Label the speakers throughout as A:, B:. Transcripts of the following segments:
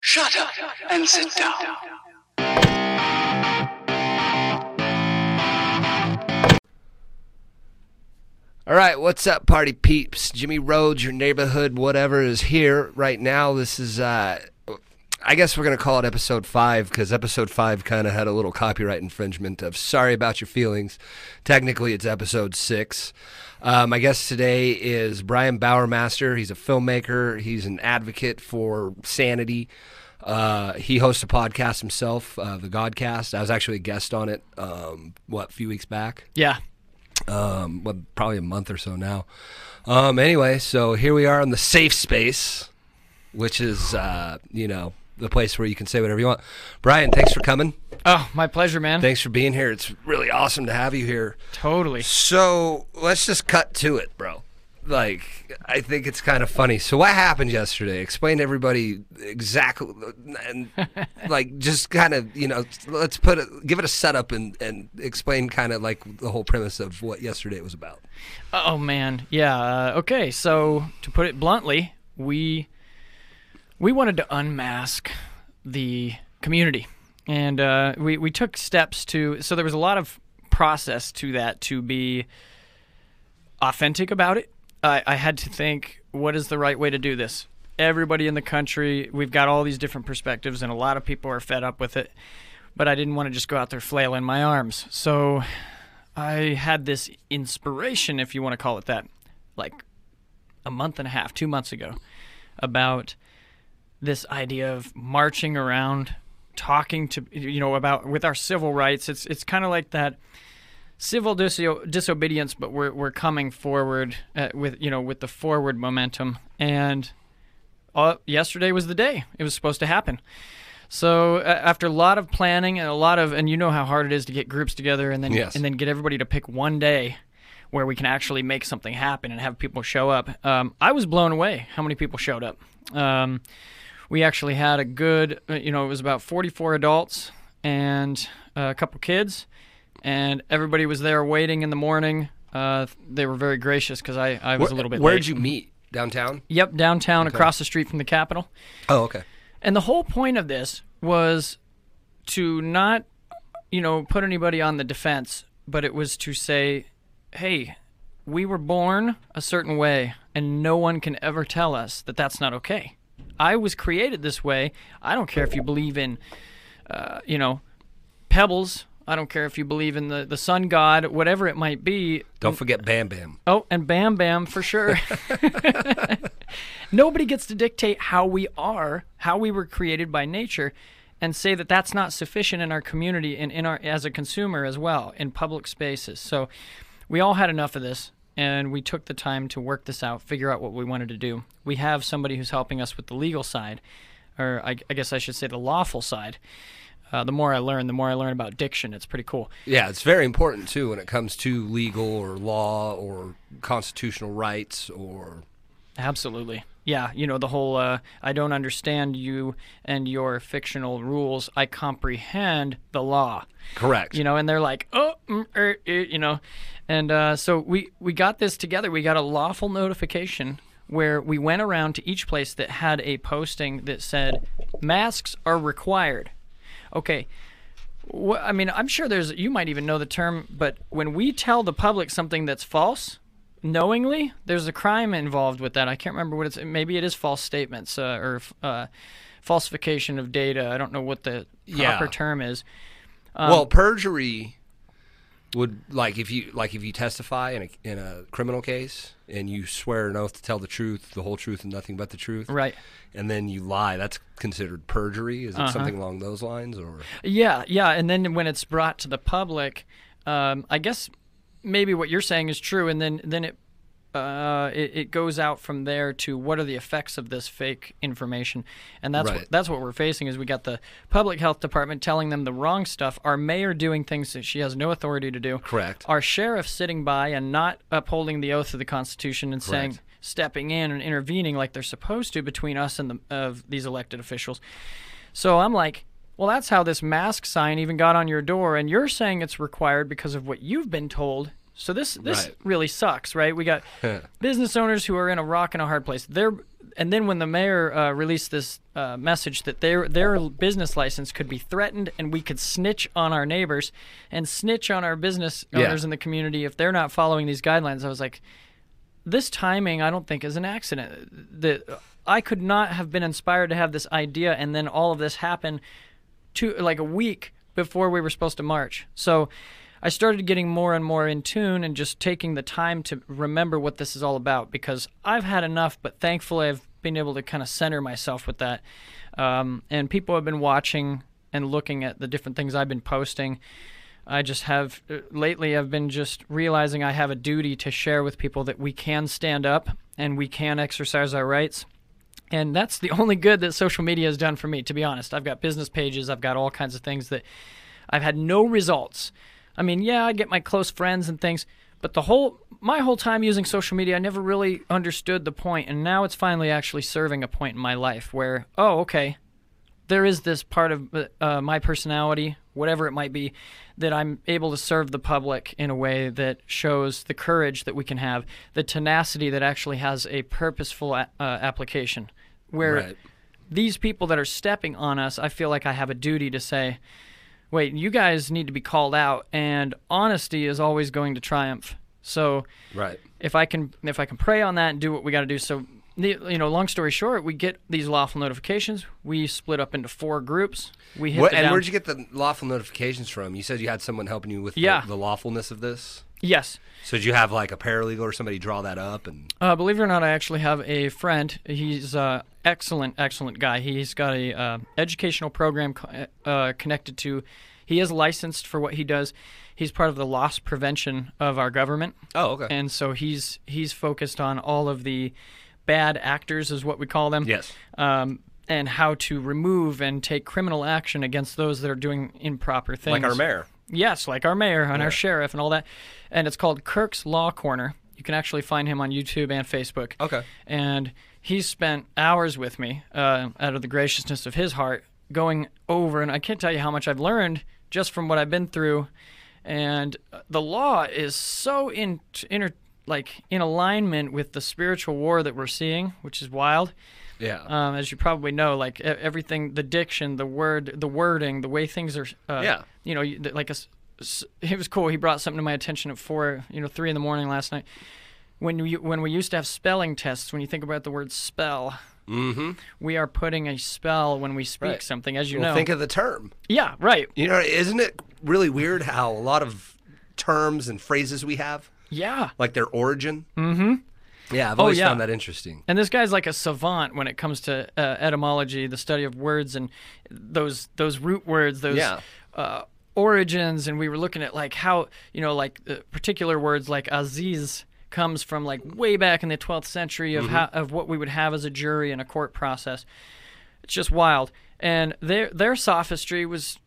A: Shut up and sit down.
B: All right, what's up, party peeps? Jimmy Rhodes, your neighborhood, whatever, is here right now. This is, uh, I guess we're going to call it episode five because episode five kind of had a little copyright infringement of sorry about your feelings. Technically, it's episode six. Um, my guest today is Brian Bauermaster. He's a filmmaker, he's an advocate for sanity. Uh, he hosts a podcast himself, uh, The Godcast. I was actually a guest on it, um, what, a few weeks back?
C: Yeah.
B: um, well, probably a month or so now. Um, anyway, so here we are in the safe space, which is, uh, you know, the place where you can say whatever you want. Brian, thanks for coming.
C: Oh, my pleasure, man.
B: Thanks for being here. It's really awesome to have you here.
C: totally.
B: So let's just cut to it, bro. Like, I think it's kind of funny. So, what happened yesterday? Explain to everybody exactly, and like, just kind of, you know, let's put it, give it a setup and, and explain kind of like the whole premise of what yesterday was about.
C: Oh man. Yeah. Uh, okay. So to put it bluntly, we we wanted to unmask the community, and uh, we we took steps to. So there was a lot of process to that to be authentic about it. I, I had to think, what is the right way to do this? Everybody in the country, we've got all these different perspectives, and a lot of people are fed up with it. But I didn't want to just go out there flailing my arms. So I had this inspiration, if you want to call it that, like a month and a half, two months ago, about this idea of marching around, talking to you know about with our civil rights. It's it's kind of like that civil diso- disobedience, but we're we're coming forward uh, with you know with the forward momentum. And uh, yesterday was the day it was supposed to happen. So uh, after a lot of planning and a lot of and you know how hard it is to get groups together and then
B: Yes.
C: and then get everybody to pick one day where we can actually make something happen and have people show up. Um, I was blown away how many people showed up. Um, we actually had a good, uh, you know, it was about 44 adults and uh, a couple kids, and everybody was there waiting in the morning. Uh, they were very gracious because I, I was a little bit
B: Where'd
C: late.
B: you meet? Downtown?
C: Yep, downtown across the street from the Capitol.
B: Oh, okay.
C: And the whole point of this was to not, you know, put anybody on the defense, but it was to say, hey, we were born a certain way, and no one can ever tell us that that's not okay. I was created this way. I don't care if you believe in, uh, you know, pebbles. I don't care if you believe in the, the sun god, whatever it might be.
B: Don't forget Bam Bam.
C: Oh, and Bam Bam for sure. Nobody gets to dictate how we are, how we were created by nature, and say that that's not sufficient in our community and in our as a consumer as well in public spaces. So, we all had enough of this, and we took the time to work this out, figure out what we wanted to do. We have somebody who's helping us with the legal side, or I, I guess I should say the lawful side. Uh, the more I learn, the more I learn about diction. It's pretty cool.
B: Yeah, it's very important too when it comes to legal or law or constitutional rights or
C: Absolutely. Yeah, you know, the whole uh, I don't understand you and your fictional rules. I comprehend the law.
B: correct.
C: You know, and they're like, oh, mm, er, er, you know. And uh, so we, we got this together. We got a lawful notification where we went around to each place that had a posting that said, masks are required. Okay. Wh- I mean, I'm sure there's, you might even know the term, but when we tell the public something that's false, knowingly, there's a crime involved with that. I can't remember what it's, maybe it is false statements uh, or uh, falsification of data. I don't know what the proper
B: Yeah.
C: term is. um,
B: well, perjury would like if you like if you testify in a in a criminal case and you swear an oath to tell the truth, the whole truth and nothing but the truth.
C: Right.
B: And then you lie, that's considered perjury. Is it
C: Uh-huh.
B: something along those lines or
C: Yeah, yeah, and then when it's brought to the public, um, I guess maybe what you're saying is true, and then then it, uh, it it goes out from there to what are the effects of this fake information, and that's
B: Right.
C: what that's what we're facing is we got the public health department telling them the wrong stuff, our mayor doing things that she has no authority to do,
B: Correct.
C: our sheriff sitting by and not upholding the oath of the Constitution and saying stepping in and intervening like they're supposed to between us and the of these elected officials. So I'm like, well, that's how this mask sign even got on your door, and you're saying it's required because of what you've been told. So this this
B: Right.
C: really sucks, right? We got business owners who are in a rock and a hard place. They're and then when the mayor uh, released this uh, message that their their business license could be threatened and we could snitch on our neighbors and snitch on our business
B: Yeah.
C: owners in the community if they're not following these guidelines, I was like, this timing I don't think is an accident. The I could not have been inspired to have this idea and then all of this happen two like a week before we were supposed to march. So I started getting more and more in tune and just taking the time to remember what this is all about because I've had enough, but thankfully I've been able to kind of center myself with that. Um, and people have been watching and looking at the different things I've been posting. I just have uh, lately I've been just realizing I have a duty to share with people that we can stand up and we can exercise our rights. And that's the only good that social media has done for me, to be honest. I've got business pages, I've got all kinds of things that I've had no results. I mean, yeah, I get my close friends and things, but the whole my whole time using social media, I never really understood the point, and now it's finally actually serving a point in my life where, oh, okay, there is this part of uh, uh, my personality, whatever it might be, that I'm able to serve the public in a way that shows the courage that we can have, the tenacity that actually has a purposeful a- uh, application. Where
B: Right.
C: these people that are stepping on us, I feel like I have a duty to say, wait, you guys need to be called out, and honesty is always going to triumph. So
B: Right.
C: if I can if I can pray on that and do what we got to do. So the- you know, long story short, we get these lawful notifications. We split up into four groups. We hit
B: What,
C: the
B: and
C: down-
B: where'd you get the lawful notifications from? You said you had someone helping you with the-
C: Yeah.
B: the, lawfulness of this.
C: yes.
B: So did you have like a paralegal or somebody draw that up? And
C: Uh, believe it or not, I actually have a friend. He's uh, excellent, excellent guy. He's got a uh, educational program co- uh, connected to. He is licensed for what he does. He's part of the loss prevention of our government.
B: oh, okay.
C: and so he's he's focused on all of the bad actors is what we call them
B: Yes.
C: um, and how to remove and take criminal action against those that are doing improper things
B: like our mayor.
C: yes like our mayor and our sheriff and all that and it's called kirk's law corner you can actually find him on youtube and facebook
B: Okay.
C: and he spent hours with me uh, out of the graciousness of his heart going over and i can't tell you how much i've learned just from what i've been through and uh, the law is so in inter, like in alignment with the spiritual war that we're seeing which is wild
B: Yeah.
C: um, as you probably know, like e- everything, the diction, the word, the wording, the way things are. Uh,
B: Yeah.
C: You know, you- like a s s it was cool. He brought something to my attention at four, you know, three in the morning last night. When we, when we used to have spelling tests, when you think about the word spell,
B: mm-hmm.
C: we are putting a spell when we speak
B: Right.
C: something, as you
B: Well,
C: know.
B: think of the term.
C: yeah, right.
B: You know, isn't it really weird how a lot of terms and phrases we have,
C: Yeah.
B: like their origin? Mm-hmm. Yeah, I've always
C: Oh, yeah.
B: found that interesting.
C: And this guy's like a savant when it comes to uh, etymology, the study of words and those those root words, those
B: Yeah.
C: uh, origins. And we were looking at like how you know like uh, particular words like aziz comes from like way back in the 12th century
B: Mm-hmm.
C: of how, of what we would have as a jury in a court process. It's just wild. And their their sophistry was,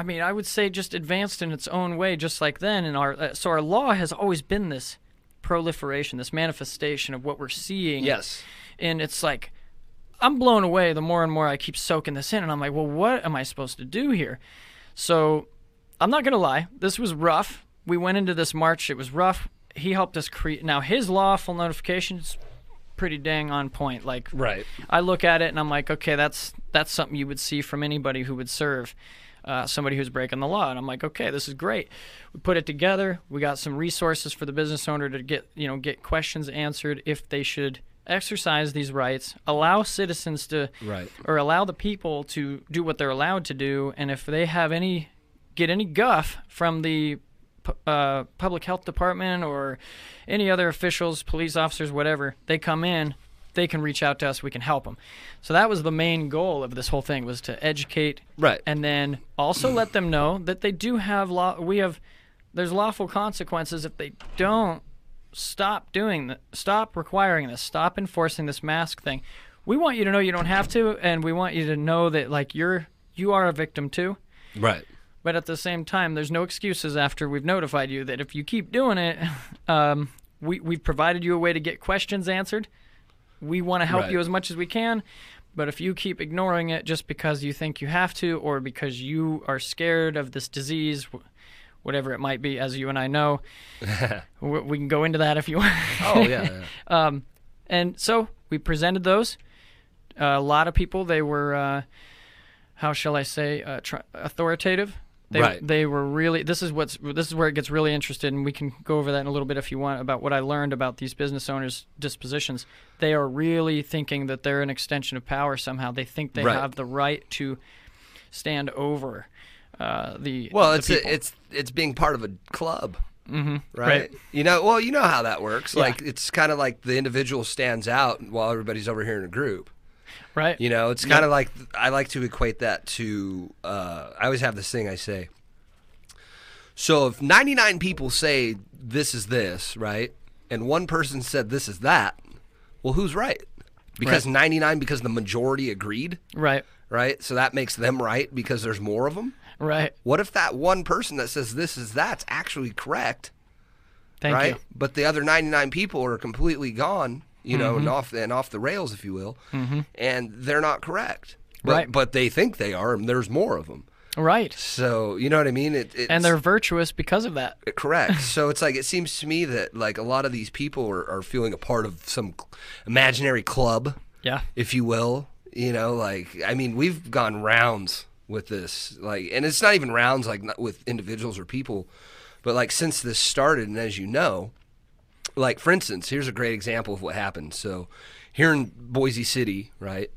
C: I mean, I would say just advanced in its own way, just like then. And our uh, so our law has always been this proliferation, this manifestation of what we're seeing
B: Yes.
C: and it's like I'm blown away the more and more I keep soaking this in and I'm like, "Well, what am I supposed to do here?" So, I'm not going to lie. This was rough. We went into this march, it was rough. He helped us create Now, his lawful notifications pretty dang on point. Like
B: Right.
C: I look at it and I'm like, "Okay, that's that's something you would see from anybody who would serve." Uh, somebody who's breaking the law, and I'm like, okay, this is great. We put it together. We got some resources for the business owner to get, you know, get questions answered if they should exercise these rights, allow citizens to,
B: Right.
C: or allow the people to do what they're allowed to do, and if they have any, get any guff from the pu- uh, public health department or any other officials, police officers, whatever, they come in, they can reach out to us, we can help them. So that was the main goal of this whole thing was to educate,
B: Right.
C: and then also let them know that they do have law. We have there's lawful consequences if they don't stop doing th- stop requiring this stop enforcing this mask thing we want you to know you don't have to and we want you to know that like you're you are a victim too
B: Right.
C: but at the same time there's no excuses after we've notified you that if you keep doing it um, we, we've provided you a way to get questions answered we want to help
B: Right.
C: you as much as we can but if you keep ignoring it just because you think you have to or because you are scared of this disease w- whatever it might be, as you and I know. we, we can go into that if you want.
B: Oh yeah, yeah.
C: And so we presented those. a lot of people, they were, uh, how shall I say, uh, tr- authoritative. They,
B: Right.
C: they were really. This is what's. This is where it gets really interested, and we can go over that in a little bit if you want about what I learned about these business owners' dispositions. They are really thinking that they're an extension of power somehow. They think they
B: Right.
C: have the right to stand over uh, the.
B: Well,
C: the
B: it's a,
C: people.
B: it's it's being part of a club, mm-hmm, right? You know, well, you know how that works. Like it's kind of like the individual stands out while everybody's over here in a group.
C: right.
B: You know, it's kind of like I like to equate that to. Uh, I always have this thing I say. So if 99 people say this is this, right, and one person said this is that, well, who's right? Because 99, because the majority agreed,
C: Right.
B: right? So that makes them right because there's more of them.
C: Right.
B: What if that one person that says this is that's actually correct,
C: Thank
B: right?
C: you.
B: But the other 99 people are completely gone, you know,
C: Mm-hmm.
B: and off and off the rails, if you will, and they're not correct. But,
C: Right.
B: But they think they are, and there's more of them.
C: Right.
B: So you know what I mean? It, it's
C: And they're virtuous because of that.
B: correct. so it's like it seems to me that like a lot of these people are, are feeling a part of some cl- imaginary club,
C: Yeah.
B: if you will. You know, like I mean, we've gone rounds with this, like, and it's not even rounds like not with individuals or people, but like since this started, and as you know, like for instance, here's a great example of what happened. So, here in Boise City, right,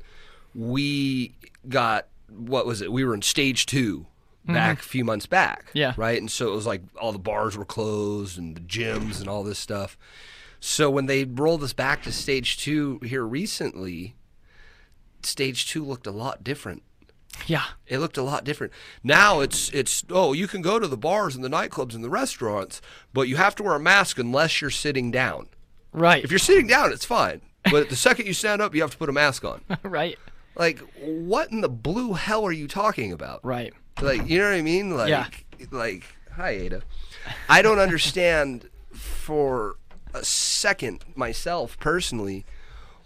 B: we got what was it? We were in stage two back a few months back,
C: Yeah.
B: right, and so it was like all the bars were closed and the gyms and all this stuff. So when they rolled us back to stage two here recently, stage two looked a lot different.
C: Yeah.
B: It looked a lot different. Now it's it's oh you can go to the bars and the nightclubs and the restaurants, but you have to wear a mask unless you're sitting down.
C: Right.
B: If you're sitting down, it's fine. But the second you stand up, you have to put a mask on.
C: right.
B: Like what in the blue hell are you talking about?
C: Right.
B: Like you know what I mean? Like
C: Yeah.
B: like hi Ada. I don't understand for a second myself personally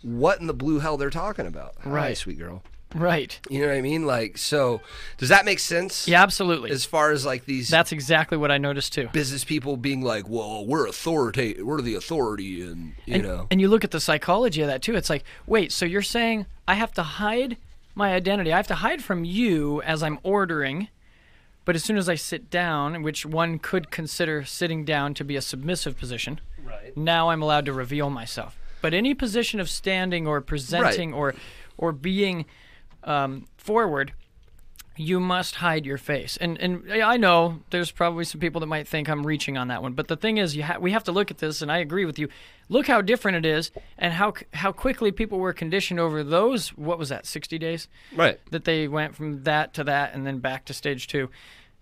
B: what in the blue hell they're talking about. Hi,
C: Right.
B: sweet girl.
C: Right.
B: You know what I mean? Like so does that make sense?
C: Yeah, absolutely.
B: As far as like these
C: That's exactly what I noticed too.
B: business people being like, Well, we're authority we're the authority and you
C: and,
B: know
C: and you look at the psychology of that too. It's like, wait, so you're saying I have to hide my identity. I have to hide from you as I'm ordering. But as soon as I sit down, which one could consider sitting down to be a submissive position, right. now I'm allowed to reveal myself. But any position of standing or presenting or or being um, forward, you must hide your face. And and I know there's probably some people that might think I'm reaching on that one, but the thing is, you ha- we have to look at this, and I agree with you. Look how different it is, and how c- how quickly people were conditioned over those. What was that? 60 days
B: Right.
C: that they went from that to that, and then back to stage two.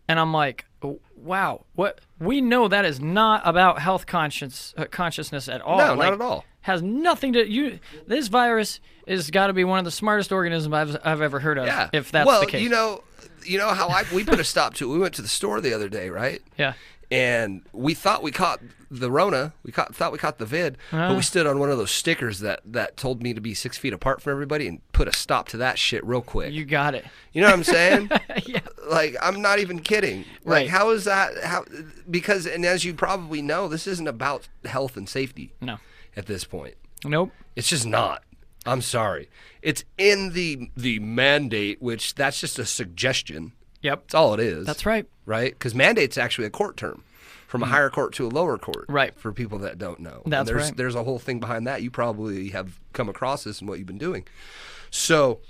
C: And I'm like, oh, wow, what we know that is not about health conscience uh, consciousness at all.
B: No, not
C: Like,
B: at all.
C: Has nothing to you. This virus has got to be one of the smartest organisms I've, I've ever heard of.
B: Yeah.
C: If that's
B: well,
C: the case.
B: you know you know how I we put a stop to it. We went to the store the other day, right?
C: yeah.
B: and we thought we caught the Rona. We caught, thought we caught the vid,
C: Ah.
B: but we stood on one of those stickers that that told me to be six feet apart from everybody and put a stop to that shit real quick. You,
C: You got it.
B: know what I'm saying?
C: Yeah.
B: Like I'm not even kidding. Like
C: Right.
B: how is that? How because and as you probably know, this isn't about health and safety.
C: No.
B: At this point,
C: Nope.
B: it's just not. I'm sorry. It's in the the mandate, which that's just a suggestion.
C: Yep.
B: That's all it is
C: That's right.
B: right? Because mandate's actually a court term from a higher court to a lower court,
C: Mm. Right.
B: For people that don't know, And
C: That's
B: there's,
C: right.
B: There's a whole thing behind that. You probably have come across this and what you've been doing. So,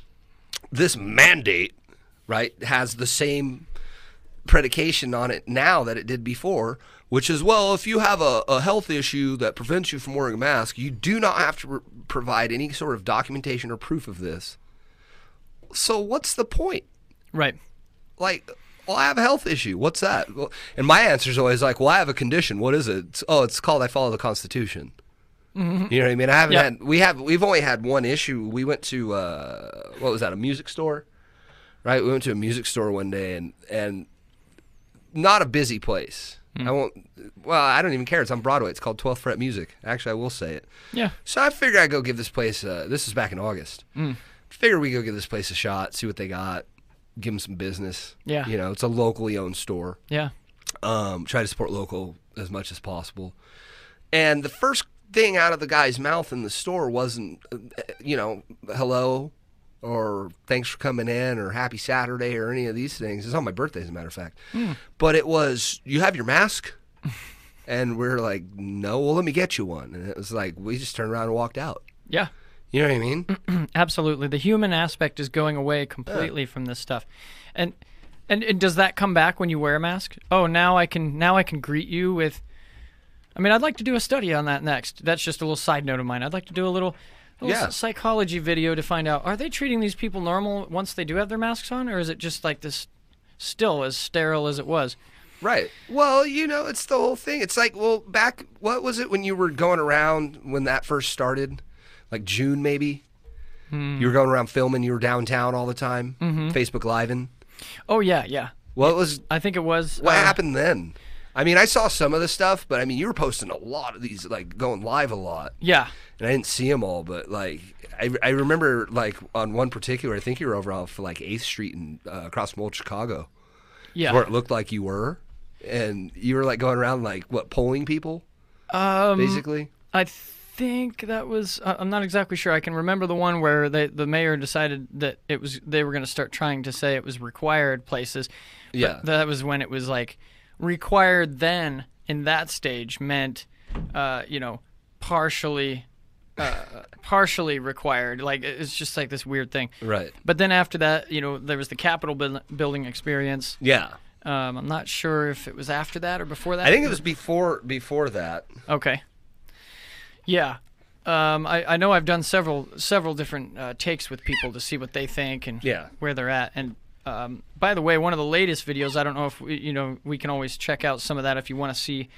B: this mandate, right, has the same predication on it now that it did before, which is well, if you have a, a health issue that prevents you from wearing a mask, you do not have to re- provide any sort of documentation or proof of this. So, what's the point?
C: Right.
B: like, well, I have a health issue. What's that? Well, and my answer is always like, well, I have a condition. What is it? It's, oh, it's called I follow the Constitution. You know what I mean? I haven't
C: Yeah.
B: had we have we've only had one issue. We went to uh, what was that? A music store, right? We went to a music store one day and and not a busy place. I won't. Well, I don't even care. It's on Broadway. It's called 12th Fret Music. Actually, I will say it.
C: Yeah.
B: So I figure I go give this place. Uh, this is back in August. Figure we go give this place a shot, see what they got, give them some business.
C: Yeah.
B: You know, it's a locally owned store.
C: Yeah.
B: Um, try to support local as much as possible. And the first thing out of the guy's mouth in the store wasn't, uh, you know, hello or thanks for coming in or happy Saturday or any of these things. It's on my birthday, as a matter of fact. But it was, you have your mask? and we are like, no, well, let me get you one. And it was like, we just turned around and walked out.
C: Yeah.
B: You know what I mean?
C: Absolutely. The human aspect is going away completely from this stuff. And, and and does that come back when you wear a mask? Oh, now I can now I can greet you with I mean, I'd like to do a study on that next. That's just a little side note of mine. I'd like to do a little, little
B: Yeah.
C: s- psychology video to find out are they treating these people normal once they do have their masks on or is it just like this still as sterile as it was?
B: Right. Well, you know, it's the whole thing. It's like, well, back what was it when you were going around when that first started? Like June maybe? You were going around filming, you were downtown all the time, Facebook living.
C: Oh yeah, yeah.
B: What was
C: I think it was
B: what
C: uh,
B: happened then? I mean, I saw some of the stuff, but I mean, you were posting a lot of these, like going live a lot,
C: Yeah.
B: and I didn't see them all. But like, I, I remember like on one particular, I think you were over off like Eighth Street and uh, across from old Chicago
C: Yeah.
B: where it looked like you were, and you were like going around like what polling people, um,
C: Mm-hmm.
B: basically.
C: I think that was. I- I'm not exactly sure. I can remember the one where they, the mayor decided that it was they were going to start trying to say it was required places. But
B: Yeah.
C: that was when it was like required. Then in that stage meant, uh, you know, partially, uh, partially required. Like it- it's just like this weird thing.
B: Right.
C: But then after that, you know, there was the Capitol buil- building experience.
B: Yeah,
C: Um, I'm not sure if it was after that or before that.
B: I think it was before before that.
C: Okay. Yeah. Um, I, I know I've done several several different uh, takes with people to see what they think and
B: Yeah.
C: where they're at. And um, by the way, one of the latest videos, I don't know if we, you know we can always check out some of that if you want to see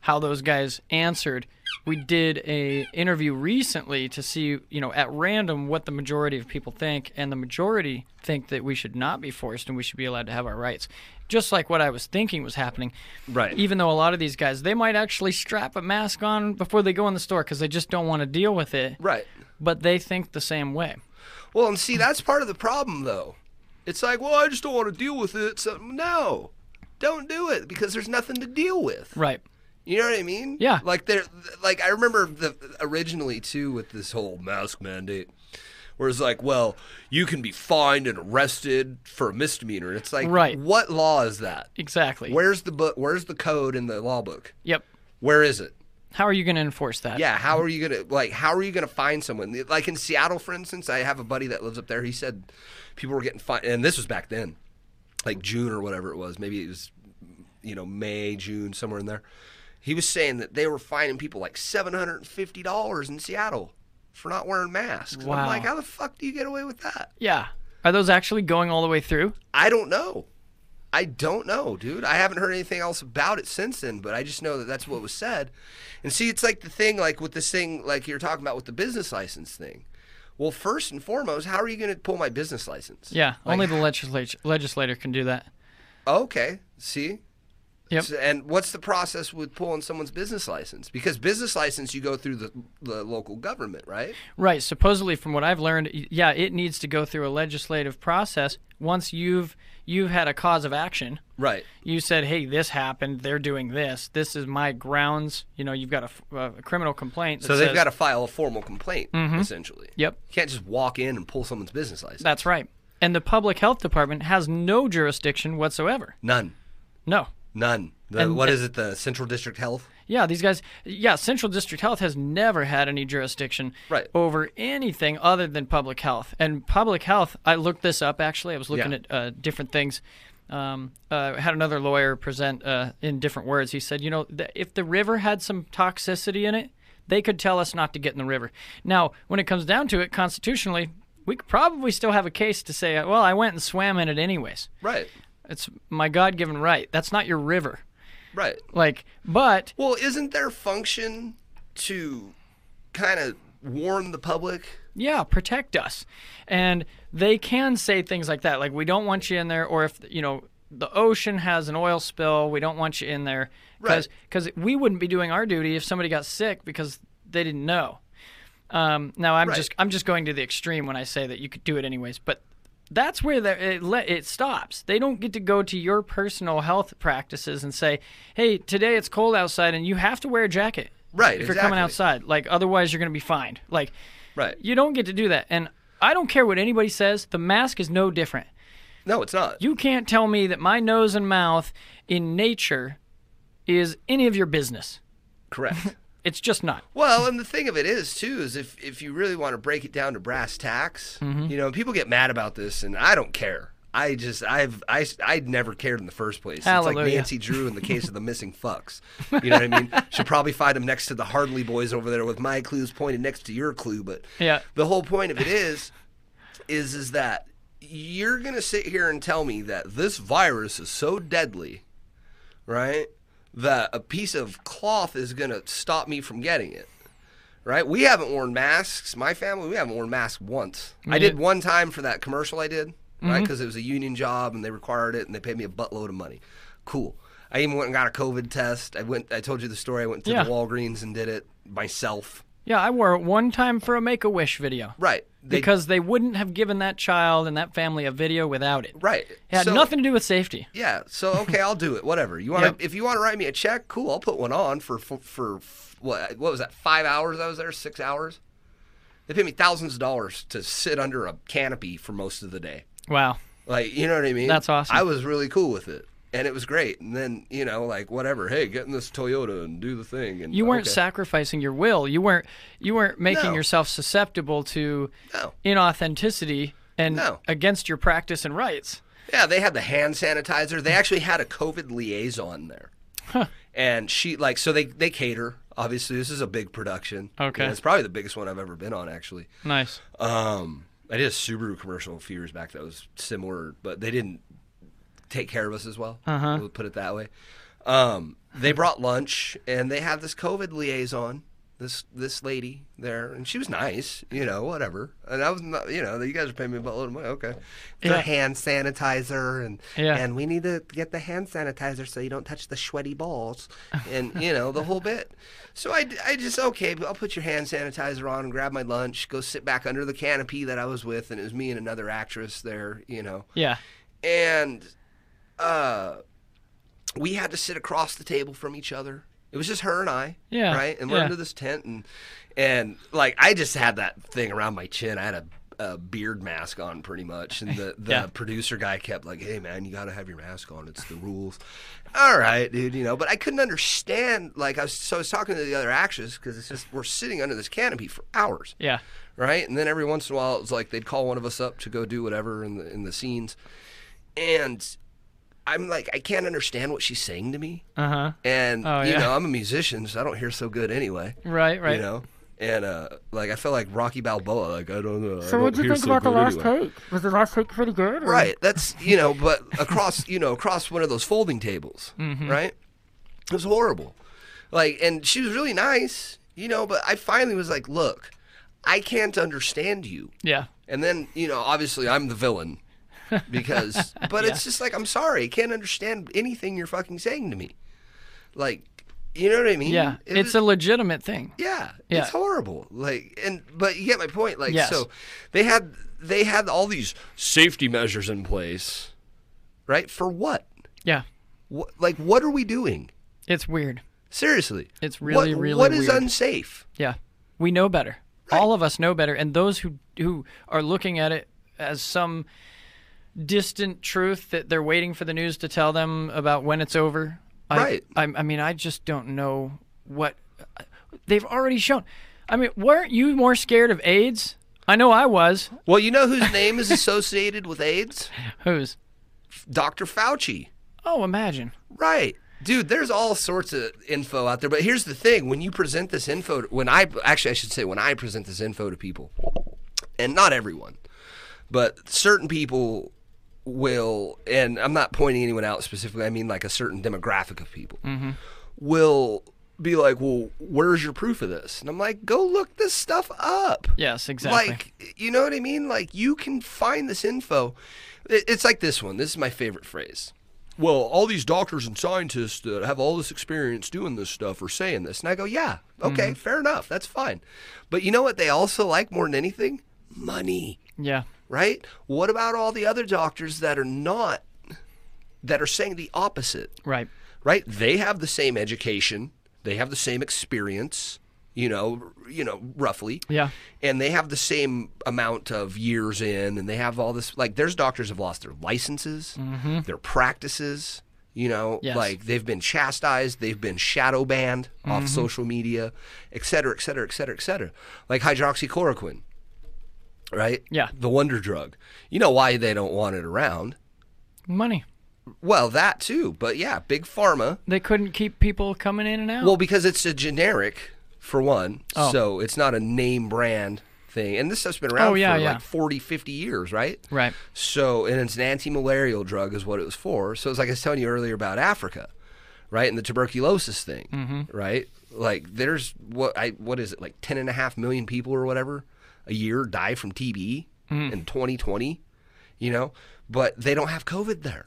C: how those guys answered. We did a interview recently to see you know at random what the majority of people think, and the majority think that we should not be forced and we should be allowed to have our rights, just like what I was thinking was happening
B: Right.
C: even though a lot of these guys they might actually strap a mask on before they go in the store because they just don't want to deal with it
B: Right.
C: but they think the same way
B: Well, and see, that's part of the problem, though. It's like, well, I just don't want to deal with it. So no, don't do it because there's nothing to deal with.
C: right
B: You know what I mean?
C: Yeah.
B: Like there, like I remember the originally too with this whole mask mandate, where it's like, well, you can be fined and arrested for a misdemeanor. It's like,
C: Right.
B: What law is that?
C: exactly
B: Where's the book? Where's the code in the law book?
C: yep
B: Where is it?
C: how are you going to enforce that
B: Yeah, how are you gonna like? How are you gonna find someone? Like in Seattle, for instance, I have a buddy that lives up there. He said people were getting fined, and this was back then, like June or whatever it was. Maybe it was, you know, May, June, somewhere in there. He was saying that they were fining people like seven hundred and fifty dollars in Seattle for not wearing masks. And I'm
C: Wow.
B: like, how the fuck do you get away with that?
C: yeah are those actually going all the way through
B: I don't know. I don't know, dude. I haven't heard anything else about it since then, but I just know that that's what was said. And see, it's like the thing, like with this thing, like you're talking about with the business license thing. Well, first and foremost, how are you going to pull my business license?
C: yeah
B: Like, oh,
C: only the legislature legislator can do that
B: Okay. See?
C: Yep.
B: So- and what's the process with pulling someone's business license? Because business license, you go through the, the local government, right?
C: right supposedly from what i've learned y- yeah it needs to go through a legislative process once you've you've had a cause of action
B: Right.
C: you said, "Hey, this happened. They're doing this. This is my grounds." You know, you've got a, f- a criminal complaint. That
B: So they've
C: says-
B: got to file a formal complaint, essentially.
C: Mm-hmm. Yep.
B: You can't just walk in and pull someone's business license.
C: That's right. And the public health department has no jurisdiction whatsoever.
B: None.
C: No.
B: None. The,
C: And-
B: what is it? The Central District Health.
C: Yeah, these guys. Yeah, Central District Health has never had any jurisdiction
B: Right.
C: over anything other than public health. And public health, I looked this up actually. I was looking
B: Yeah.
C: at uh, different things. Um, uh, had another lawyer present uh, in different words. He said, you know, th- if the river had some toxicity in it, they could tell us not to get in the river. Now, when it comes down to it, constitutionally, we could probably still have a case to say, well, I went and swam in it anyways.
B: Right.
C: It's my God given right. That's not your river.
B: Right.
C: Like, but
B: Well, isn't their function to kind of warn the public?
C: yeah, protect us. And they can say things like that, like we don't want you in there, or if you know the ocean has an oil spill, we don't want you in there, because
B: Right.
C: we wouldn't be doing our duty if somebody got sick because they didn't know. Um, now I'm
B: Right.
C: just I'm just going to the extreme when I say that you could do it anyways, but that's where the, it, le- it stops. They don't get to go to your personal health practices and say, "Hey, today it's cold outside and you have to wear a jacket."
B: Right,
C: If you're
B: exactly.
C: coming outside, like otherwise you're going to be fined. Like
B: Right.
C: you don't get to do that. And I don't care what anybody says, the mask is no different.
B: No, it's not.
C: You can't tell me that my nose and mouth in nature is any of your business.
B: Correct.
C: It's just not.
B: Well, and the thing of it is too is if if you really want to break it down to brass tacks,
C: Mm-hmm.
B: you know, people get mad about this, and I don't care. I just I've I I'd never cared in the first place. It's like
C: Hallelujah.
B: Nancy Drew in the case of the missing fucks. You know what I mean? Should probably find them next to the Hardley boys over there with my clues pointed next to your clue. But
C: Yeah.
B: the whole point of it is, is is that you're gonna sit here and tell me that this virus is so deadly right? That a piece of cloth is going to stop me from getting it, right? We haven't worn masks. My family, we haven't worn masks once. I did one time for that commercial I did, right?
C: Mm-hmm.
B: Because it was a union job and they required it and they paid me a buttload of money. Cool. I even went and got a COVID test. I went. I told you the story. I went to
C: Yeah.
B: the Walgreens and did it myself.
C: Yeah, I wore it one time for a Make a Wish video
B: Right. They,
C: because they wouldn't have given that child and that family a video without it.
B: right.
C: It had
B: So-
C: nothing to do with safety.
B: Yeah. So okay, I'll do it. Whatever you want. to
C: Yep.
B: If you want to write me a check, cool. I'll put one on for for, for what what was that? Five hours I was there. Six hours. They paid me thousands of dollars to sit under a canopy for most of the day.
C: Wow.
B: Like you know what I mean?
C: That's awesome.
B: I was really cool with it, and it was great. And then you know, like whatever. Hey, get in this Toyota and do the thing. And uh,
C: You weren't
B: okay.
C: sacrificing your will. You weren't you weren't making
B: No.
C: yourself susceptible to
B: No.
C: inauthenticity and
B: No.
C: against your practice and rights.
B: Yeah, they had the hand sanitizer. They actually had a COVID liaison there. And she like so they they cater. Obviously, this is a big production.
C: Okay.
B: And it's probably the biggest one I've ever been on actually.
C: Nice.
B: Um I did a Subaru commercial a few years back that was similar, but they didn't take care of us as well. Uh-huh. We'll put it that way. Um, they brought lunch, and they had this COVID liaison, this this lady there, and she was nice, you know, whatever. And I was, not, you know, you guys are paying me a buttload of money, okay? The
C: Yeah.
B: hand sanitizer, and
C: Yeah.
B: and we need to get the hand sanitizer so you don't touch the sweaty balls, and you know the whole bit. So I, d- I just okay, I'll put your hand sanitizer on and grab my lunch, go sit back under the canopy that I was with, and it was me and another actress there, you know
C: Yeah.
B: and uh, we had to sit across the table from each other. It was just her and I,
C: Yeah,
B: right. And we're
C: yeah.
B: under this tent, and and like I just had that thing around my chin. I had a, a beard mask on pretty much, and the the
C: Yeah.
B: producer guy kept like, "Hey man, you got to have your mask on. It's the rules." All right, dude, you know. But I couldn't understand. Like I was, so I was talking to the other actors because it's just we're sitting under this canopy for hours
C: Yeah.
B: right? And then every once in a while, it was like they'd call one of us up to go do whatever in the in the scenes, and I'm like, I can't understand what she's saying to me,
C: Uh-huh.
B: and
C: Oh,
B: you
C: yeah.
B: know, I'm a musician, so I don't hear so good anyway,
C: Right, right.
B: you know. And uh, like I felt like Rocky Balboa, like I don't know. I
D: So what
B: don't
D: do you
B: hear
D: think
B: so
D: about the
B: good
D: last
B: anyway.
D: take? Was the last take pretty good? or-
B: Right. That's you know, but across you know across one of those folding tables,
C: Mm-hmm.
B: right? It was horrible. Like, and she was really nice, you know. But I finally was like, look, I can't understand you.
C: Yeah.
B: And then, you know, obviously I'm the villain because, but it's just like, I'm sorry. I can't understand anything you're fucking saying to me. Like, you know what I mean?
C: Yeah.
B: It
C: it's
B: was-
C: a legitimate thing.
B: yeah,
C: Yeah.
B: it's horrible. Like, and but you get my point. Like,
C: Yes.
B: so they had they had all these safety measures in place, right? For what?
C: Yeah.
B: what like, what are we doing?
C: It's weird.
B: Seriously,
C: It's
B: What-
C: really, really
B: What is
C: weird.
B: unsafe?
C: Yeah. We know better. All of us know better. And those who who are looking at it as some distant truth that they're waiting for the news to tell them about when it's over. I,
B: Right.
C: I, I mean, I just don't know what they've already shown. I mean, weren't you more scared of AIDS? I know I was.
B: Well, you know whose name is associated with AIDS?
C: Whose?
B: Dr. Fauci.
C: Oh, imagine.
B: Right. Dude, there's all sorts of info out there, but here's the thing: when you present this info, when I actually I should say when I present this info to people, and not everyone, but certain people will, and I'm not pointing anyone out specifically. I mean like a certain demographic of people will be like, "Well, where's your proof of this?" And I'm like, "Go look this stuff up."
C: Yes, exactly.
B: Like, you know what I mean? Like, you can find this info. It- It's like this one. This is my favorite phrase. Well, all these doctors and scientists that have all this experience doing this stuff are saying this. And I go, yeah,
C: Mm-hmm.
B: okay, fair enough. That's fine. But you know what they also like more than anything? Money,
C: yeah.
B: right? What about all the other doctors that are not, that are saying the opposite?
C: Right.
B: right? They have the same education, they have the same experience, you know, r- you know, roughly.
C: Yeah.
B: And they have the same amount of years in, and they have all this. Like, there's doctors have lost their licenses, their practices. You know,
C: Mm-hmm. Yes.
B: like they've been chastised, they've been shadow banned off
C: Mm-hmm.
B: social media, et cetera, et cetera, et cetera, et cetera. Like hydroxychloroquine, right?
C: Yeah.
B: The wonder drug. You know why they don't want it around?
C: Money.
B: Well, that too. But yeah, big pharma
C: They couldn't keep people coming in and out.
B: well, because it's a generic, for one.
C: Oh.
B: So it's not a name brand thing. And this stuff's been around
C: Oh, yeah,
B: for
C: yeah.
B: like 40, 50 years, right?
C: right.
B: So, and it's an anti malarial drug, is what it was for. So it's like I was telling you earlier about Africa, right? And the tuberculosis thing,
C: Mm-hmm.
B: right? Like there's what I what is it like 10 and a half million people or whatever a year die from TB
C: Mm.
B: in 2020, you know, but they don't have COVID there,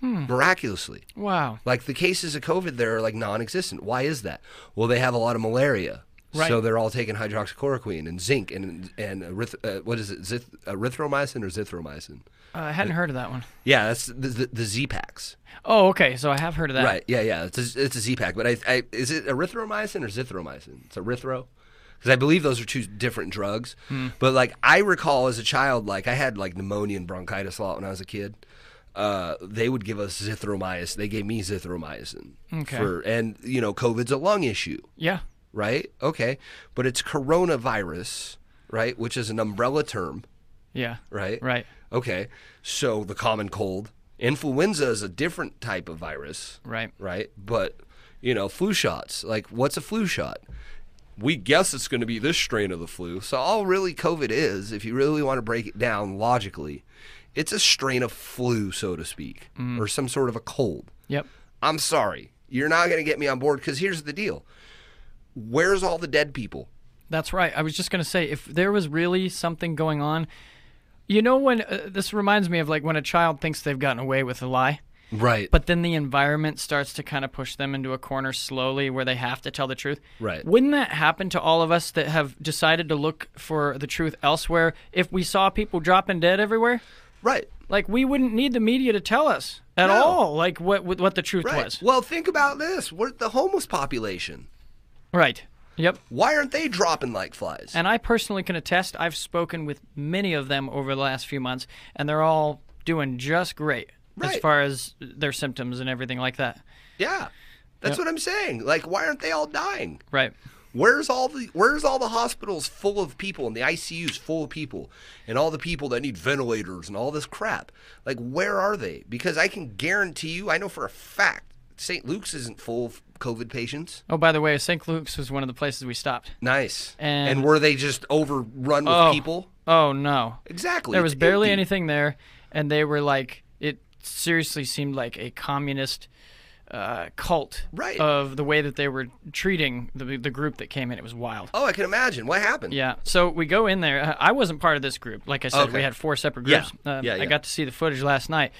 C: Hmm.
B: miraculously.
C: Wow.
B: Like the cases of COVID there are like non-existent. Why is that? Well, they have a lot of malaria,
C: Right.
B: so they're all taking hydroxychloroquine and zinc and and eryth- uh, what is it? Zith- erythromycin or zithromycin?
C: Uh, I hadn't heard of that one.
B: Yeah, that's the the, the Z packs.
C: Oh, okay. So I have heard of that.
B: Right. Yeah, yeah. It's a, it's a Z pack, but I, I is it erythromycin or zithromycin? It's erythro. Because I believe those are two different drugs, but like I recall as a child, like I had like pneumonia and bronchitis a lot when I was a kid. Uh, they would give us zithromycin. They gave me zithromycin
C: Okay.
B: for, and you know, COVID's a lung issue,
C: Yeah.
B: right? Okay, but it's coronavirus, right? Which is an umbrella term,
C: Yeah.
B: right?
C: Right.
B: Okay, so the common cold, influenza is a different type of virus,
C: Right.
B: right? But you know, flu shots. Like, what's a flu shot? We guess it's going to be this strain of the flu. So all really COVID is, if you really want to break it down logically, it's a strain of flu, so to speak, or some sort of a cold.
C: Yep.
B: I'm sorry, you're not going to get me on board because here's the deal: where's all the dead people?
C: That's right. I was just going to say if there was really something going on, you know when uh, this reminds me of like when a child thinks they've gotten away with a lie,
B: Right.
C: but then the environment starts to kind of push them into a corner slowly where they have to tell the truth.
B: Right.
C: Wouldn't that happen to all of us that have decided to look for the truth elsewhere if we saw people dropping dead everywhere?
B: right.
C: Like we wouldn't need the media to tell us at
B: No.
C: all like what what what the truth
B: Right.
C: was.
B: Well, think about this: we're the homeless population.
C: Right. Yep.
B: Why aren't they dropping like flies?
C: And I personally can attest, I've spoken with many of them over the last few months, and they're all doing just great as
B: Right.
C: far as their symptoms and everything like that.
B: yeah. That's what I'm saying. Like, why aren't they all dying?
C: Right.
B: Where's all the Where's all the hospitals full of people and the ICUs full of people and all the people that need ventilators and all this crap? Like, where are they? Because I can guarantee you, I know for a fact, St. Luke's isn't full of COVID patients.
C: Oh, by the way, St. Luke's was one of the places we stopped.
B: Nice.
C: And-
B: and were they just overrun with
C: Oh.
B: people?
C: Oh, no.
B: Exactly.
C: There was
B: It's
C: barely
B: empty.
C: anything there, and they were like, it seriously seemed like a communist uh, cult
B: Right.
C: of the way that they were treating the, the group that came in. It was wild.
B: Oh, I can imagine what happened.
C: Yeah. So we go in there. I I wasn't part of this group. Like I said, we
B: Okay.
C: had four separate
B: Yeah.
C: groups. Um,
B: Yeah,
C: I
B: yeah.
C: got to see the footage last night.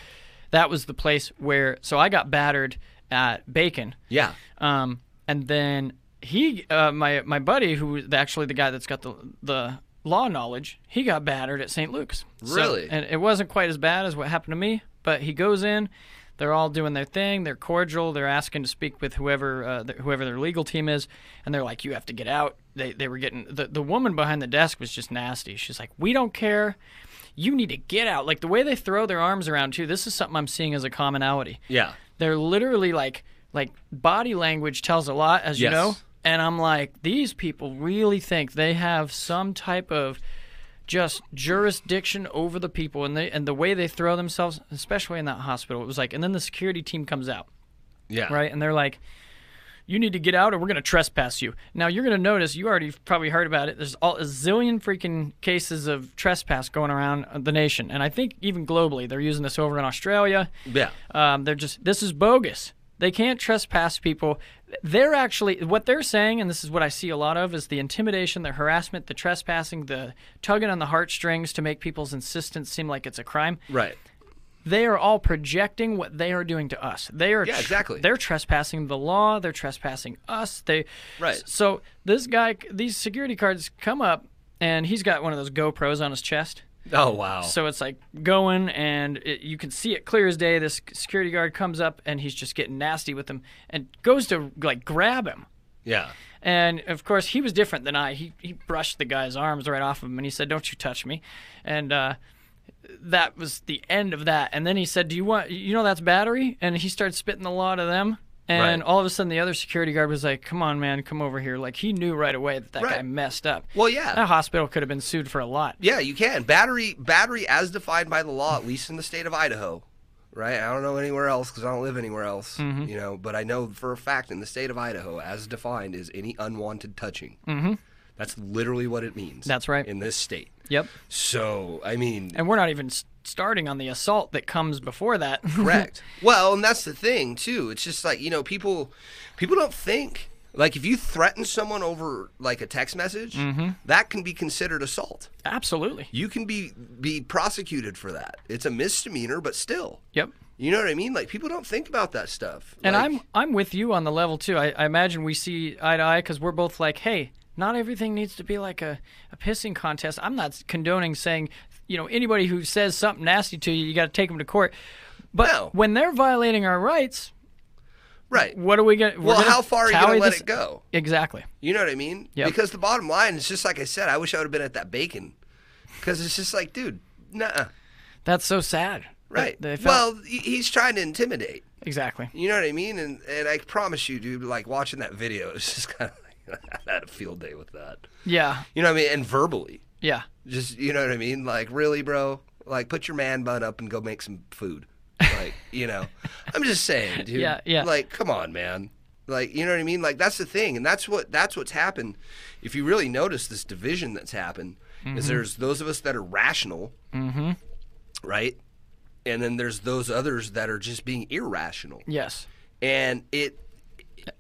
C: That was the place where. So I got battered at Bacon.
B: Yeah.
C: Um, and then he, uh, my my buddy, who was actually the guy that's got the the law knowledge, he got battered at St. Luke's. So-
B: Really?
C: and it wasn't quite as bad as what happened to me. But he goes in. They're all doing their thing. They're cordial. They're asking to speak with whoever uh, th- whoever their legal team is, and they're like, "You have to get out." They they were getting the the woman behind the desk was just nasty. She's like, "We don't care." You need to get out. Like the way they throw their arms around too. This is something I'm seeing as a commonality
B: Yeah.
C: they're literally like like body language tells a lot as you
B: Yes.
C: know and i'm like these people really think they have some type of just jurisdiction over the people and they and the way they throw themselves especially in that hospital it was like and then the security team comes out
B: Yeah.
C: right and they're like you need to get out or we're going to trespass you now you're going to notice you already probably heard about it there's all, a zillion freaking cases of trespass going around the nation and i think even globally they're using this over in australia
B: Yeah.
C: um, they're just this is bogus. They can't trespass people. They're actually what they're saying, and this is what I see a lot of, is the intimidation, the harassment, the trespassing, the tugging on the heartstrings to make people's insistence seem like it's a crime.
B: Right.
C: They are all projecting what they are doing to us. They are
B: Yeah,
C: tr-
B: exactly.
C: they're trespassing the law. They're trespassing us. They
B: Right.
C: So this guy, these security guards come up, and he's got one of those GoPros on his chest.
B: Oh wow.
C: So it's like going, and it, you can see it clear as day. This security guard comes up, and he's just getting nasty with him, and goes to like grab him.
B: yeah.
C: And of course, he was different than I. He he brushed the guy's arms right off of him, and he said, "Don't you touch me," and uh, that was the end of that. And then he said, "Do you want? You know that's battery?" And he started spitting a lot of them. And
B: Right.
C: all of a sudden, the other security guard was like, "Come on, man, come over here!" Like he knew right away that that
B: Right.
C: guy messed up.
B: Well, yeah.
C: that hospital could have been sued for a lot.
B: Yeah, you can. Battery battery as defined by the law, at least in the state of Idaho. Right? I don't know anywhere else because I don't live anywhere else,
C: Mm-hmm.
B: you know, but I know for a fact in the state of Idaho, as defined, is any unwanted touching. Mm-hmm. That's literally what it means.
C: That's right.
B: In this state.
C: Yep.
B: So, I mean,
C: And we're not even s- starting on the assault that comes before that.
B: correct. well, and that's the thing, too. It's just like, you know, people people don't think. Like, if you threaten someone over, like, a text message,
C: Mm-hmm.
B: that can be considered assault.
C: Absolutely.
B: You can be be prosecuted for that. It's a misdemeanor, but still.
C: Yep.
B: You know what I mean? Like people don't think about that stuff.
C: And
B: Like,
C: I'm I'm with you on the level too. I, I imagine we see eye to eye because we're both like, hey, not everything needs to be like a, a pissing contest. I'm not condoning saying, you know, anybody who says something nasty to you, you got to take them to court. But
B: No.
C: when they're violating our rights,
B: right.
C: what are we going?
B: Well, how far are you gonna let
C: this,
B: it go?
C: Exactly.
B: You know what I mean?
C: Yep.
B: Because the bottom line is just like I said. I wish I would have been at that bacon, because it's just like, dude, nah.
C: That's so sad.
B: Right.
C: That they felt-
B: well, he- he's trying to intimidate.
C: exactly.
B: You know what I mean? And and I promise you, dude, like watching that video, it's just kind of like I had a field day with that.
C: Yeah.
B: You know what I mean? And verbally,
C: Yeah.
B: just you know what I mean? Like really, bro. Like put your man bun up and go make some food. Like you know, I'm just saying, dude.
C: Yeah, yeah.
B: Like come on, man. Like you know what I mean? Like that's the thing, and that's what that's what's happened. If you really notice this division that's happened, is
C: Mm-hmm.
B: there's those of us that are rational, right, and then there's those others that are just being irrational,
C: Yes.
B: and it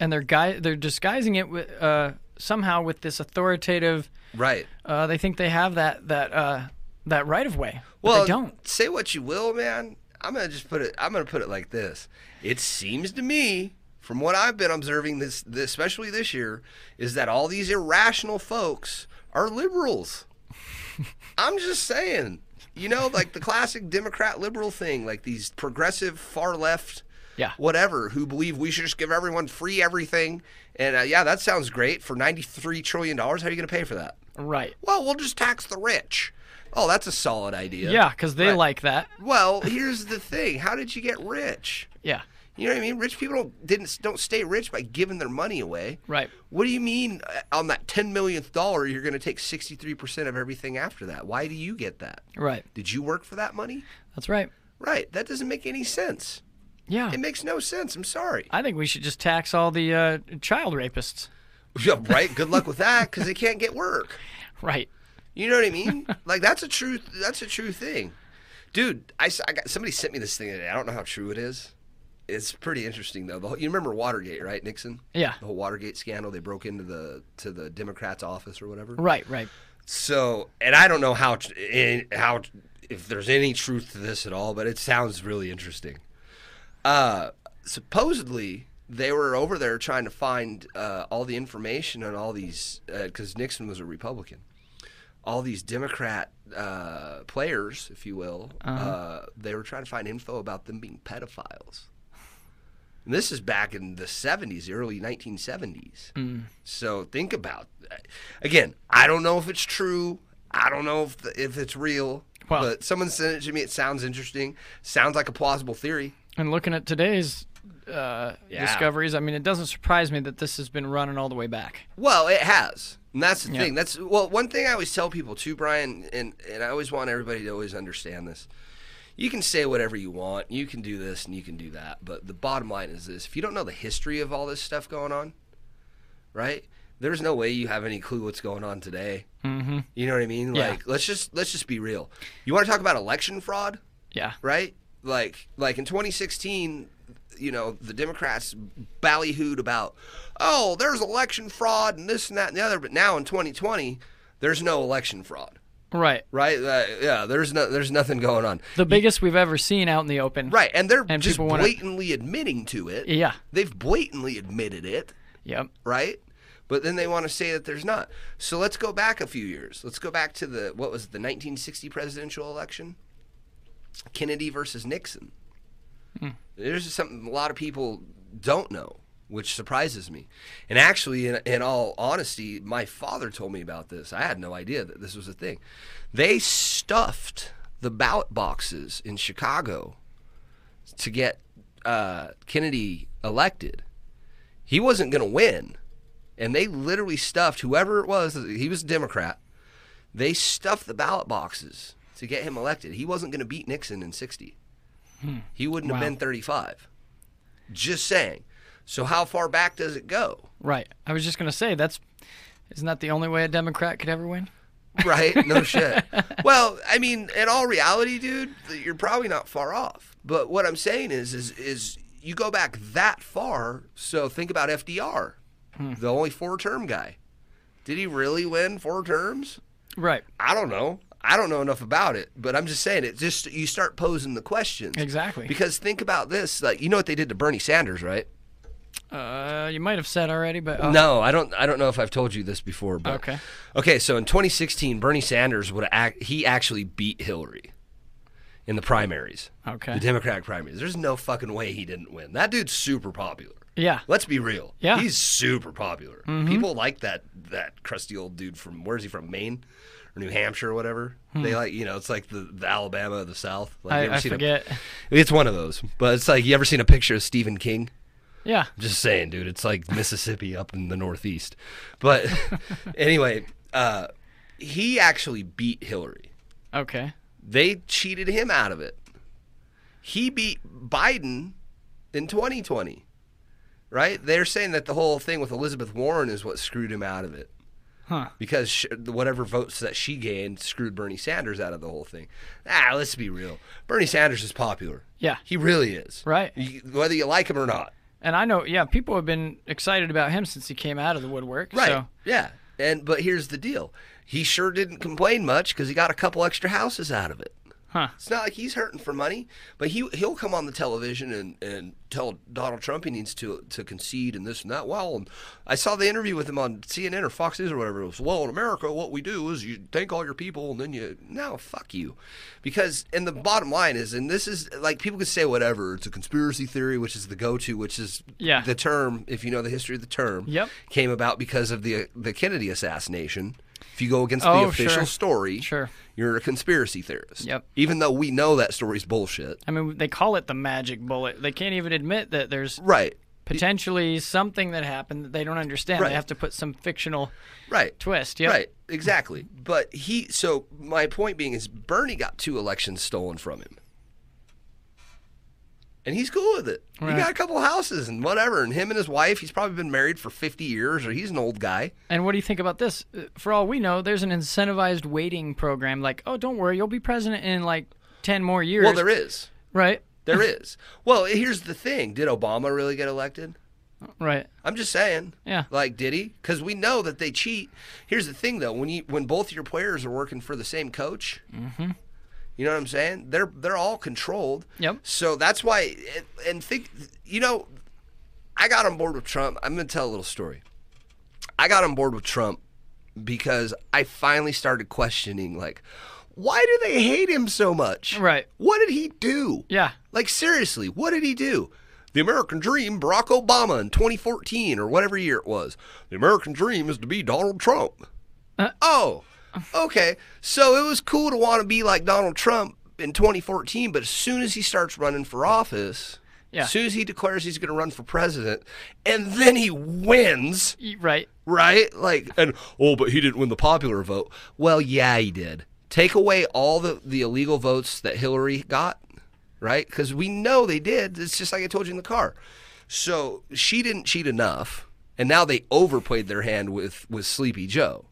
C: And they're guy they're disguising it with uh, somehow with this authoritative.
B: right.
C: Uh, they think they have that that uh, that right of way. but
B: Well,
C: they don't.
B: say what you will, man. I'm gonna just put it. I'm gonna put it like this. It seems to me, from what I've been observing this, this especially this year, is that all these irrational folks are liberals. I'm just saying, you know, like the classic Democrat liberal thing, like these progressive far left.
C: Yeah.
B: Whatever, who believe we should just give everyone free everything. And uh, yeah, that sounds great for $93 trillion. How are you going to pay for that?
C: Right.
B: Well, we'll just tax the rich. Oh, that's a solid idea.
C: Yeah, because they
B: Right.
C: like that.
B: Well, here's the thing: How did you get rich?
C: Yeah.
B: You know what I mean? Rich people don't didn't don't stay rich by giving their money away.
C: Right.
B: What do you mean uh, on that ten millionth dollar you're going to take sixty three percent of everything after that? Why do you get that?
C: Right.
B: Did you work for that money?
C: That's right.
B: Right. That doesn't make any sense.
C: Yeah.
B: It makes no sense. I'm sorry.
C: I think we should just tax all the uh, child rapists.
B: Yeah, right. Good luck with that because they can't get work.
C: Right.
B: You know what I mean? like that's a true that's a true thing, dude. I, s- I got somebody sent me this thing today. I don't know how true it is. It's pretty interesting though. The whole, you remember Watergate, right, Nixon?
C: Yeah.
B: The whole Watergate scandal. They broke into the to the Democrats' office or whatever.
C: Right. Right.
B: So, and I don't know how tr- in, how if there's any truth to this at all, but it sounds really interesting. Uh, supposedly they were over there trying to find uh, all the information on all these because Nixon was a Republican. All these Democrat uh, players, if you will, uh they were trying to find info about them being pedophiles. And this is back in the 70s, early 1970s. So think about again. I don't know if it's true. I don't know if the, if it's real.
C: Well-
B: but someone sent it to me. It sounds interesting. Sounds like a plausible theory.
C: And looking at today's uh,
B: Yeah.
C: discoveries, I mean, it doesn't surprise me that this has been running all the way back.
B: Well, it has. And that's the thing. That's well, one thing I always tell people too, Brian, and and I always want everybody to always understand this. You can say whatever you want. You can do this and you can do that, but the bottom line is this: if you don't know the history of all this stuff going on, right? There's no way you have any clue what's going on today. Mm-hmm. You know what I mean?
C: Yeah.
B: Like, let's just let's just be real. You want to talk about election fraud?
C: Yeah.
B: right? Like like in 2016, you know, the Democrats ballyhooed about, oh, there's election fraud and this and that and the other. But now in 2020, there's no election fraud,
C: Right.
B: right? Uh, yeah, there's no there's nothing going on,
C: The biggest we've ever seen out in the open.
B: right? And they're
C: And
B: just
C: people wanna-
B: blatantly admitting to it.
C: Yeah.
B: they've blatantly admitted it,
C: Yep.
B: right? but then they want to say that there's not. So let's go back a few years. Let's go back to the what was it, the 1960 presidential election, Kennedy versus Nixon. There's something a lot of people don't know, which surprises me. And actually, in, in all honesty, my father told me about this. I had no idea that this was a thing. They stuffed the ballot boxes in Chicago to get uh, Kennedy elected. He wasn't going to win. And they literally stuffed whoever it was, he was a Democrat. They stuffed the ballot boxes to get him elected. He wasn't going to beat Nixon in 60. He wouldn't have
C: Wow.
B: been 35. Just saying. So, how far back does it go?
C: Right. I was just gonna say that's isn't that the only way a Democrat could ever win?
B: Right? No shit. Well, I mean, in all reality, dude, you're probably not far off. But what I'm saying is, is, is you go back that far. So think about FDR, the only four-term guy. Did he really win four terms?
C: Right.
B: I don't know. I don't know enough about it, but I'm just saying it. Just you start posing the questions
C: Exactly.
B: Because think about this, like you know what they did to Bernie Sanders, right?
C: Uh, you might have said already, but uh,
B: No, I don't. I don't know if I've told you this before, but
C: Okay.
B: Okay, so in 2016, Bernie Sanders would act. He actually beat Hillary in the primaries, the
C: okay.
B: Democratic primaries. There's no fucking way he didn't win. That dude's super popular.
C: Yeah.
B: Let's be real.
C: Yeah. Mm-hmm.
B: he's super popular. People like that that crusty old dude from where's he from? Maine or New Hampshire or whatever. They like you know it's like the, the Alabama of the South. Like, you
C: Hmm. I,
B: ever
C: I
B: seen a-
C: forget.
B: it's one of those, but it's like you ever seen a picture of Stephen King?
C: Yeah.
B: Just saying, dude. It's like Mississippi up in the Northeast. But anyway, uh, he actually beat Hillary.
C: Okay.
B: They cheated him out of it. He beat Biden in 2020, right? They're saying that the whole thing with Elizabeth Warren is what screwed him out of it.
C: Huh.
B: Because sh whatever votes that she gained screwed Bernie Sanders out of the whole thing. Ah, let's be real. Bernie Sanders is popular.
C: Yeah.
B: He really is.
C: Right.
B: You- whether you like him or not.
C: And I know. Yeah. People have been excited about him since he came out of the woodwork.
B: Right.
C: So
B: Yeah. And but here's the deal. He sure didn't complain much because he got a couple extra houses out of it.
C: Huh.
B: It's not like he's hurting for money, but he he'll come on the television and, and tell Donald Trump he needs to to concede and this and that. Well, and I saw the interview with him on CNN or Fox News or whatever. It was well in America, what we do is you thank all your people and then you no fuck you, because and the bottom line is, and this is like people can say whatever. It's a conspiracy theory, which is the go to, which is
C: Yeah.
B: the term if you know the history of the term
C: Yep.
B: came about because of the the Kennedy assassination. If you go against the
C: Oh,
B: official
C: sure.
B: story,
C: Sure.
B: you're a conspiracy theorist.
C: Yep.
B: Even though we know that story's bullshit.
C: I mean, they call it the magic bullet. They can't even admit that there's
B: Right.
C: potentially something that happened that they don't understand.
B: Right.
C: They have to put some fictional
B: Right.
C: twist. Yep.
B: Right. Exactly. But he. So my point being is Bernie got two elections stolen from him. And he's cool with it. He got a couple houses and whatever. And him and his wife, he's probably been married for 50 years or he's an old guy.
C: And what do you think about this? Uh, For all we know, there's an incentivized waiting program. Like, oh, don't worry, you'll be president in like ten more years.
B: Well, there is.
C: right,
B: There is. Well, here's the thing Did Obama really get elected?
C: right.
B: I'm just saying.
C: Yeah.
B: Like, did he? Because we know that they cheat. Here's the thing, though: when you when both your players are working for the same coach,
C: Mm-hmm.
B: you know what I'm saying? They're they're all controlled.
C: Yep.
B: So that's why. And, and think, you know, I got on board with Trump. I'm gonna tell a little story. I got on board with Trump because I finally started questioning, like, why do they hate him so much?
C: Right.
B: What did he do?
C: Yeah.
B: Like seriously, what did he do? The American dream, Barack Obama in 2014 or whatever year it was. The American dream is to be Donald Trump. oh, okay. So it was cool to want to be like Donald Trump in 2014, but as soon as he starts running for office,
C: Yeah.
B: as soon as he declares he's going to run for president, and then he wins,
C: Y- Right.
B: right? Like, and oh, but he didn't win the popular vote. Well, yeah, he did. Take away all the, the illegal votes that Hillary got, right? Because we know they did. It's just like I told you in the car. So she didn't cheat enough, and now they overplayed their hand with with Sleepy Joe,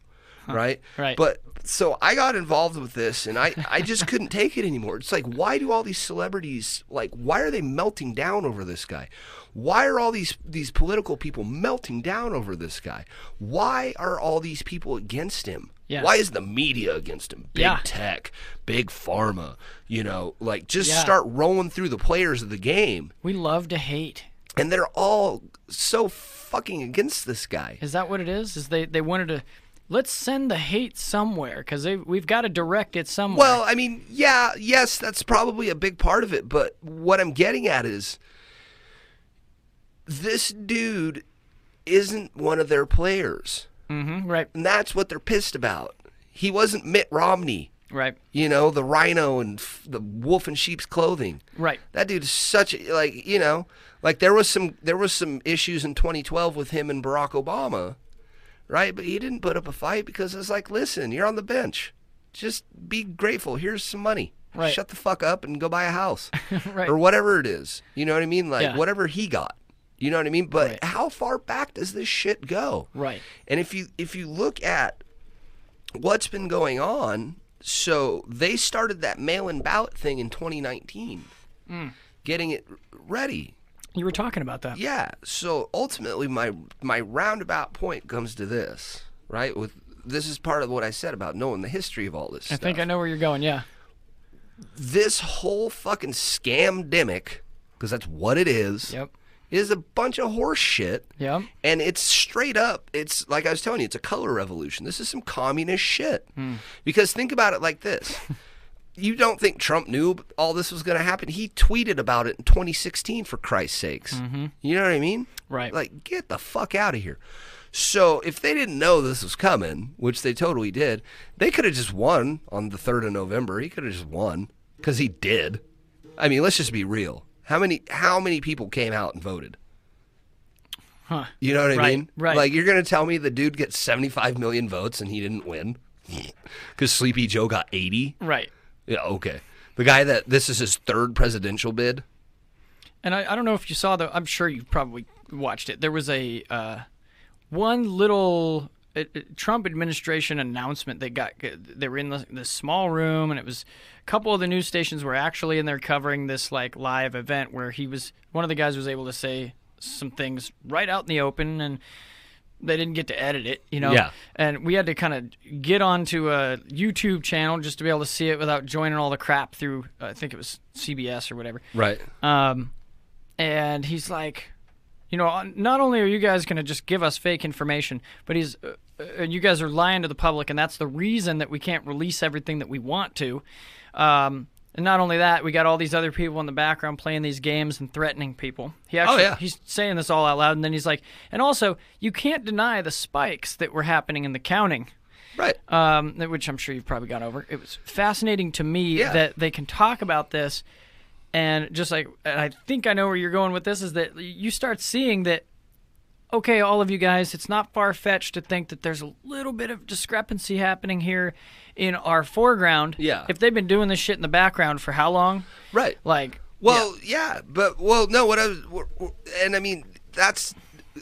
B: right?
C: Right.
B: But so I got involved with this, and I I just couldn't take it anymore. It's like why do all these celebrities like why are they melting down over this guy? Why are all these these political people melting down over this guy? Why are all these people against him?
C: Yeah.
B: Why is the media against him? Big
C: Yeah.
B: tech, big pharma, you know, like just
C: Yeah.
B: start rolling through the players of the game.
C: We love to hate.
B: and they're all so fucking against this guy.
C: Is that what it is? Is they they wanted to let's send the hate somewhere because we've got to direct it somewhere.
B: Well, I mean, yeah, yes, that's probably a big part of it, but what I'm getting at is this dude isn't one of their players,
C: mm-hmm, right,
B: and that's what they're pissed about. He wasn't Mitt Romney,
C: right,
B: you know, the rhino and f- the wolf in sheep's clothing.
C: right.
B: That dude is such a- like you know like there was some there was some issues in 2012 with him and Barack Obama, right? But he didn't put up a fight because it's like, listen, you're on the bench, just be grateful. Here's some money.
C: Right.
B: Shut the fuck up and go buy a house,
C: Right.
B: or whatever it is. You know what I mean? Like
C: Yeah.
B: whatever he got. You know what I mean? But
C: Right.
B: how far back does this shit go?
C: Right.
B: And if you if you look at what's been going on, so they started that mail-in ballot thing in 2019,
C: Mm.
B: getting it ready.
C: You were talking about that.
B: Yeah. So ultimately, my my roundabout point comes to this, right? With this is part of what I said about knowing the history of all this.
C: I
B: stuff.
C: think I know where you're going. Yeah.
B: this whole fucking scamdemic, because that's what it is.
C: Yep.
B: Is a bunch of horse shit.
C: Yep.
B: And it's straight up, it's like I was telling you, it's a color revolution. This is some communist shit.
C: Hmm.
B: Because think about it like this. you don't think Trump knew all this was going to happen? He tweeted about it in 2016, for Christ's sakes. You know what I mean?
C: Mm-hmm. Right.
B: Like, get the fuck out of here. So if they didn't know this was coming, which they totally did, they could have just won on the 3rd of November. He could have just won because he did. I mean, let's just be real. How many how many people came out and voted?
C: Huh.
B: You know what I
C: Right,
B: mean?
C: right.
B: Like you're gonna tell me the dude gets 75 million votes and he didn't win because Sleepy Joe got 80.
C: Right.
B: Yeah, okay. The guy that this is his third presidential bid.
C: And I, I don't know if you saw the. I'm sure you probably watched it. There was a uh, one little uh, uh, Trump administration announcement. They got uh, they were in the, this small room, and it was a couple of the news stations were actually in there covering this like live event where he was. One of the guys was able to say some things right out in the open, and they didn't get to edit it, you know.
B: Yeah.
C: And we had to kind of get onto a YouTube channel just to be able to see it without joining all the crap through. I think it was CBS or whatever.
B: Right.
C: Um, and he's like, you know, not only are you guys going to just give us fake information, but he's, uh, uh, you guys are lying to the public, and that's the reason that we can't release everything that we want to. Um, and not only that, we got all these other people in the background playing these games and threatening people. He actually,
B: yeah.
C: he's saying this all out loud, and then he's like, and also, you can't deny the spikes that were happening in the counting
B: Right.
C: um, that- which I'm sure you've probably gone over. It was fascinating to me
B: Yeah.
C: that they can talk about this, and just like and I think I know where you're going with this is that you start seeing that. Okay, all of you guys, it's not far fetched to think that there's a little bit of discrepancy happening here in our foreground.
B: Yeah.
C: If they've been doing this shit in the background for how long?
B: right.
C: Like,
B: Well, yeah. but well, no. What I was, wh- wh- and I mean, that's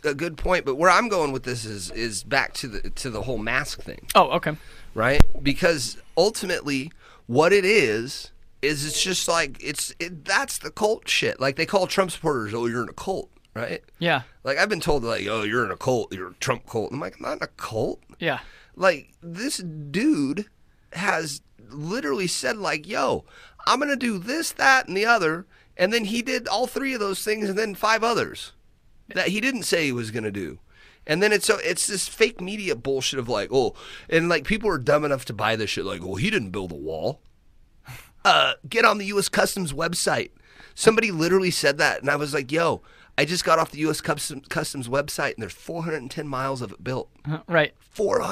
B: a good point. But where I'm going with this is is back to the to the whole mask thing,
C: oh, okay.
B: right? Because ultimately, what it is is it's just like it's it, that's the cult shit. Like they call Trump supporters, oh, you're in a cult, right?
C: Yeah.
B: Like I've been told, like, oh, you're in a cult, you're a Trump cult. I'm like, I'm not in a cult.
C: Yeah.
B: Like this dude has literally said like, "Yo, I'm going to do this, that and the other." And then he did all three of those things and then five others that he didn't say he was going to do. And then it's so it's this fake media bullshit of like, "Oh, and like people are dumb enough to buy this shit like, "Oh, he didn't build a wall." Uh, get on the US Customs website. Somebody literally said that and I was like, "Yo, I just got off the US Custom- Customs website and there's 410 miles of it built."
C: Uh, Right.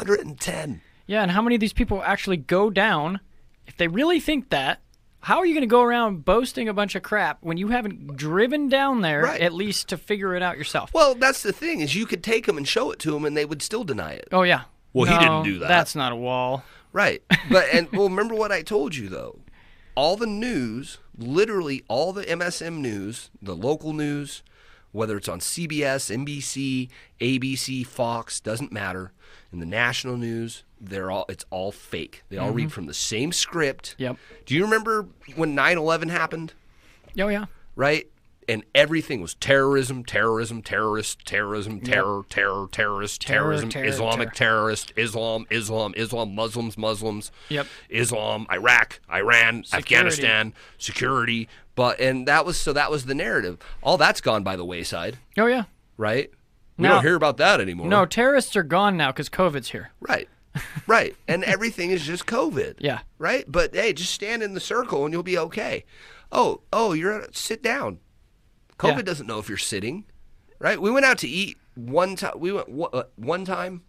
B: 410.
C: Yeah, and how many of these people actually go down? If they really think that, how are you going to go around boasting a bunch of crap when you haven't driven down there
B: Right.
C: at least to figure it out yourself?
B: Well, that's the thing is you could take them and show it to them and they would still deny it.
C: oh yeah.
B: Well, he didn't
C: No,
B: do that.
C: That's not a wall.
B: Right. But and well, remember what I told you though. All the news, literally all the MSM news, the local news, whether it's on CBS, NBC, ABC, Fox, doesn't matter. In the national news, they're all it's all fake. They all read from the same script.
C: Yep.
B: Do you remember when 9/11 happened?
C: Oh yeah.
B: right? and everything was terrorism, terrorism, terrorist, terrorism, terror, terror, terrorist,
C: Terror,
B: terrorism,
C: terror,
B: Islamic terrorist, Islam, Islam, Islam, Muslims, Muslims,
C: Yep.
B: Islam, Iraq, Iran, Afghanistan, security. But and that was so that was the narrative. All that's gone by the wayside,
C: Oh yeah.
B: right? We
C: No.
B: don't hear about that anymore.
C: No, terrorists are gone now because COVID's here.
B: Right. Right. And everything is just COVID.
C: Yeah.
B: Right? But hey, just stand in the circle and you'll be okay. Oh, oh, you're sit down. COVID
C: Yeah.
B: doesn't know if you're sitting. Right? We went out to eat one time. We went wa- uh, one time.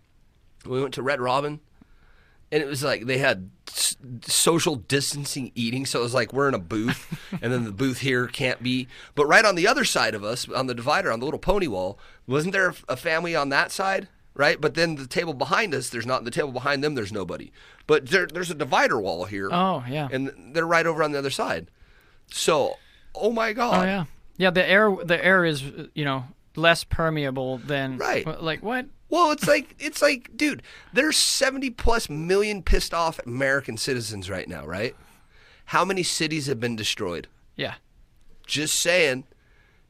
B: We went to Red Robin and it was like they had s- social distancing eating so it was like we're in a booth and then the booth here can't be but right on the other side of us on the divider on the little pony wall wasn't there a- a family on that side right but then the table behind us there's not the table behind them there's nobody but there, there's a divider wall here
C: Oh yeah.
B: and they're right over on the other side so oh my god
C: Oh yeah. Yeah. The air the air is you know less permeable than
B: Right.
C: Wh- Like what?
B: Well, it's like it's like, dude, there's 70 plus million pissed off American citizens right now, right? How many cities have been destroyed?
C: Yeah.
B: Just saying.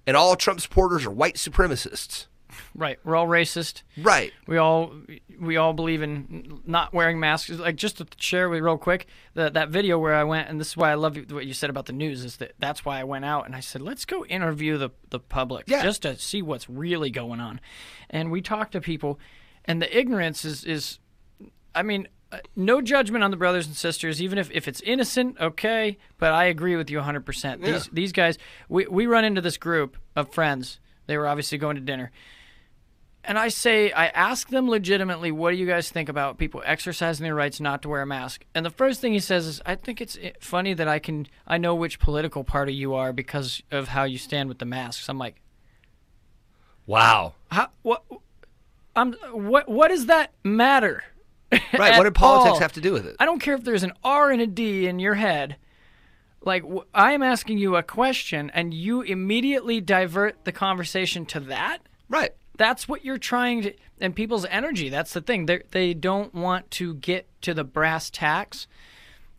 B: And all Trump supporters are white supremacists.
C: Right. We're all racist.
B: Right.
C: We all we all believe in not wearing masks. Like just to share with you real quick that that video where I went, and this is why I love you- what you said about the news is that that's why I went out and I said let's go interview the the public
B: Yeah.
C: just to see what's really going on, and we talked to people, and the ignorance is is, I mean. uh, No judgment on the brothers and sisters, even if, if it's innocent, okay. But I agree with you 100%. These these guys, we, we run into this group of friends. They were obviously going to dinner, and I say, I ask them legitimately, what do you guys think about people exercising their rights not to wear a mask? And the first thing he says is, I think it's i- funny that I can, I know which political party you are because of how you stand with the masks. I'm like,
B: Wow.
C: how, what, I'm, what, what does that matter?
B: Right. What
C: At
B: did politics
C: all.
B: have to do with it?
C: I don't care if there's an R and a D in your head. Like, w- I am asking you a question and you immediately divert the conversation to that.
B: Right.
C: that's what you're trying to and people's energy that's the thing they they don't want to get to the brass tacks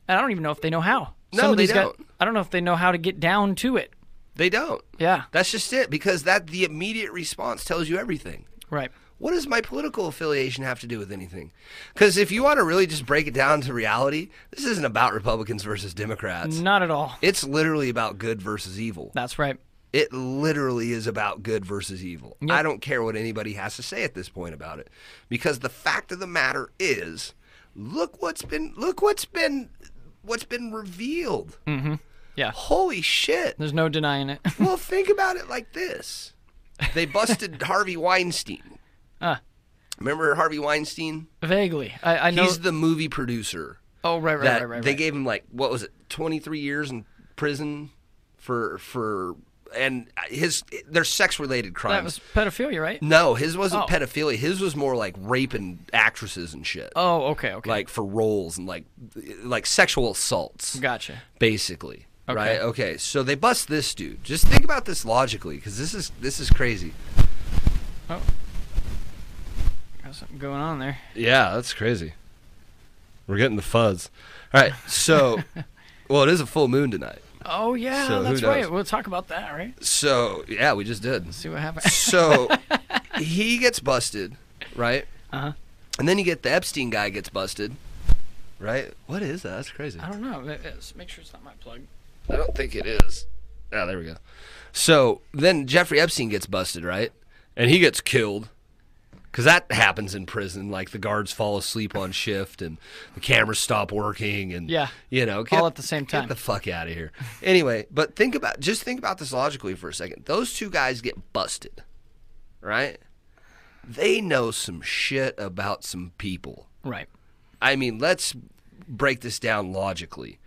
C: and i don't even know if they know how
B: No,
C: Some of
B: they
C: these guy-
B: don't.
C: i don't know if they know how to get down to it
B: They don't.
C: yeah
B: That's just it because that the immediate response tells you everything.
C: right
B: What does my political affiliation have to do with anything? Because if you want to really just break it down to reality, this isn't about Republicans versus Democrats.
C: not at all
B: It's literally about good versus evil.
C: that's right
B: It literally is about good versus evil. I don't care what anybody has to say at this point about it, because the fact of the matter is, look what's been look what's been what's been revealed.
C: yeah
B: Holy shit!
C: there's no denying it
B: well, think about it like this: they busted Harvey Weinstein.
C: Ah.
B: Remember Harvey Weinstein?
C: vaguely i, I know
B: He's the movie producer
C: oh right right
B: that
C: right right,
B: they
C: right.
B: gave him like what was it 23 years in prison for for and his their sex related crimes
C: that was pedophilia right
B: no his wasn't
C: Oh.
B: pedophilia his was more like raping actresses and shit
C: oh okay okay
B: like for roles and like like sexual assaults
C: gotcha
B: basically right okay so they bust this dude just think about this logically because this is this is crazy
C: got something going on there
B: Yeah, that's crazy. We're getting the fuzz. All right, so, well, it is a full moon tonight.
C: oh yeah
B: So who
C: that's
B: knows?
C: right we'll talk about that right
B: So, yeah, we just did.
C: see what happens
B: So, he gets busted, right?
C: Uh-huh.
B: And then you get the Epstein guy gets busted, right? What is that? That's crazy.
C: i don't know Let's make sure it's not my plug
B: I don't think it is. Oh, there we go. So then Jeffrey Epstein gets busted, right? And he gets killed. Because that happens in prison. Like the guards fall asleep on shift and the cameras stop working. And,
C: Yeah.
B: you know,
C: All at the same time.
B: Get the fuck out of here. anyway, but think about, just think about this logically for a second. Those two guys get busted, right? They know some shit about some people.
C: right
B: I mean, let's break this down logically.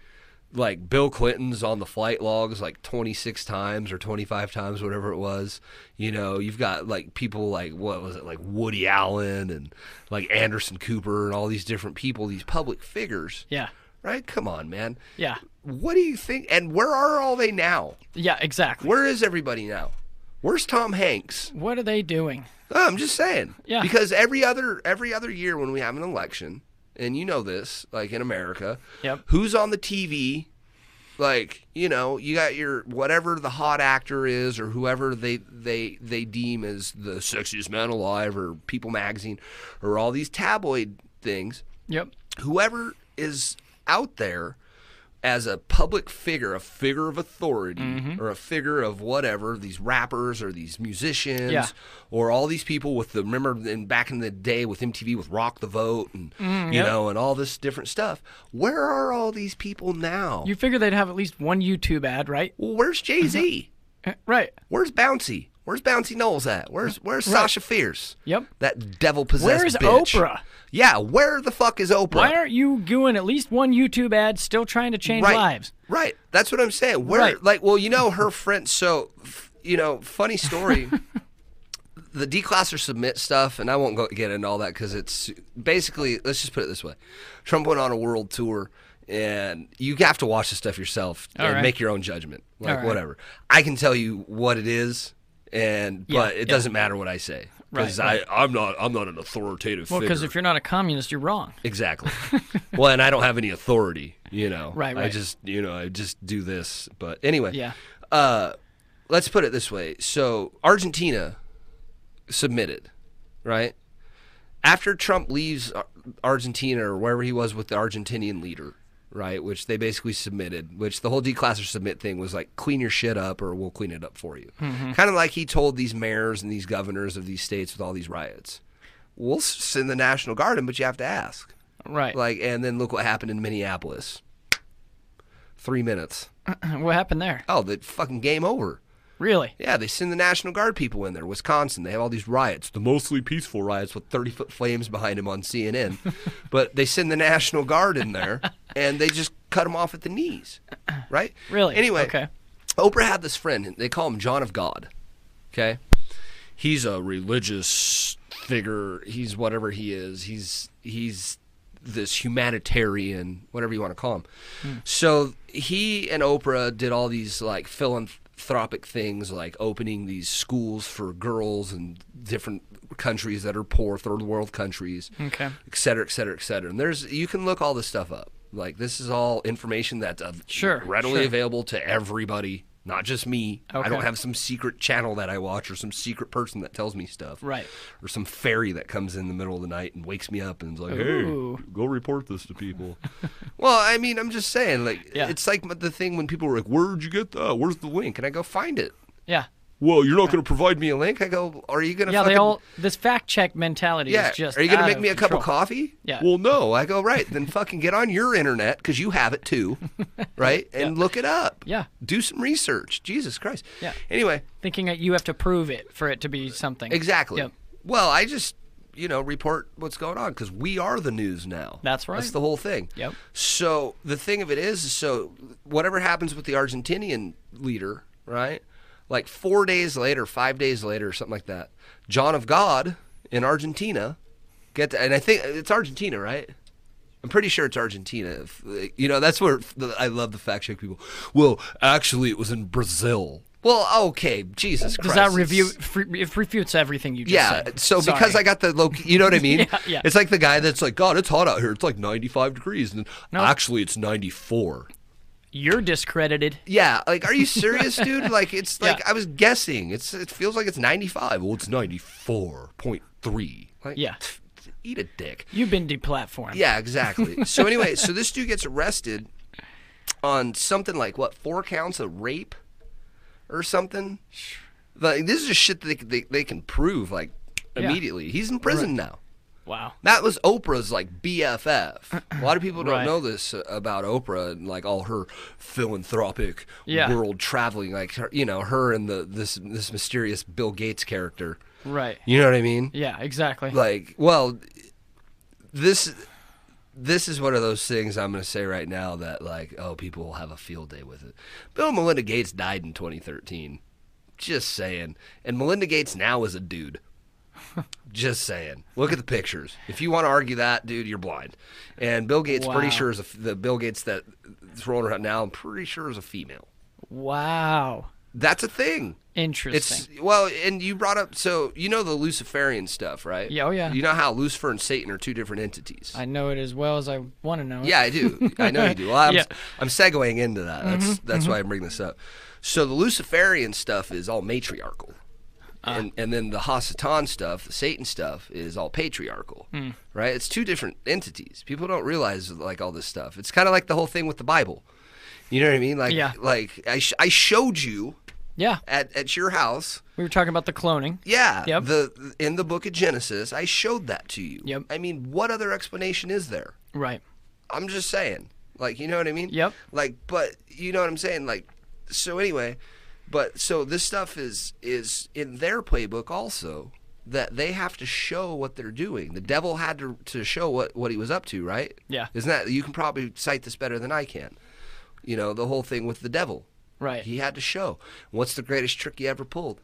B: Like Bill Clinton's on the flight logs like 26 times or 25 times, whatever it was. You know, you've got like people like, what was it, like Woody Allen and like Anderson Cooper and all these different people, these public figures,
C: yeah
B: right? Come on, man.
C: yeah
B: What do you think? And where are all they now?
C: yeah exactly
B: Where is everybody now? Where's Tom Hanks?
C: What are they doing?
B: No, I'm just saying.
C: Yeah.
B: Because every other every other year when we have an election, and you know this, like in America,
C: Yep.
B: who's on the TV Like you know, you got your whatever the hot actor is, or whoever they they they deem as the sexiest man alive, or People Magazine, or all these tabloid things
C: Yep.
B: whoever is out there as a public figure, a figure of authority,
C: Mm-hmm.
B: or a figure of whatever, these rappers or these musicians,
C: Yeah.
B: or all these people with the remember in, back in the day with MTV with Rock the Vote and
C: Mm,
B: you know and all this different stuff. Where are all these people now?
C: You figure they'd have at least one YouTube ad, right?
B: well, where's Jay Z?
C: Uh, Right.
B: Where's Bouncy? Where's Bouncy Knowles at? Where's Where's Sasha Fierce?
C: Yep.
B: That devil possessed.
C: Where's
B: bitch.
C: Oprah?
B: Yeah, where the fuck is Oprah?
C: Why aren't you doing at least one YouTube ad still trying to change
B: right.
C: lives?
B: Right. That's what I'm saying. Where,
C: Right.
B: like, well, you know, her friend. So, f- you know, funny story. the declasser submit stuff, and I won't go get into all that because it's basically. Let's just put it this way: Trump went on a world tour, and you have to watch the stuff yourself and
C: right.
B: make your own judgment. Like
C: right.
B: whatever. I can tell you what it is. And
C: Yeah,
B: but it
C: yeah.
B: doesn't matter what I say because
C: Right, right.
B: I I'm not I'm not an authoritative
C: Well,
B: figure.
C: because if you're not a communist, you're wrong.
B: Exactly. well, and I don't have any authority, you know.
C: Right,
B: I
C: right.
B: just, you know, I just do this. But anyway,
C: Yeah.
B: Uh, let's put it this way. So Argentina submitted, right? After Trump leaves Ar- Argentina or wherever he was with the Argentinian leader, right? Which they basically submitted. Which the whole declasser submit thing was like, clean your shit up, or we'll clean it up for you. Kind of like he told these mayors and these governors of these states with all these riots. We'll s- send the National Guard in, but you have to ask.
C: Right.
B: Like, and then look what happened in Minneapolis. Three minutes.
C: what happened there?
B: Oh, the fucking game over.
C: Really?
B: Yeah, they send the National Guard people in there. Wisconsin, they have all these riots, the mostly peaceful riots with 30 foot flames behind him on CNN. but they send the National Guard in there and they just cut him off at the knees. Right?
C: Really?
B: Anyway,
C: Okay.
B: Oprah had this friend, and they call him John of God. Okay? He's a religious figure. He's whatever he is. He's he's this humanitarian, whatever you want to call him.
C: Hmm.
B: So he and Oprah did all these like philanthropic things, like opening these schools for girls in different countries that are poor, third world countries
C: Okay.
B: et cetera, et cetera, et cetera. And there's you can look all this stuff up. Like this is all information that's av-
C: Sure,
B: readily
C: sure.
B: available to everybody, not just me. I don't
C: Okay.
B: have some secret channel that I watch or some secret person that tells me stuff.
C: Right.
B: Or some fairy that comes in the middle of the night and wakes me up and is like,
C: Ooh.
B: "Hey, go report this to people." well, I mean, I'm just saying like
C: Yeah.
B: it's like the thing when people were like, "Where'd you get that? Where's the link?" and I go, "Find it."
C: Yeah.
B: Well, you're not going to provide me a link. I go, "Are you going to
C: Yeah, they
B: fucking-
C: all this fact check mentality is just
B: are you gonna
C: out
B: make
C: of
B: me a cup of
C: control.
B: coffee?
C: Yeah.
B: Well, no. I go right. Then fucking get on your internet because you have it too, right? And look it up.
C: Yeah.
B: Do some research. Jesus Christ.
C: Yeah.
B: Anyway,
C: Thinking that you have to prove it for it to be something.
B: exactly.
C: Yep.
B: Well, I just you know report what's going on because we are the news now.
C: That's right.
B: That's the whole thing.
C: Yep.
B: So the thing of it is, is so whatever happens with the Argentinian leader, right? Like four days later, five days later, or something like that. John of God in Argentina, get and I think it's Argentina, right? I'm pretty sure it's Argentina. If- You know, that's where the, I love the fact check people. Well, actually, it was in Brazil. Well, okay, Jesus
C: Does
B: Christ.
C: that
B: it's-
C: review fre- it refutes everything you just
B: yeah.
C: said?
B: So because I
C: Sorry.
B: got the low, you know what I mean?
C: Yeah, yeah.
B: It's like the guy that's like, God, it's hot out here. It's like 95 degrees, and actually, it's 94.
C: you're discredited.
B: Yeah, like, are you serious, dude? Like, it's
C: Yeah.
B: like I was guessing. It's it feels like it's 95. Well, it's 94.3. Like,
C: Yeah.
B: eat a dick.
C: You've been deplatformed.
B: Yeah, exactly. so anyway, so this dude gets arrested on something like what four counts of rape or something. Like this is just shit that they, they, they can prove like
C: Yeah.
B: immediately. He's in prison now.
C: Wow.
B: That was Oprah's like BFF. A lot of people don't
C: Right.
B: know this uh, about Oprah and like all her philanthropic
C: Yeah.
B: world traveling, like her, you know her and the this this mysterious Bill Gates character.
C: Right.
B: You know what I mean?
C: Yeah, exactly.
B: Like, well, this this is one of those things I'm going to say right now that like, oh, people will have a field day with it. Bill and Melinda Gates died in 2013. Just saying. And Melinda Gates now is a dude. Just saying. Look at the pictures. If you want to argue that, dude, you're blind. And Bill Gates,
C: Wow.
B: pretty sure is a, f- the Bill Gates that's rolling around now. I'm pretty sure is a female.
C: wow.
B: That's a thing.
C: Interesting.
B: It's well, and you brought up so you know the Luciferian stuff, right?
C: Yeah, oh, yeah.
B: You know how Lucifer and Satan are two different entities.
C: I know it as well as I want to know it.
B: Yeah, I do. I know you do. Well, I'm,
C: Yeah. Mm-hmm,
B: I'm segueing into that. That's that's why I bring this up. So the Luciferian stuff is all matriarchal,
C: Ah.
B: and and then the Hasatan stuff, the Satan stuff, is all patriarchal.
C: Hmm.
B: Right? It's two different entities. People don't realize like all this stuff. It's kind of like the whole thing with the Bible. You know what I mean? Like
C: Yeah.
B: like I sh- I showed you
C: Yeah.
B: at at your house.
C: We were talking about the cloning.
B: Yeah.
C: Yep.
B: The in the book of Genesis, I showed that to you.
C: Yep.
B: I mean, what other explanation is there?
C: Right.
B: I'm just saying. Like, you know what I mean?
C: Yep.
B: Like, but you know what I'm saying? Like, so anyway, but so this stuff is is in their playbook also that they have to show what they're doing. The devil had to to show what what he was up to, right?
C: Yeah.
B: Isn't that you can probably cite this better than I can. You know, the whole thing with the devil.
C: Right.
B: He had to show. What's the greatest trick he ever pulled?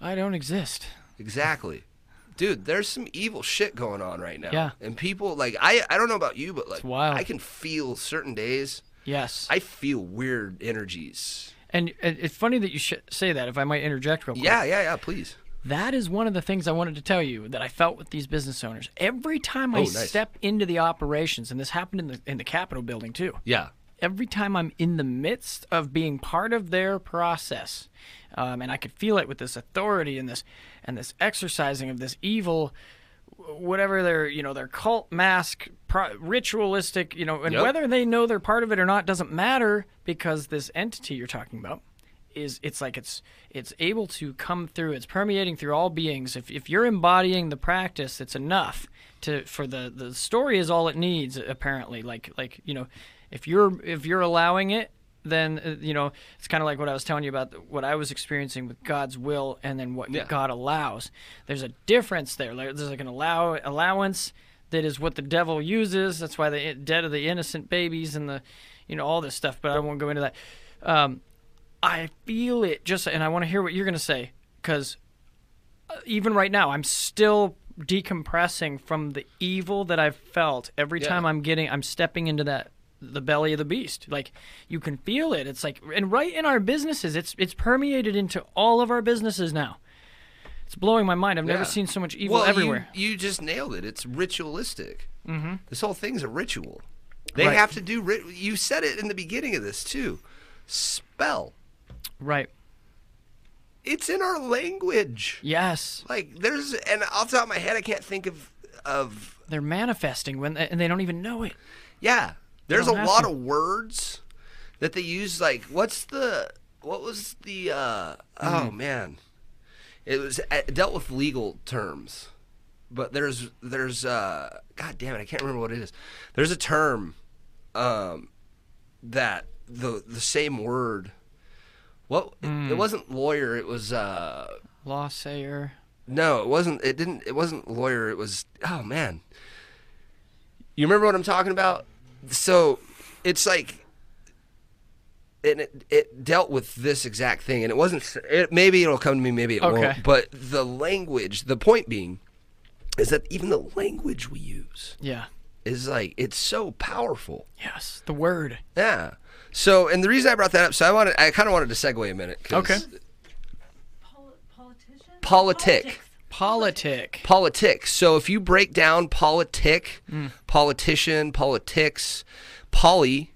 C: I don't exist.
B: Exactly. Dude, there's some evil shit going on right now.
C: Yeah.
B: And people like I I don't know about you, but like
C: wild.
B: I can feel certain days.
C: Yes.
B: I feel weird energies.
C: and, and it's funny that you sh- say that, if I might interject real quick.
B: Yeah, yeah, yeah, please.
C: That is one of the things I wanted to tell you that I felt with these business owners. Every time I
B: Oh, nice.
C: step into the operations, and this happened in the in the Capitol building too.
B: Yeah.
C: Every time I'm in the midst of being part of their process, um, and I could feel it with this authority and this and this exercising of this evil, whatever their you know their cult mask pro- ritualistic you know, and
B: Yep.
C: whether they know they're part of it or not doesn't matter because this entity you're talking about is it's like it's it's able to come through it's permeating through all beings if, if you're embodying the practice it's enough to for the the story is all it needs apparently like like you know if you're if you're allowing it then uh, you know it's kind of like what i was telling you about the- what i was experiencing with god's will and then what god allows there's a difference there Like, there's like an allow allowance that is what the devil uses that's why the dead of the innocent babies and the you know all this stuff but i won't go into that um, I feel it just, and I want to hear what you're going to say because even right now, I'm still decompressing from the evil that I've felt every time I'm getting, I'm stepping into that the belly of the beast. Like you can feel it. It's like, and right in our businesses, it's it's permeated into all of our businesses now. It's blowing my mind. I've never
B: Yeah.
C: seen so much evil
B: well, you-
C: everywhere.
B: You, just nailed it. It's ritualistic. Mm-hmm. This whole thing's a ritual. They
C: Right.
B: have to do. Ri- you said it in the beginning of this too. Spell.
C: Right.
B: It's in our language.
C: Yes.
B: Like there's, and off the top of my head, I can't think of of
C: They're manifesting when and they don't even know it.
B: Yeah. There's a
C: don't have
B: lot
C: to.
B: of words that they use like what's the what was the uh oh
C: Hmm.
B: man. It was it dealt with legal terms. But there's there's uh god damn it, I can't remember what it is. There's a term um that the the same word what it,
C: Hmm.
B: it wasn't lawyer, it was uh
C: Lawsayer.
B: no, it wasn't. It didn't. It wasn't lawyer. It was. Oh man. You remember what I'm talking about? So, it's like, and it it dealt with this exact thing, and it wasn't. It, maybe it'll come to me. Maybe it
C: Okay.
B: won't. But the language. The point being, is that even the language we use
C: Yeah.
B: is like it's so powerful.
C: Yes. The word.
B: Yeah. So, and the reason I brought that up, so I wanted, I kind of wanted to segue a minute. 'cause
C: Okay.
E: Poli- politician?
B: Politic.
E: Politics.
C: Politic.
B: politics. So if you break down politic, politician, politics, poly,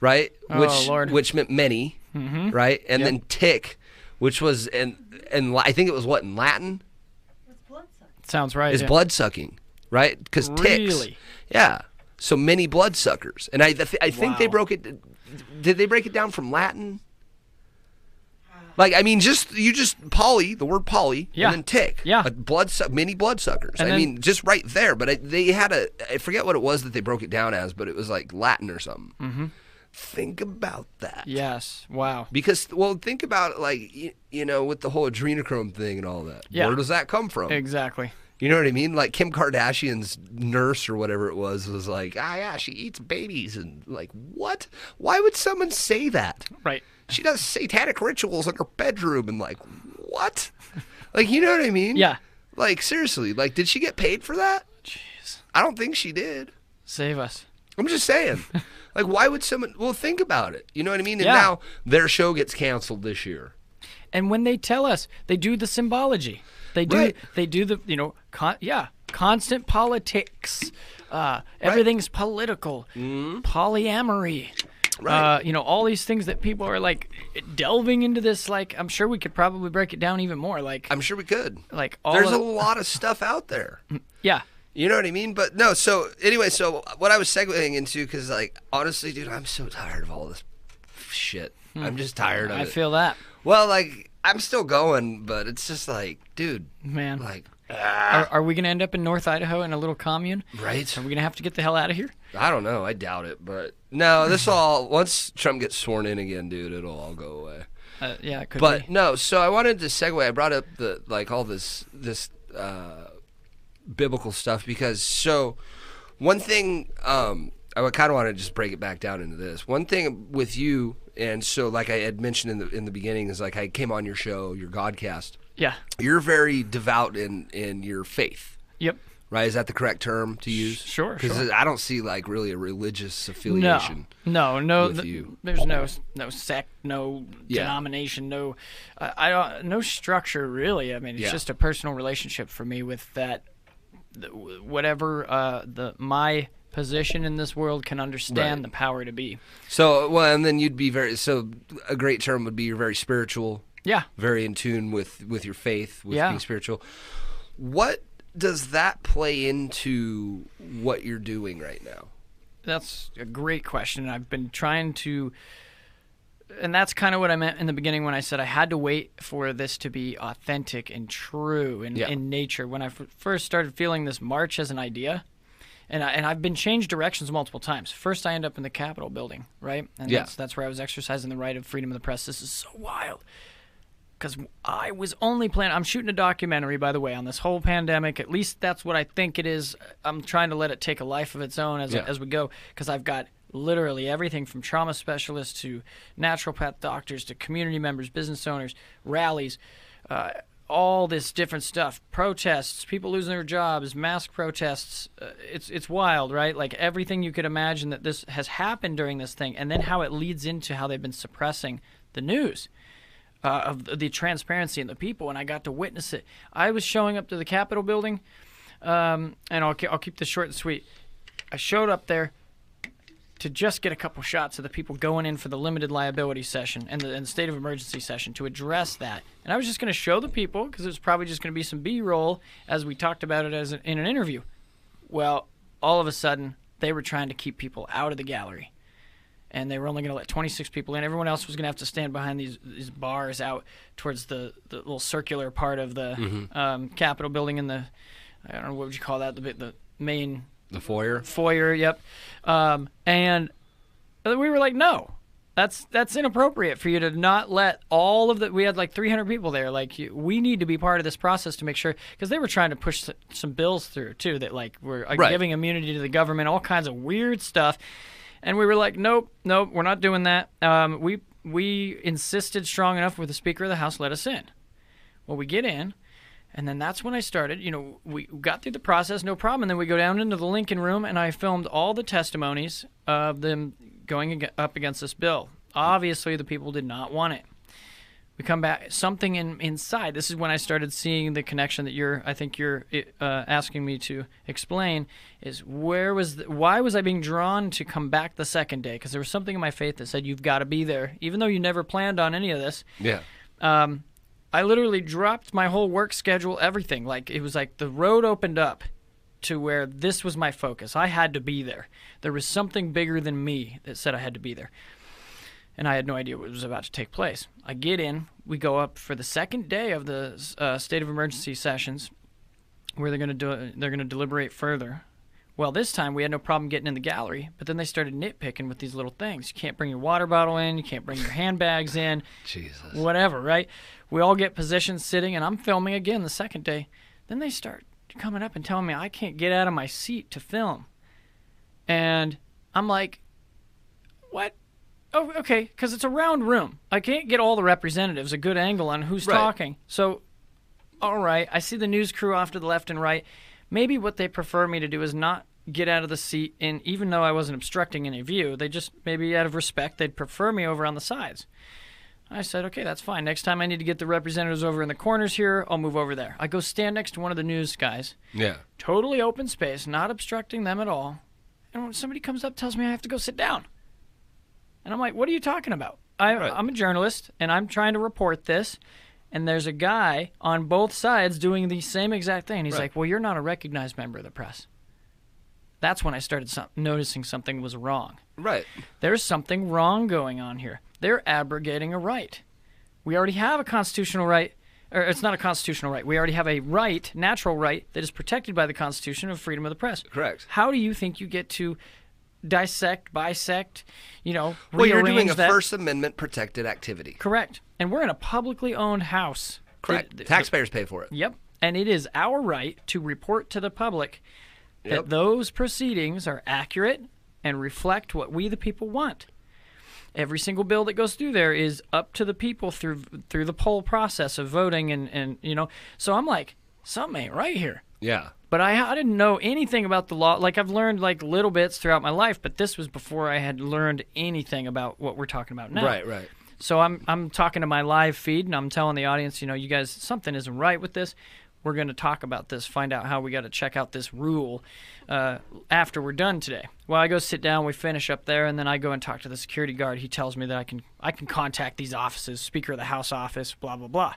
B: right? which
C: Lord.
B: which meant many, right? And then tick, which was and and I think it was what in Latin
E: It's blood sucking.
C: Sounds right.
B: is
C: yeah.
B: blood sucking, right? Because ticks.
C: Really?
B: Yeah. So many bloodsuckers, and I th- I think they
C: Wow.
B: broke it. Did they break it down from Latin? Like I mean, just you just poly the word poly
C: Yeah.
B: and then tick
C: Yeah.
B: a blood su- many bloodsuckers. I
C: And then-
B: mean, just right there. But I, they had a I forget what it was that they broke it down as, but it was like Latin or something. Mm-hmm. Think about that.
C: Yes. Wow.
B: Because well, think about like you, you know with the whole adrenochrome thing and all that.
C: Yeah.
B: Where does that come from?
C: Exactly.
B: You know what I mean? Like Kim Kardashian's nurse or whatever it was was like, ah, yeah, she eats babies. And like, what? Why would someone say that?
C: Right.
B: She does satanic rituals in her bedroom. And like, what? Like, you know what I mean?
C: Yeah.
B: Like, seriously, like, did she get paid for that?
C: Jeez.
B: I don't think she did.
C: Save us.
B: I'm just saying. Like, why would someone? Well, think about it. You know what I mean? And
C: Yeah.
B: now their show gets canceled this year.
C: And when they tell us, they do the symbology. They do.
B: Right.
C: They do the. You know. Con- yeah. Constant politics. Uh, everything's political. Polyamory.
B: Mm-hmm. Right.
C: Uh, you know all these things that people are like delving into this. Like I'm sure we could probably break it down even more. Like
B: I'm sure we could.
C: like all
B: There's
C: of-
B: a lot of stuff out there.
C: yeah.
B: You know what I mean? But no, so anyway, so what I was segueing into, because, like, honestly, dude, I'm so tired of all this shit. I'm just tired of
C: Hmm. I
B: it.
C: feel that
B: well, like, I'm still going, but it's just like, dude,
C: man.
B: like,
C: are, are we gonna end up in North Idaho in a little commune?
B: ah. right?
C: Are we gonna have to get the hell out of here?
B: I don't know. I doubt it, but no, this all, once Trump gets sworn in again, dude, it'll all go away.
C: Uh, yeah. It could
B: But
C: be.
B: no, so I wanted to segue. I brought up the like all this this uh, biblical stuff because so one thing um, I kind of want to just break it back down into this. One thing with you, and so like I had mentioned in the in the beginning is like I came on your show, your Godcast.
C: Yeah.
B: You're very devout in in your faith.
C: Yep.
B: Right? Is that the correct term to use?
C: sure,
B: Because
C: sure.
B: I don't see like really a religious
C: No,
B: affiliation.
C: no, no.
B: with
C: th-
B: you.
C: There's no s- no sect, no
B: Yeah.
C: denomination, no. uh, I I don't. No structure, really. I mean, it's
B: Yeah.
C: just a personal relationship for me with that. th- wh- Whatever uh, the my position in this world can understand
B: Right.
C: the power to be.
B: So well, and then you'd be very so a great term would be you're very spiritual.
C: Yeah.
B: very in tune with with your faith with
C: Yeah.
B: being spiritual what does that play into what you're doing right now
C: That's a great question. I've been trying to, and that's kind of what I meant in the beginning when I said I had to wait for this to be authentic and true in,
B: Yeah.
C: in nature. When I f- first started feeling this march as an idea, and I, and I've been changed directions multiple times. First, I end up in the Capitol building, right? And
B: Yeah.
C: that's that's where I was exercising the right of freedom of the press. This is so wild. Because I was only planning, I'm shooting a documentary, by the way, on this whole pandemic. At least that's what I think it is. I'm trying to let it take a life of its own as,
B: Yeah.
C: as we go, because I've got literally everything from trauma specialists to naturopath doctors to community members, business owners, rallies, uh, all this different stuff, protests, people losing their jobs, mask protests. Uh, it's it's wild, right? Like everything you could imagine that this has happened during this thing, and then how it leads into how they've been suppressing the news uh, of the- the transparency and the people, and I got to witness it. I was showing up to the Capitol building, um, and I'll, ke- I'll keep this short and sweet. I showed up there to just get a couple shots of the people going in for the limited liability session and the, and the state of emergency session to address that. And I was just going to show the people because it was probably just going to be some B roll as we talked about it as an, in an interview. Well, all of a sudden, they were trying to keep people out of the gallery and they were only going to let 26 people in. Everyone else was going to have to stand behind these these bars out towards the, the little circular part of the um, Capitol building in the I don't know what would you call that the bit- the main
B: the foyer
C: foyer. Yep, um, and we were like, no. That's that's inappropriate for you to not let all of the. We had like 300 people there. Like you, we need to be part of this process to make sure because they were trying to push s- some bills through too that like were uh,
B: Right.
C: giving immunity to the government, all kinds of weird stuff. And we were like, nope, nope, we're not doing that. Um, we we insisted strong enough where the Speaker of the House let us in. Well, we get in, and then that's when I started. You know, we got through the process, no problem. And then we go down into the Lincoln Room, and I filmed all the testimonies of them going ag- up against this bill. Obviously, the people did not want it. We come back. Something in, inside. This is when I started seeing the connection that you're. I think you're uh, asking me to explain. Is where was the, why was I being drawn to come back the second day? Because there was something in my faith that said you've got to be there, even though you never planned on any of this.
B: yeah
C: Um, I literally dropped my whole work schedule, everything. Like it was like the road opened up to where this was my focus. I had to be there. There was something bigger than me that said I had to be there. And I had no idea what was about to take place. I get in, we go up for the second day of the uh, state of emergency sessions where they're going to do they're going to deliberate further. Well, this time we had no problem getting in the gallery, but then they started nitpicking with these little things. You can't bring your water bottle in, you can't bring your handbags in
B: jesus
C: whatever, right? We all get positions sitting, and I'm filming again the second day. Then they start coming up and telling me I can't get out of my seat to film. And I'm like, what? Oh, okay, because it's a round room. I can't get all the representatives a good angle on who's
B: Right.
C: talking. So, all right, I see the news crew off to the left and right. Maybe what they prefer me to do is not get out of the seat, and even though I wasn't obstructing any view, they just maybe out of respect they'd prefer me over on the sides. I said, okay, that's fine. Next time I need to get the representatives over in the corners here, I'll move over there. I go stand next to one of the news guys,
B: Yeah.
C: totally open space, not obstructing them at all. And when somebody comes up, tells me I have to go sit down, and I'm like, what are you talking about? I,
B: Right.
C: I'm a journalist, and I'm trying to report this. And there's a guy on both sides doing the same exact thing. And he's
B: Right.
C: like, well, you're not a recognized member of the press. That's when I started some- noticing something was wrong.
B: Right.
C: There's something wrong going on here. They're abrogating a right. We already have a constitutional right, or it's not a constitutional right. We already have a right, natural right, that is protected by the Constitution of freedom of the press.
B: Correct.
C: How do you think you get to dissect, bisect, you know,
B: Well, you're
C: rearrange
B: doing a
C: that?
B: First Amendment protected activity.
C: Correct. And we're in a publicly owned house.
B: Correct.
C: Th- th-
B: Taxpayers pay for it.
C: Yep. And it is our right to report to the public that
B: Yep.
C: those proceedings are accurate and reflect what we the people want. Every single bill that goes through there is up to the people through through the poll process of voting and and you know. So I'm like, something ain't right here.
B: Yeah.
C: But I, I didn't know anything about the law. Like I've learned like little bits throughout my life, but this was before I had learned anything about what we're talking about now.
B: Right, right.
C: So I'm I'm talking to my live feed and I'm telling the audience, you know, you guys something isn't right with this. We're going to talk about this, find out how we got to check out this rule uh, after we're done today. Well, I go sit down, we finish up there, and then I go and talk to the security guard. He tells me that I can I can contact these offices, Speaker of the House office, blah blah blah.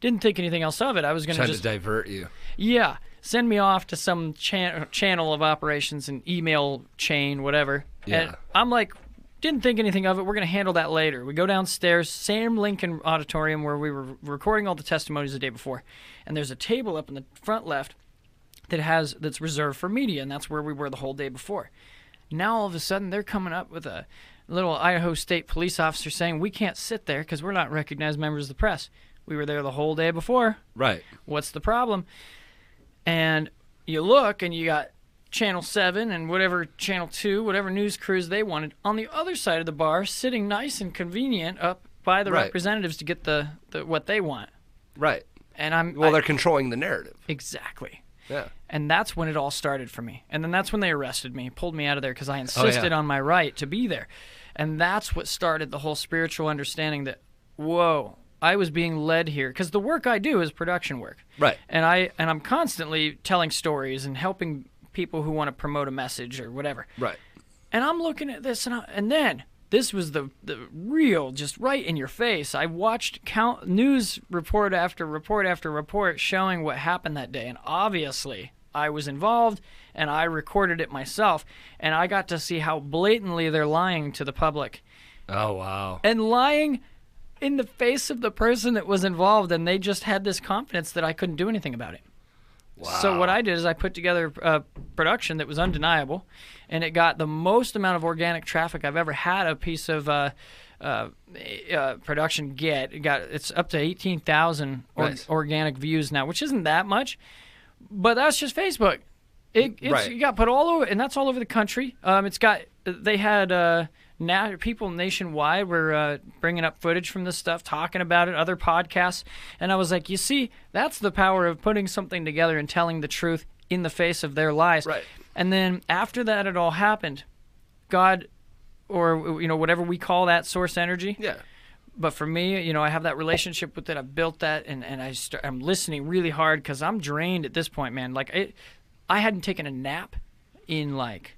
C: Didn't think anything else of it. I was going to
B: Trying
C: just
B: to divert you.
C: yeah, send me off to some chan- channel of operations, an email chain, whatever.
B: Yeah.
C: And I'm like, didn't think anything of it. We're going to handle that later. We go downstairs, Sam Lincoln Auditorium, where we were recording all the testimonies the day before. And there's a table up in the front left that has that's reserved for media, and that's where we were the whole day before. Now all of a sudden they're coming up with a little Idaho State police officer saying we can't sit there because we're not recognized members of the press. We were there the whole day before.
B: Right.
C: What's the problem? And you look and you got Channel 7 and whatever Channel 2, whatever news crews they wanted on the other side of the bar, sitting nice and convenient up by the
B: Right.
C: representatives to get the, the what they want.
B: Right.
C: And I'm
B: Well,
C: I-
B: they're controlling the narrative.
C: exactly.
B: Yeah.
C: And that's when it all started for me. And then that's when they arrested me, pulled me out of there because I insisted on my right to be there. And that's what started the whole spiritual understanding that, whoa, I was being led here because the work I do is production work.
B: Right.
C: And I and I'm constantly telling stories and helping people who want to promote a message or whatever.
B: Right.
C: And I'm looking at this, and I, and then this was the the real, just right in your face. I watched count news report after report after report showing what happened that day, and obviously I was involved, and I recorded it myself, and I got to see how blatantly they're lying to the public
B: Oh wow.
C: and lying. In the face of the person that was involved, and they just had this confidence that I couldn't do anything about it. So what I did is I put together a production that was undeniable, and it got the most amount of organic traffic I've ever had a piece of uh, uh, uh, production get. It got it's up to eighteen thousand or-
B: Nice.
C: organic views now, which isn't that much, but that's just Facebook. It it's,
B: Right.
C: it got put all over, and that's all over the country. Um, it's got they had uh, na- people nationwide were uh, bringing up footage from this stuff, talking about it, other podcasts, and I was like, you see, that's the power of putting something together and telling the truth in the face of their lies.
B: Right.
C: And then after that, it all happened. God, or you know whatever we call that source energy
B: Yeah.
C: but for me, you know, I have that relationship with it. I've built that, and and I start, I'm listening really hard because I'm drained at this point, man. Like it, I hadn't taken a nap in like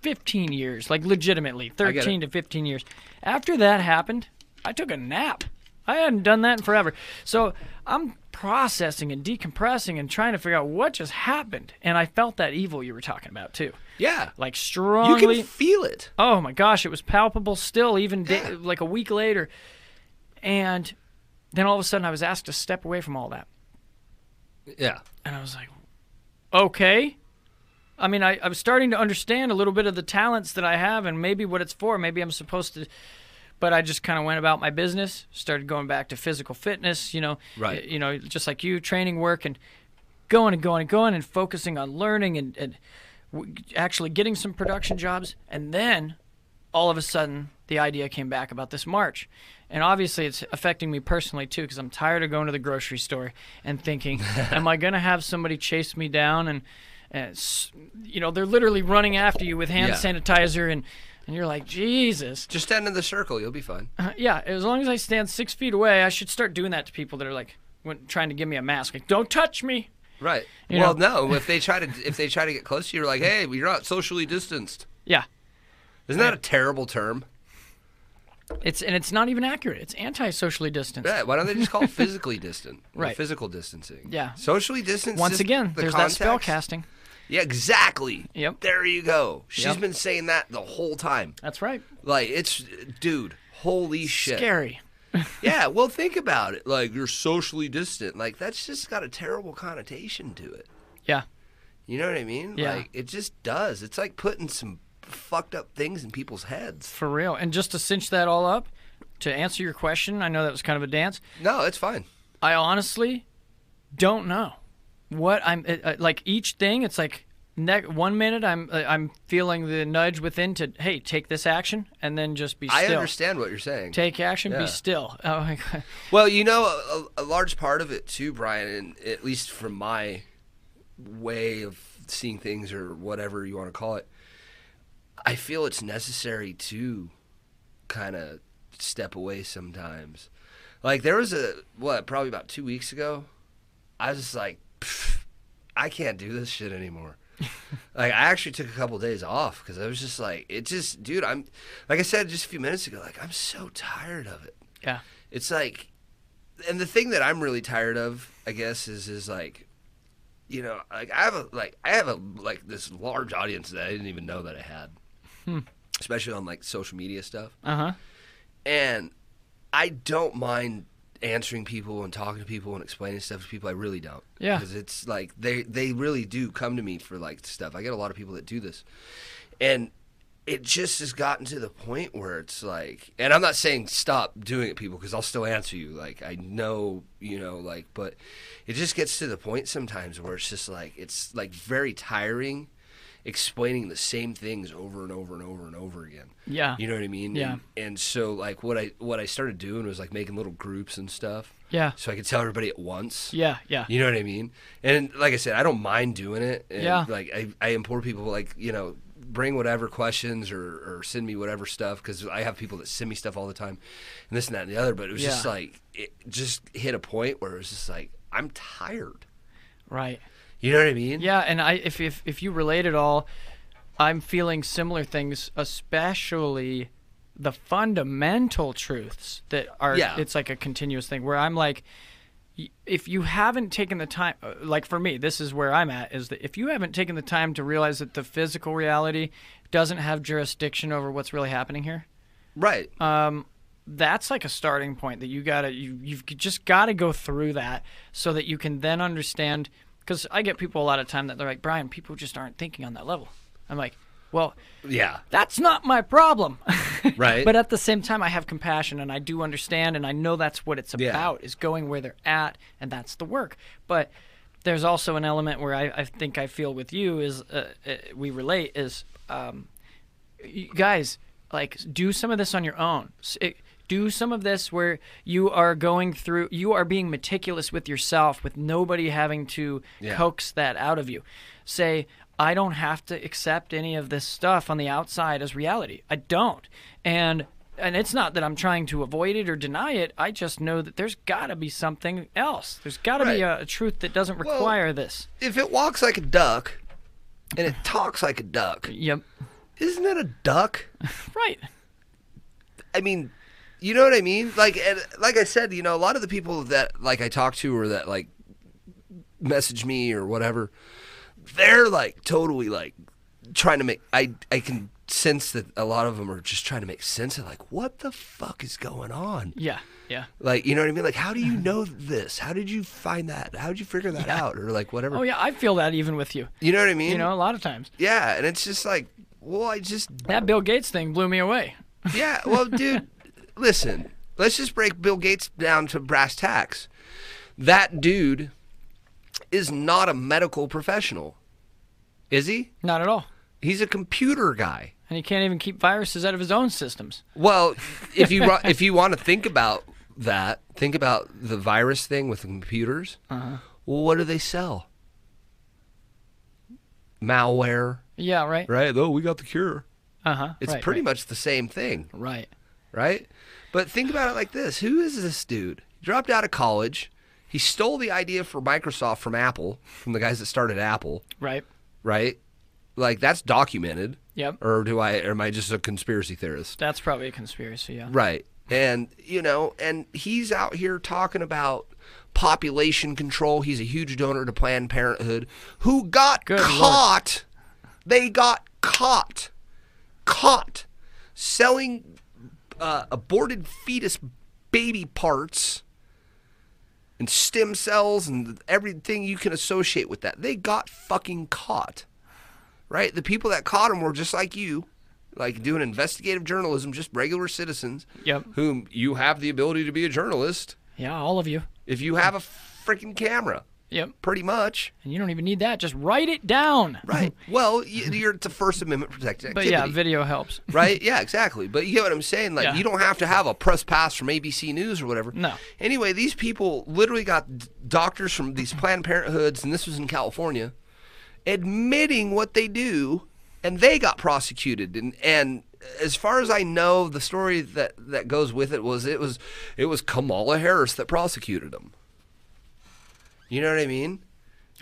C: fifteen years, like legitimately
B: get it.
C: thirteen to fifteen years. After that happened, I took a nap. I hadn't done that in forever, so I'm processing and decompressing and trying to figure out what just happened. And I felt that evil you were talking about too,
B: Yeah.
C: like
B: you
C: strongly.
B: can feel it.
C: Oh my gosh, it was palpable still, even da- like a week later. And then all of a sudden, I was asked to step away from all that,
B: Yeah.
C: and I was like, okay. I mean, I, I'm starting to understand a little bit of the talents that I have, and maybe what it's for. Maybe I'm supposed to. But I just kind of went about my business, started going back to physical fitness, you know,
B: Right.
C: you know, just like you, training work, and going and going and going, and focusing on learning and, and w- actually getting some production jobs, and then all of a sudden the idea came back about this march and obviously it's affecting me personally too because i'm tired of going to the grocery store and thinking am i going to have somebody chase me down and and s- you know they're literally running after you with hand
B: Yeah.
C: sanitizer and and you're like Jesus.
B: Just stand in the circle. You'll be fine.
C: Uh, yeah, as long as I stand six feet away, I should start doing that to people that are like when, trying to give me a mask. Like, don't touch me.
B: Right.
C: You
B: well, no. If they try to if they try to get close to you, you're like, hey, you're not socially distanced.
C: Yeah,
B: Isn't that a terrible term?
C: it's and it's not even accurate. It's anti-socially distanced.
B: Yeah. Why don't they just call it physically distant? or
C: Right.
B: Physical distancing.
C: Yeah.
B: Socially distanced.
C: Once
B: just
C: again,
B: the
C: there's
B: context.
C: that spell casting.
B: Yeah. Exactly.
C: Yep.
B: There you go. She's
C: Yep.
B: been saying that the whole time.
C: That's right.
B: Like it's, dude. Holy shit.
C: Scary.
B: Yeah, well, think about it. Like you're socially distant. Like that's just got a terrible connotation to it.
C: Yeah.
B: You know what I mean?
C: Yeah.
B: Like it just does. It's like putting some fucked up things in people's heads.
C: For real. And just to cinch that all up, to answer your question, I know that was kind of a dance.
B: No, it's fine.
C: I honestly don't know what I'm it, uh, like. Each thing, it's like ne- one minute I'm uh, I'm feeling the nudge within to hey take this action, and then just be still.
B: I understand what you're saying.
C: Take action,
B: Yeah.
C: be still. Oh my god.
B: well, you know, a, a large part of it too, Brian, and at least from my way of seeing things or whatever you want to call it, I feel it's necessary to kind of step away sometimes. Like there was a what probably about two weeks ago, I was just like, "Pff, I can't do this shit anymore. like I actually took a couple days off because I was just like, it just, dude, I'm like I said just a few minutes ago, like I'm so tired of it
C: Yeah.
B: it's like and the thing that i'm really tired of i guess is is like you know like i have a like i have a like this large audience that i didn't even know that i had especially on like social media stuff
C: Uh huh.
B: and i don't mind answering people and talking to people and explaining stuff to people i really don't
C: Yeah.
B: because it's like they they really do come to me for like stuff i get a lot of people that do this and it just has gotten to the point where it's like and i'm not saying stop doing it people because i'll still answer you like i know you know like but it just gets to the point sometimes where it's just like it's like very tiring explaining the same things over and over and over and over again
C: Yeah.
B: you know what i mean
C: Yeah.
B: and, and so like what i what i started doing was like making little groups and stuff
C: Yeah.
B: so i could tell everybody at once
C: Yeah. Yeah.
B: you know what I mean? And like I said, I don't mind doing it. And
C: Yeah.
B: Like I, I implore people, like you know, bring whatever questions or, or send me whatever stuff because I have people that send me stuff all the time, and this and that and the other. But it was just
C: Yeah.
B: like it just hit a point where it was just like I'm tired.
C: Right.
B: You know what I mean?
C: Yeah, and I if if if you relate at all, I'm feeling similar things, especially the fundamental truths that are
B: Yeah.
C: it's like a continuous thing where I'm like y- if you haven't taken the time uh, like for me this is where i'm at is that if you haven't taken the time to realize that the physical reality doesn't have jurisdiction over what's really happening here
B: Right.
C: Uh, Um, that's like a starting point that you gotta you, you've just gotta go through that so that you can then understand because i get people a lot of time that they're like brian people just aren't thinking on that level i'm like well
B: yeah.
C: that's not my problem
B: Right.
C: but at the same time i have compassion and i do understand and i know that's what it's
B: Yeah.
C: about is going where they're at and that's the work but there's also an element where i, I think i feel with you is uh, uh, we relate is um, you guys like do some of this on your own S- it- do some of this where you are going through you are being meticulous with yourself with nobody having to
B: Yeah.
C: coax that out of you say i don't have to accept any of this stuff on the outside as reality i don't and and it's not that i'm trying to avoid it or deny it i just know that there's got to be something else there's got to be
B: Right.
C: a, a truth that doesn't require this
B: if it walks like a duck, and it talks like a duck,
C: yep
B: isn't it a duck?
C: right
B: I mean, you know what I mean? Like, and, like I said, you know, a lot of the people that like I talk to or that like message me or whatever, they're like totally like trying to make. I I can sense that a lot of them are just trying to make sense of like what the fuck is going on.
C: yeah yeah
B: Like, you know what I mean? Like, how do you know this? How did you find that? How did you figure that out? Or like whatever.
C: oh yeah i feel that even with you
B: You know what I mean?
C: you know a lot of times
B: Yeah, and it's just like, well, I just
C: That Bill Gates thing blew me away.
B: Yeah, well, dude, listen. Let's just break Bill Gates down to brass tacks. That dude is not a medical professional, is he?
C: Not at all.
B: He's a computer guy.
C: And he can't even keep viruses out of his own systems.
B: Well, if you ro- if you want to think about that, think about the
C: Uh-huh.
B: virus thing with computers. Well, what do they sell? malware,
C: Yeah. Right.
B: right? Oh, we got the cure.
C: Uh huh.
B: It's
C: right,
B: pretty
C: right,
B: much the same thing,
C: right.
B: right? But think about it like this Who is this dude? He dropped out of college. He stole the idea for Microsoft from Apple, from the guys that started Apple,
C: Right.
B: right? Like, that's documented.
C: Yep.
B: Or do I, or am I just a conspiracy theorist?
C: That's probably a conspiracy. Yeah.
B: Right. And, you know, and he's out here talking about population control. He's a huge donor to Planned Parenthood, who got
C: Good lord.
B: caught. They got caught. Caught selling uh, aborted fetus baby parts and stem cells and everything you can associate with that. They got fucking caught. Right? The people that caught him were just like you, like doing investigative journalism, just regular citizens.
C: Yep.
B: Whom you have the ability to be a journalist
C: Yeah. All of you.
B: if you have a freaking camera,
C: Yep.
B: pretty much.
C: And you don't even need that. Just write it down.
B: Right. well, you- you're it's a First Amendment protected
C: But
B: activity.
C: yeah, video helps.
B: right? Yeah, exactly. But you get what I'm saying? Like,
C: Yeah.
B: you don't have to have a press pass from ABC News or whatever.
C: No.
B: Anyway, these people literally got d- doctors from these Planned Parenthoods, and this was in California, admitting what they do, and they got prosecuted. And and as far as I know, the story that that goes with it was it was it was Kamala Harris that prosecuted them. You know what I mean?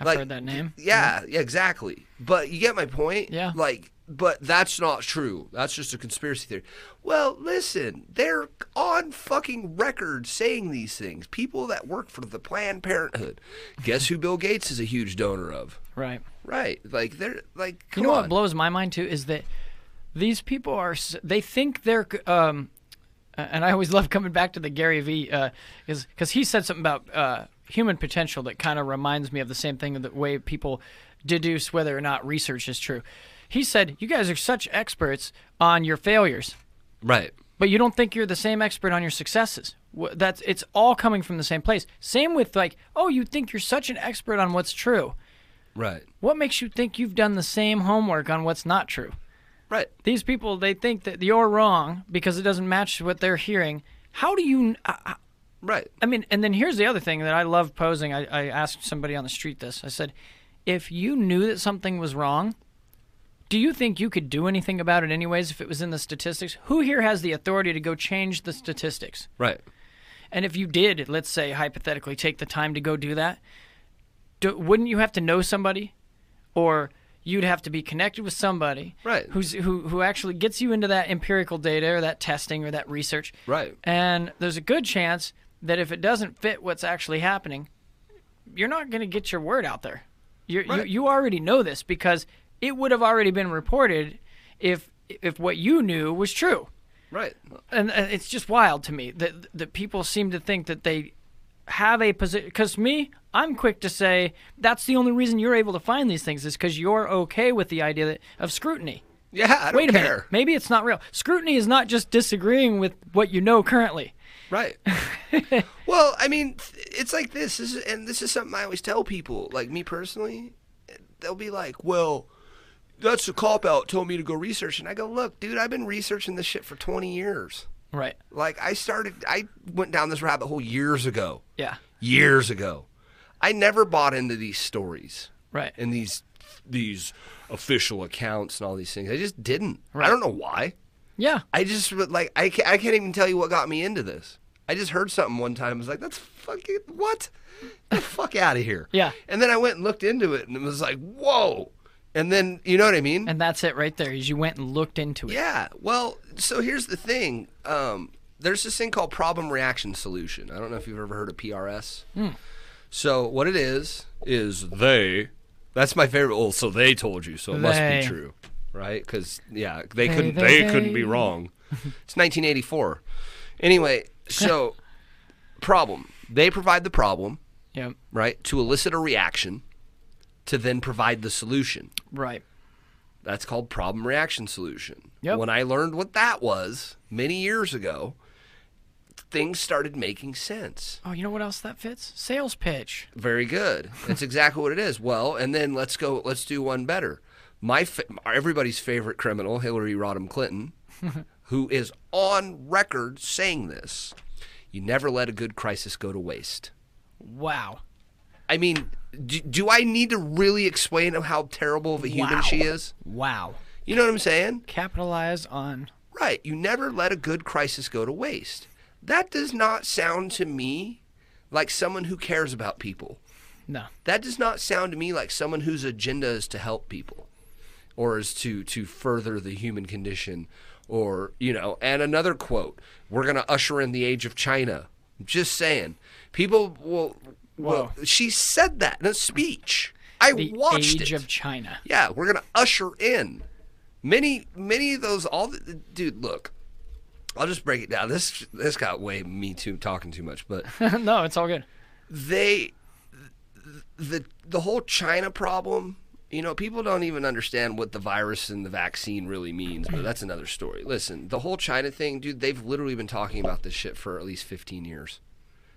C: I've heard that name.
B: Yeah, yeah, exactly. But you get my point?
C: Yeah.
B: Like, but that's not true. That's just a conspiracy theory. Well, listen, they're on fucking record saying these things. People that work for the Planned Parenthood. Guess who Bill Gates is a huge donor of?
C: Right.
B: Right. Like, they're like,
C: You
B: come
C: know
B: on.
C: what blows my mind too is that these people are s- they think they're c- um a- and I always love coming back to the Gary V uh is cuz he said something about uh human potential that kind of reminds me of the same thing the way people deduce whether or not research is true. He said, "You guys are such experts on your failures,
B: right.
C: but you don't think you're the same expert on your successes." Wh- That's it's all coming from the same place. Same with like, "Oh, you think you're such an expert on what's true."
B: Right.
C: What makes you think you've done the same homework on what's not true?
B: Right.
C: These people, they think that you're wrong because it doesn't match what they're hearing. How do you? I,
B: Right.
C: I mean, and then here's the other thing that I love posing. I, I asked somebody on the street this. I said, if you knew that something was wrong, do you think you could do anything about it anyways if it was in the statistics? Who here has the authority to go change the statistics?
B: Right.
C: And if you did, let's say hypothetically, take the time to go do that, do, wouldn't you have to know somebody, or you'd have to be connected with somebody,
B: Right.
C: Who's who who actually gets you into that empirical data or that testing or that research,
B: Right.
C: And there's a good chance that if it doesn't fit what's actually happening, you're not going to get your word out there. You're,
B: Right.
C: You you already know this because it would have already been reported if if what you knew was true
B: Right.
C: and, and it's just wild to me that that people seem to think that they have a position. Because me, I'm quick to say that's the only reason you're able to find these things is because you're okay with the idea that, of scrutiny.
B: Yeah. I don't
C: Wait a
B: care.
C: minute, maybe it's not real. Scrutiny is not just disagreeing with what you know currently.
B: Right. well, I mean, th- it's like this, this is, and this is something I always tell people, like me personally. They'll be like, "Well, that's a cop out." Told me to go research, and I go, "Look, dude, I've been researching this shit for 20 years.
C: Right.
B: Like, I started, I went down this rabbit hole years ago,
C: Yeah.
B: years ago. I never bought into these stories
C: Right.
B: and these these official accounts and all these things. I just didn't.
C: Right.
B: I don't know why."
C: yeah.
B: I just re- like I can't, I can't even tell you what got me into this. I just heard something one time. I was like, "That's fucking what? Get the fuck out of here!"
C: Yeah.
B: And then I went and looked into it, and it was like, "Whoa!" And then you know what I mean?
C: And that's it right there. Is you went and looked into it.
B: yeah. Well, so here's the thing. Um, there's this thing called problem reaction solution. I don't know if you've ever heard of PRS.
C: Hmm.
B: So what it is is they. That's my favorite. Well, so they told you, so it must
C: They.
B: be true, right? Because yeah, they,
C: They,
B: couldn't.
C: they,
B: They, couldn't
C: they.
B: be wrong. it's 1984. Anyway, so problem. They provide the problem,
C: Yep.
B: right, to elicit a reaction, to then provide the solution.
C: Right.
B: That's called problem reaction solution.
C: Yep.
B: When I learned what that was many years ago, things started making sense.
C: Oh, you know what else that fits? Sales pitch.
B: Very good. That's exactly what it is. Well, and then let's go. Let's do one better. My fa- everybody's favorite criminal, Hillary Rodham Clinton, who is on record saying this: "You never let a good crisis go to waste."
C: Wow.
B: I mean, do, do I need to really explain how terrible of a human
C: Wow.
B: she is?
C: Wow.
B: You know what I'm saying?
C: Capitalize on.
B: Right. You never let a good crisis go to waste. That does not sound to me like someone who cares about people.
C: No.
B: That does not sound to me like someone whose agenda is to help people or is to to further the human condition or, you know, and another quote, we're going to usher in the age of China. Just saying. People will well, she said that in a speech. I
C: The
B: watched
C: age
B: it.
C: of China.
B: Yeah, we're gonna usher in many, many of those. All the dude, look, I'll just break it down. This this got way me too talking too much, but
C: no, it's all good.
B: they the the whole China problem. You know, people don't even understand what the virus and the vaccine really means, but that's another story. Listen, the whole China thing, dude, they've literally been talking about this shit for at least 15 years,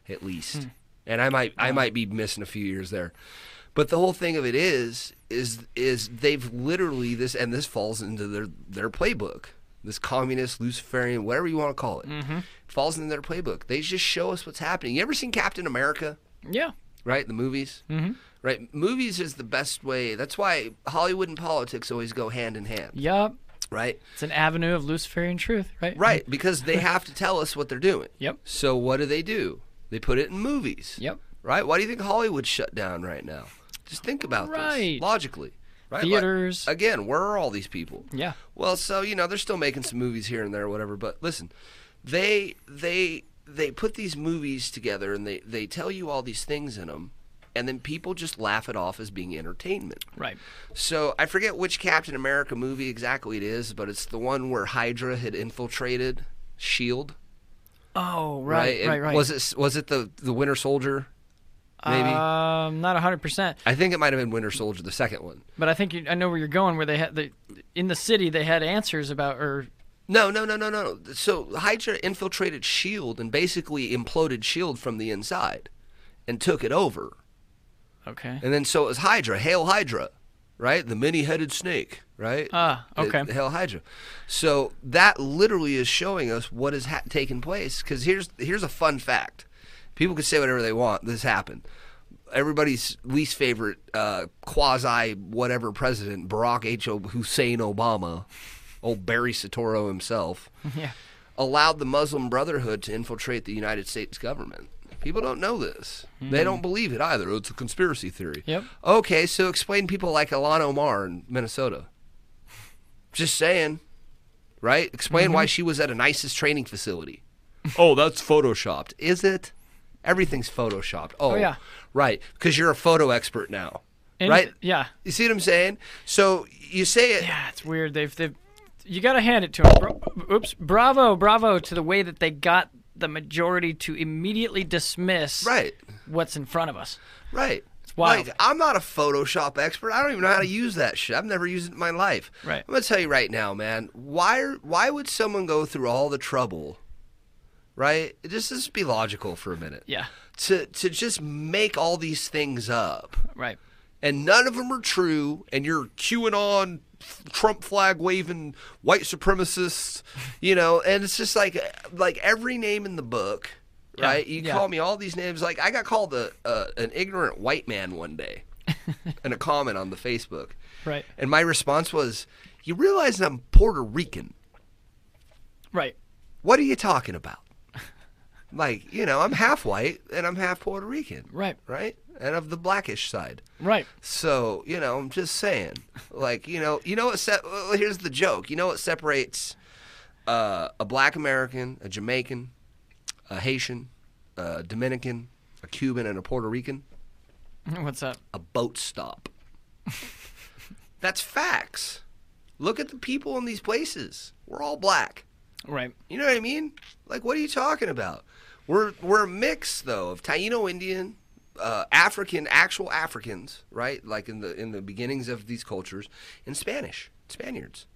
B: at least. And I might I might be missing a few years there. But the whole thing of it is is is they've literally this and this falls into their their playbook. This communist Luciferian, whatever you want to call it, falls into their playbook. They just show us what's happening. You ever seen Captain America?
C: Yeah.
B: right? The movies, mm-hmm. right? Movies is the best way. That's why Hollywood and politics always go hand in hand,
C: Yup.
B: right?
C: It's an avenue of Luciferian truth, right?
B: Right, because they have to tell us what they're doing.
C: Yep.
B: So what do they do? They put it in movies.
C: Yep.
B: Right? Why do you think Hollywood shut down right now? Just think about
C: Right.
B: this logically. Right? Like,
C: Theaters.
B: again, where are all these people?
C: Yeah.
B: Well, so you know they're still making some movies here and there, whatever. But listen, they they they put these movies together and they they tell you all these things in them, and then people just laugh it off as being entertainment.
C: Right.
B: So I forget which Captain America movie exactly it is, but it's the one where Hydra had infiltrated Shield.
C: Oh, right,
B: And
C: right, right.
B: Was it was it the the Winter Soldier? Maybe
C: Um, not hundred percent,
B: I think it might have been Winter Soldier, the second one.
C: but I think you, I know where you're going. Where they had the in the city, they had answers about or
B: No, no, no, no, no. So Hydra infiltrated Shield E and basically imploded Shield E from the inside, and took it over.
C: okay.
B: And then so it was Hydra, Hail Hydra, right? The many-headed snake, right?
C: Ah,
B: The-
C: okay.
B: the Hail Hydra. So that literally is showing us what has ha- taken place. Because here's here's a fun fact: people can say whatever they want. This happened. Everybody's least favorite uh, quasi whatever president, Barack H. O. Hussein Obama, old Barry Satoro himself,
C: Yeah.
B: allowed the Muslim Brotherhood to infiltrate the United States government. People don't know this. They don't believe it either. It's a conspiracy theory.
C: Hmm. Yep.
B: Okay, so explain people like Alan Omar in Minnesota. Just saying, right? Explain why
C: Mm-hmm.
B: she was at an ISIS training facility. oh, that's photoshopped. Is it? Everything's photoshopped. Oh,
C: yeah.
B: Right, because you're a photo expert now.
C: And-
B: right?
C: Yeah.
B: You see what I'm saying? So you say it.
C: Yeah, it's weird. They've they've you got to hand it to them. Bra- oops. Bravo, bravo to the way that they got the majority to immediately dismiss
B: Right.
C: what's in front of us.
B: Right. It's
C: wild.
B: Like, I'm not a Photoshop expert. I don't even know how to use that shit. I've never used it in my life.
C: Right.
B: I'm gonna tell you right now, man. Why? are- Why would someone go through all the trouble? Right. Just just be logical for a minute.
C: Yeah.
B: To to just make all these things up,
C: Right.
B: and none of them are true, and you're QAnon, Trump flag waving white supremacists, you know, and it's just like like every name in the book. Right, you
C: yeah.
B: call me all these names. Like I got called a, uh, an ignorant white man one day, in a comment on the Facebook,
C: Right.
B: and my response was, "You realize I'm Puerto Rican?
C: Right.
B: What are you talking about? like, you know, I'm half white and I'm half Puerto Rican,
C: Right.
B: right? And of the blackish side.
C: Right.
B: So you know, I'm just saying, like you know, you know what? Se- well, here's the joke. You know what separates uh, a Black American, a Jamaican, a Haitian, a Dominican, a Cuban, and a Puerto Rican?
C: What's up?
B: A boat stop. That's facts. Look at the people in these places. We're all black.
C: Right.
B: You know what I mean? Like, what are you talking about? We're we're a mix though of Taino Indian, uh, African, actual Africans, right? Like in the in the beginnings of these cultures, and Spanish, Spaniards,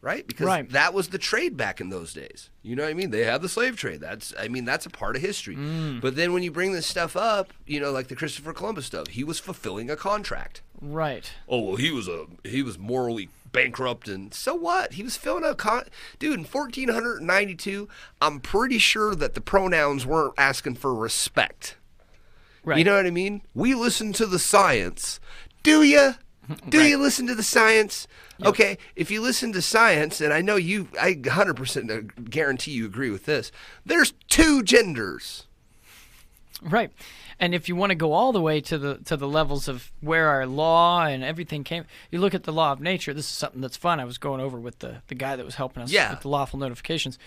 B: right? Because
C: Right.
B: that was the trade back in those days. You know what I mean? They had the slave trade. That's I mean that's a part of history. But then when you bring this stuff up, you know, like the Christopher Columbus stuff, he was fulfilling a contract
C: Right.
B: oh well he was a he was morally bankrupt and so what he was filling a con dude in 1492 i'm pretty sure that the pronouns weren't asking for respect You
C: Right.
B: know what I mean? We listen to the science. Do you? Do you listen to the science? Okay, if you listen to science, and I know you, I 100% guarantee you agree with this, there's two genders.
C: Right. And if you want to go all the way to the to the levels of where our law and everything came, you look at the law of nature. This is something that's fun. I was going over with the, the guy that was helping us
B: Yeah.
C: with the lawful notifications.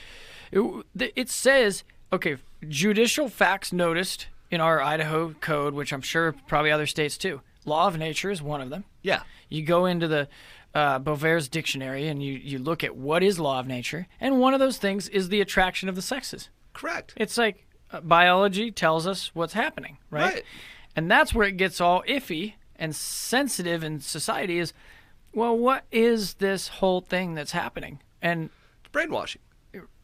C: It, w- th- it says, okay, judicial facts noticed in our Idaho code, which I'm sure probably other states too. Law of nature is one of them.
B: Yeah.
C: You go into the uh, Beauvaire's dictionary and you, you look at what is law of nature, and one of those things is the attraction of the sexes.
B: Correct.
C: It's like uh, biology tells us what's happening, right?
B: Right.
C: And that's where it gets all iffy and sensitive in society is, well, what is this whole thing that's happening? And
B: Brainwashing.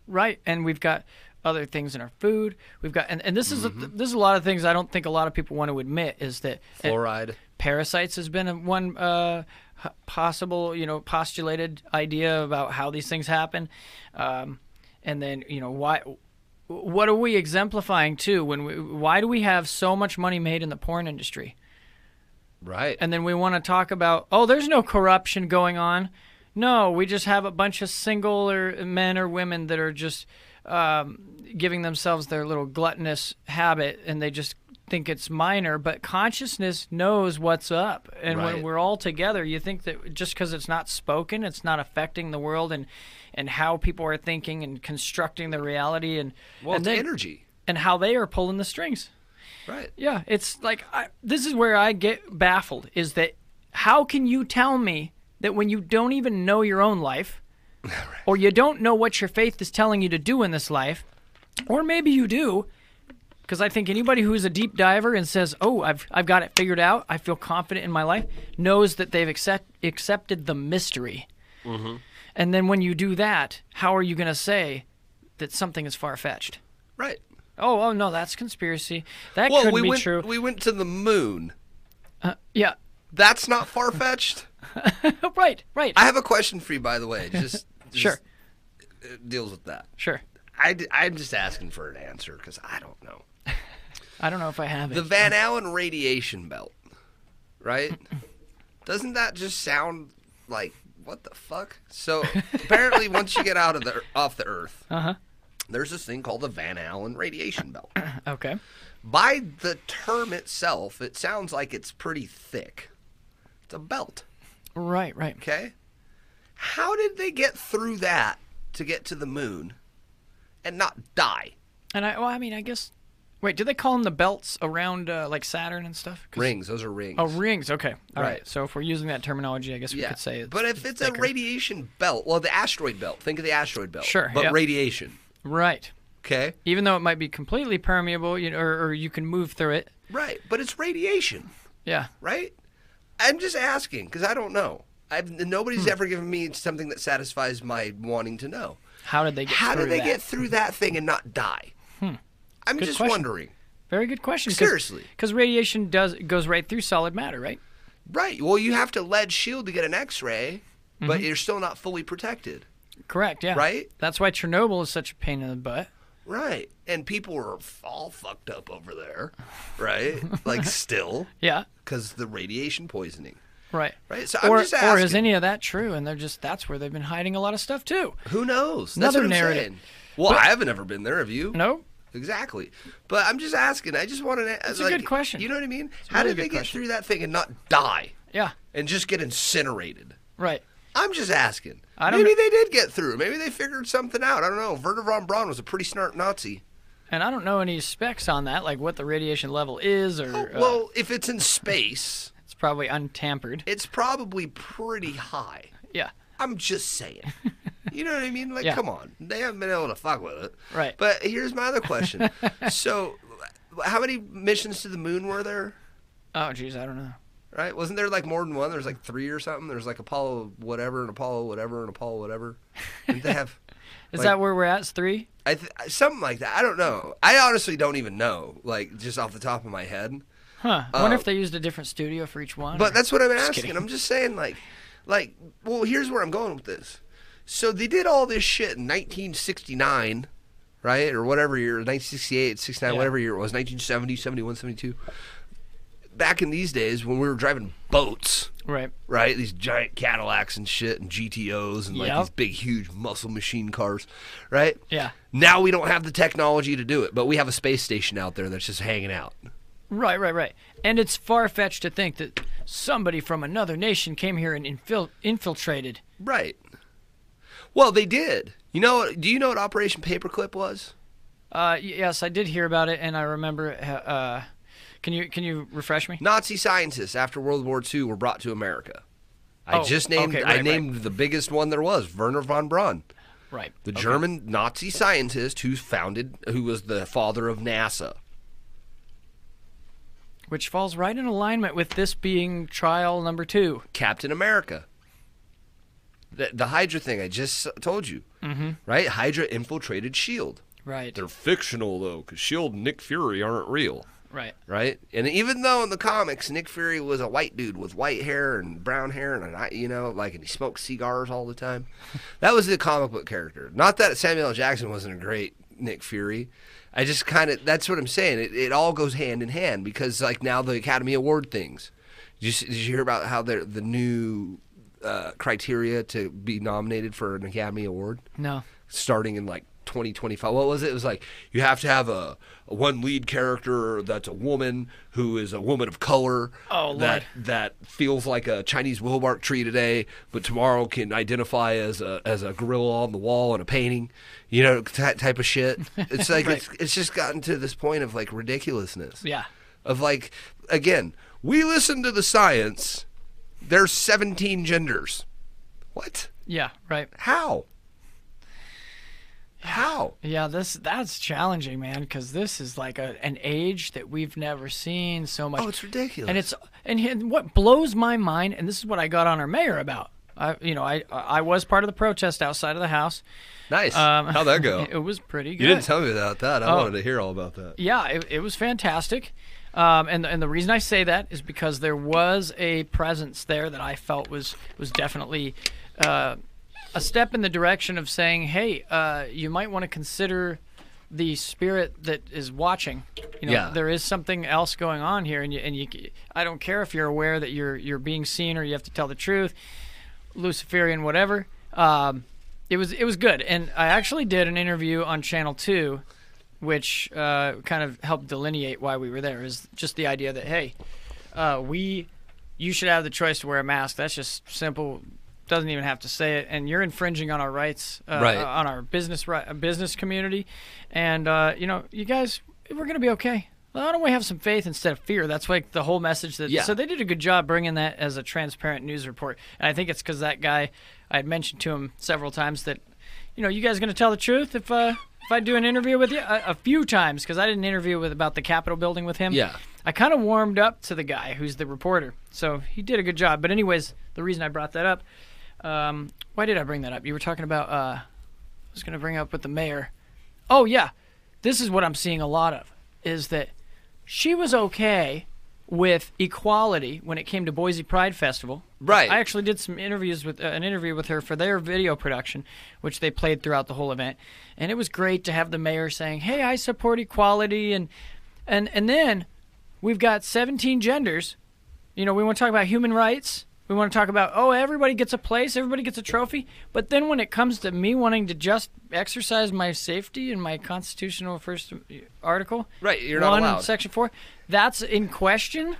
C: right, and we've got other things in our food. We've got, and, and this is a, this is a lot of things I don't think a lot of people want to admit is that and
B: Fluoride.
C: parasites has been a- one uh, h- possible, you know, postulated idea about how these things happen, um, and then you know why. What are we exemplifying too? When we, why do we have so much money made in the porn industry?
B: Right.
C: And then we want to talk about oh, there's no corruption going on. No, we just have a bunch of single or men or women that are just um, giving themselves their little gluttonous habit, and they just think it's minor. But consciousness knows what's up, and when
B: Right.
C: we're all together, you think that just because it's not spoken, it's not affecting the world and and how people are thinking and constructing the reality and
B: well,
C: and
B: it's
C: then-
B: energy.
C: and how they are pulling the strings.
B: Right.
C: Yeah, it's like I, this is where I get baffled is that how can you tell me that when you don't even know your own life or you don't know what your faith is telling you to do in this life or maybe you do because I think anybody who's a deep diver and says, "Oh, I've I've got it figured out. I feel confident in my life," knows that they've accept, accepted the mystery.
B: Mm-hmm.
C: And then when you do that, how are you going to say that something is far fetched?
B: Right.
C: Oh, oh no, that's conspiracy. That
B: Well,
C: could
B: we
C: be
B: went,
C: true.
B: we went to the moon.
C: yeah,
B: That's not far fetched.
C: Oh, right, right.
B: I have a question for you, by the way. Just, just
C: Sure.
B: it deals with that.
C: sure.
B: I, am just asking for an answer because I don't know.
C: I don't know if I have it.
B: The Van Allen radiation belt, right? Doesn't that just sound like what the fuck? So apparently, once you get out of the off the Earth,
C: Uh-huh.
B: there's this thing called the Van Allen radiation belt.
C: okay.
B: By the term itself, it sounds like it's pretty thick. It's a belt,
C: Right, right.
B: okay? How did they get through that to get to the moon and not die?
C: And I, well, I mean, I guess. Wait, do they call them the belts around uh, like Saturn and stuff? 'Cause-
B: Rings, those are rings.
C: Oh, rings. Okay. All right.
B: Right.
C: So if we're using that terminology, I guess we could say it's
B: but if it's
C: thicker.
B: a radiation belt, well, the asteroid belt. Think of the asteroid belt.
C: Sure,
B: But
C: yeah.
B: radiation.
C: right.
B: Okay.
C: Even though it might be completely permeable, you know, or, or you can move through it.
B: Right. But it's radiation,
C: Yeah.
B: right? I'm just asking because I don't know. I've
C: Hmm.
B: nobody's ever given me something that satisfies my wanting to know.
C: How did they get?
B: How
C: through
B: did they
C: that? Hmm.
B: get through that thing and not die? I'm just
C: question.
B: wondering.
C: Very good question.
B: Seriously.
C: Because radiation does goes right through solid matter, right?
B: Right. Well, you have to lead shield to get an X-ray, but
C: Mm-hmm.
B: you're still not fully protected.
C: Correct. Yeah.
B: Right?
C: That's why Chernobyl is such a pain in the butt.
B: Right. And people are all fucked up over there, right? like still.
C: Yeah.
B: because the radiation poisoning.
C: Right.
B: Right, so I'm
C: or,
B: just
C: or is
B: asking.
C: any of that true? And they're just that's where they've been hiding a lot of stuff too.
B: Who knows?
C: Another
B: That's what I'm
C: narrative.
B: saying. Well, I haven't ever been there. Have you?
C: No.
B: Exactly. But I'm just asking. I just wanted to. That's
C: a good question.
B: You know what I mean? How
C: really
B: did they
C: good
B: get
C: question.
B: through that thing and not die
C: Yeah.
B: and just get incinerated?
C: Right.
B: I'm just asking.
C: I don't
B: Maybe
C: kn-
B: they did get through. Maybe they figured something out. I don't know. Werner von Braun was a pretty smart Nazi.
C: And I don't know any specs on that, like what the radiation level is, or uh,
B: Oh, Well, if it's in space,
C: it's probably untampered.
B: it's probably pretty high.
C: Yeah.
B: I'm just saying. You know what I mean? Like,
C: Yeah.
B: come on. They haven't been able to fuck with it.
C: Right.
B: But here's my other question. so, wh- how many missions to the moon were there?
C: Oh, geez, I don't know.
B: Right? Wasn't there like more than one? There's like three or something. There's like Apollo whatever and Apollo whatever and Apollo whatever. Did they have
C: Is
B: Like-
C: that where we're at? It's three.
B: I th- something like that? I don't know. I honestly don't even know. Like just off the top of my head.
C: Huh. I wonder
B: Uh,
C: if they used a different studio for each one.
B: But
C: or-
B: that's what I'm asking.
C: kidding.
B: I'm just saying, like, like, well, here's where I'm going with this. So they did all this shit in 1969, right? Or whatever year, 1968, 69,
C: Yeah.
B: whatever year it was, 1970, 71, 72. Back in these days when we were driving boats,
C: Right.
B: right? These giant Cadillacs and shit and GTOs and like
C: Yep.
B: these big, huge muscle machine cars, right?
C: Yeah.
B: Now we don't have the technology to do it, but we have a space station out there that's just hanging out.
C: Right, right, right. And it's far fetched to think that somebody from another nation came here and infil- infiltrated.
B: Right. Well, they did. You know, do you know what Operation Paperclip was?
C: Uh, y- yes, I did hear about it, and I remember. it, Uh, uh, can you can you refresh me?
B: Nazi scientists after World War II were brought to America. I
C: Oh,
B: just named
C: okay,
B: I
C: right,
B: named the biggest one there was, Werner von Braun,
C: Right.
B: the German Nazi scientist who founded who was the father of NASA.
C: Which falls right in alignment with this being trial number two.
B: Captain America. The, the Hydra thing I just told you, mm-hmm. right? Hydra infiltrated Shield.
C: Right.
B: They're fictional though, because Shield and Nick Fury aren't real,
C: Right.
B: right? And even though in the comics Nick Fury was a white dude with white hair and brown hair and an eye, you know, like and he smoked cigars all the time, that was the comic book character. Not that Samuel L. Jackson wasn't a great Nick Fury. I just kind of that's what I'm saying. It, it all goes hand in hand because like now the Academy Award things. Did you, s- did you hear about how they're the new uh, criteria to be nominated for an Academy Award?
C: No.
B: starting in like 2025. What was it? It was like you have to have a, a one lead character that's a woman who is a woman of color.
C: Oh,
B: that that feels like a Chinese willbark tree today, but tomorrow can identify as a as a gorilla on the wall in a painting. You know, that type of shit. It's like it's, it's just gotten to this point of like ridiculousness.
C: Yeah.
B: Of like again, we listen to the science. There's 17 genders. What?
C: Yeah. Right.
B: How? How?
C: Yeah, this that's challenging, man, because this is like a, an age that we've never seen so much.
B: Oh, it's ridiculous.
C: and it's and, he- and what blows my mind, and this is what I got on our mayor about. I, you know, I I was part of the protest outside of the house.
B: nice.
C: Um,
B: How'd that go?
C: It was Oh. pretty good.
B: you didn't tell me about that. I wanted to hear all about that.
C: yeah, it, it was fantastic. Um, and and the reason I say that is because there was a presence there that I felt was was definitely uh, a step in the direction of saying, hey, uh, you might want to consider the spirit that is watching. You know,
B: Yeah.
C: there is something else going on here, and you, and you, c- I don't care if you're aware that you're you're being seen or you have to tell the truth, Luciferian, whatever. Um, it was it was good, and I actually did an interview on Channel Two, which uh, kind of helped delineate why we were there. Is just the idea that hey, uh, we you should have the choice to wear a mask. That's just simple. Doesn't even have to say it. And you're infringing on our rights, uh,
B: Right.
C: on our business ri- uh, business community. And uh, you know, you guys, we're gonna be okay. Why don't we have some faith instead of fear? That's like the whole message. That
B: Yeah.
C: so they did a good job bringing that as a transparent news report. And I think it's because that guy I had mentioned to him several times that, you know, you guys gonna tell the truth if uh, if I do an interview with you a, a few times because I did an interview with about the Capitol building with him.
B: Yeah.
C: I kind of warmed up to the guy who's the reporter, so he did a good job. But anyways, the reason I brought that up, um, why did I bring that up? You were talking about, uh, I was going to bring up with the mayor. Oh yeah, this is what I'm seeing a lot of is that she was okay with equality when it came to Boise Pride Festival.
B: Right.
C: I actually did some interviews with uh, an interview with her for their video production, which they played throughout the whole event, and it was great to have the mayor saying, "Hey, I support equality," and and and then we've got 17 genders. You know, we want to talk about human rights. We want to talk about oh, everybody gets a place, everybody gets a trophy. But then when it comes to me wanting to just exercise my safety and my constitutional first uh, article,
B: Right, you're not
C: one,
B: allowed.
C: Section four, that's in question.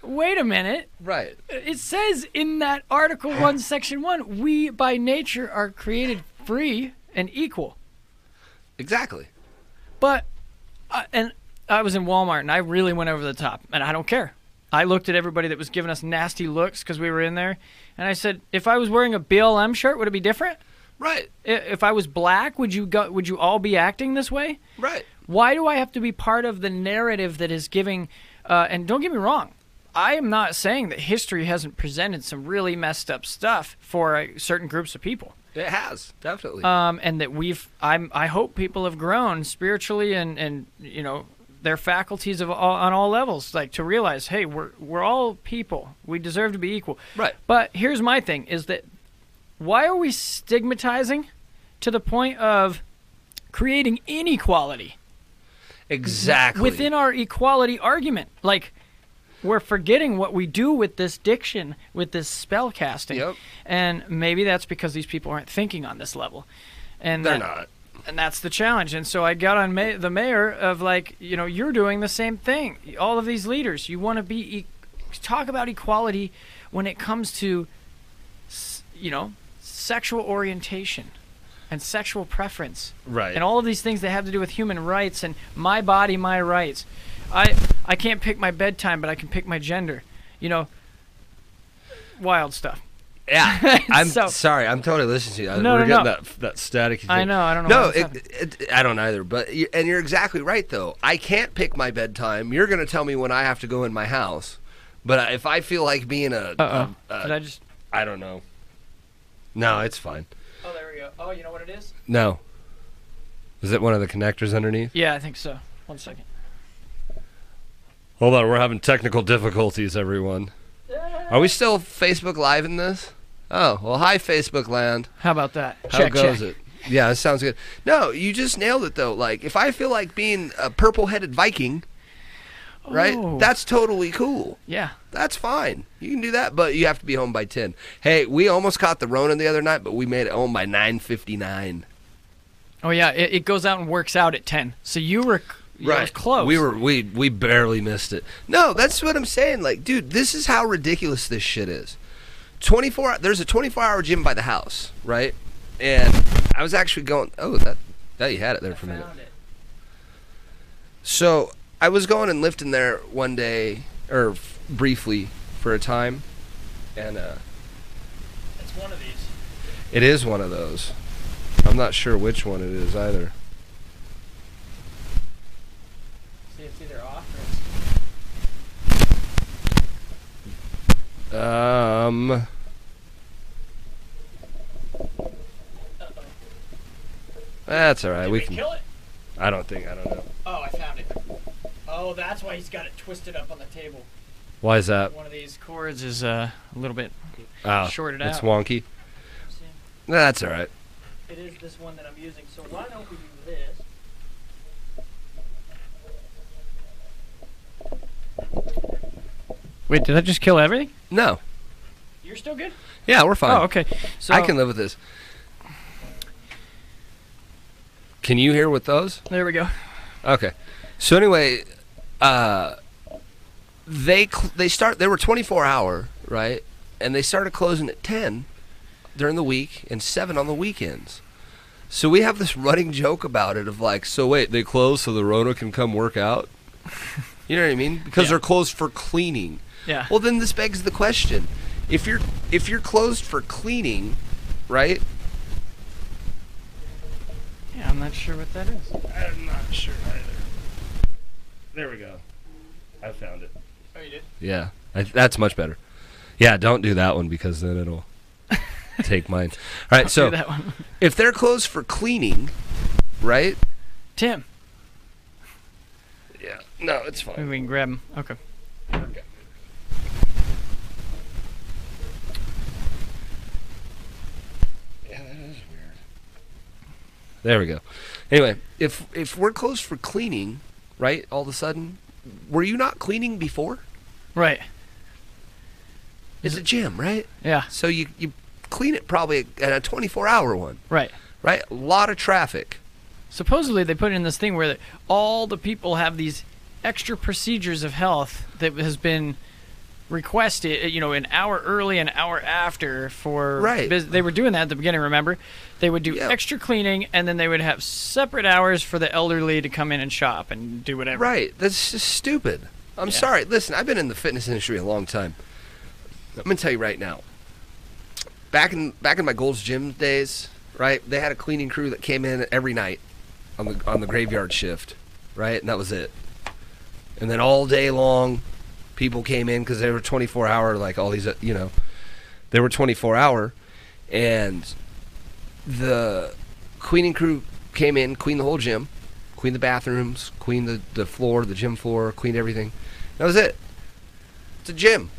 C: Wait a minute.
B: Right.
C: It says in that Article 1, Section 1, we by nature are created free and equal.
B: Exactly.
C: But, I and I was in Walmart and I really went over the top, and I don't care. I looked at everybody that was giving us nasty looks because we were in there, and I said, if I was wearing a BLM shirt, would it be different?
B: Right.
C: I- If I was black, would you go, would you all be acting this way?
B: Right.
C: Why do I have to be part of the narrative that is giving? Uh, and don't get me wrong, I am not saying that history hasn't presented some really messed up stuff for uh, certain groups of people,
B: It has definitely.
C: um, and that we've. I'm. I hope people have grown spiritually and and you know their faculties of all, on all levels, like to realize, hey, we're we're all people. We deserve to be equal.
B: Right.
C: But here's my thing: is that why are we stigmatizing to the point of creating inequality
B: Exactly.
C: within our equality argument. Like we're forgetting what we do with this diction, with this spell casting.
B: Yep.
C: And maybe that's because these people aren't thinking on this level. And
B: They're
C: that-
B: not.
C: And that's the challenge. And so I got on ma- the mayor of like, you know, you're doing the same thing. All of these leaders, you want to be e- talk about equality when it comes to s- you know, sexual orientation and sexual preference
B: Right.
C: and all of these things that have to do with human rights and my body, my rights. I I can't pick my bedtime, but I can pick my gender. You know, wild stuff.
B: Yeah, I'm
C: So-
B: sorry. I'm totally listening to you. I-
C: No,
B: We're
C: no,
B: getting
C: no.
B: that that static.
C: I know, I don't know
B: No,
C: what I'm
B: it, it- I don't either. But you, and you're exactly right though. I can't pick my bedtime. You're going to tell me when I have to go in my house. But if I feel like being a,
C: Uh oh.
B: a-
C: Did I just?
B: I don't know. No, it's fine.
C: Oh, there we go. Oh, you know what it is?
B: No. Is it one of the connectors underneath?
C: Yeah, I think so. One second.
B: Hold on, we're having technical difficulties, everyone. Are we still Facebook Live in this? Oh, well, hi, Facebook land.
C: How about that?
B: How goes it? Yeah, it sounds good. No, you just nailed it though. Like if I feel like being a purple-headed Viking, right?
C: Oh.
B: That's totally cool.
C: Yeah.
B: That's fine. You can do that, but you have to be home by 10. Hey, we almost caught the Rona the other night, but we made it home by 9:59.
C: Oh yeah. It, it goes out and works out at ten. So you were c- you were close.
B: We were we we barely missed it. No, that's what I'm saying. Like, dude, this is how ridiculous this shit is. 24 there's a 24-hour gym by the house, right? And I was actually going, "Oh, that that you had it there for a minute."
C: Found it.
B: So I was going and lifting there one day, or f- briefly for a time, and uh,
C: It's one of these.
B: it is one of those. I'm not sure which one it is either.
C: See, it's either off or it's...
B: Um. That's all right. we can.
C: it?
B: I don't think. I don't know.
C: Oh, I found it. Oh, that's why he's got it twisted up on the table.
B: Why is that?
C: One of these cords is uh, a little bit.
B: Oh,
C: Shorted
B: it's
C: out.
B: wonky. That's all right.
C: It is this one that I'm using. So why don't we do this? Wait, did I just kill everything?
B: No.
C: You're still good?
B: Yeah, we're fine.
C: Oh, okay. So
B: I can live with this. Can you hear with those?
C: There we go.
B: Okay. So anyway, uh, they cl- they start. They were 24 hour, right? And they started closing at 10 during the week and seven on the weekends. So we have this running joke about it of like, so wait, they close so the Rona can come work out. You know what I mean? Because
C: Yeah.
B: they're closed for cleaning.
C: Yeah.
B: Well, then this begs the question: if you're if you're closed for cleaning, right?
C: yeah, I'm not sure what that is.
B: I'm not sure either. There we go. I found it.
C: Oh, you did?
B: Yeah, I, that's much better. Yeah, don't do that one because then it'll take mine. All right,
C: So
B: so
C: that one.
B: if they're closed for cleaning, right?
C: Tim.
B: Yeah. No, it's
C: Maybe
B: fine.
C: we can grab him. Okay.
B: There we go. Anyway, if if we're closed for cleaning, right? All of a sudden, were you not cleaning before?
C: Right.
B: It's a gym, right?
C: Yeah.
B: So you you clean it probably at a 24 hour one,
C: Right.
B: right? A lot of traffic.
C: supposedly they put in this thing where all the people have these extra procedures of health that has been requested you know an hour early an hour after for
B: Right.
C: bus- they were doing that at the beginning remember they would do
B: Yeah.
C: extra cleaning and then they would have separate hours for the elderly to come in and shop and do whatever
B: Right. That's just stupid. I'm sorry. Listen, I've been in the fitness industry a long time. I'm gonna tell you right now. Back in back in my Gold's Gym days, right, they had a cleaning crew that came in every night on the on the graveyard shift, right, and that was it. And then all day long, people came in because they were 24 hour, like all these, uh, you know, they were 24 hour, and the cleaning crew came in, cleaned the whole gym, cleaned the bathrooms, cleaned the, the floor, the gym floor, cleaned everything. That was it. It's a gym.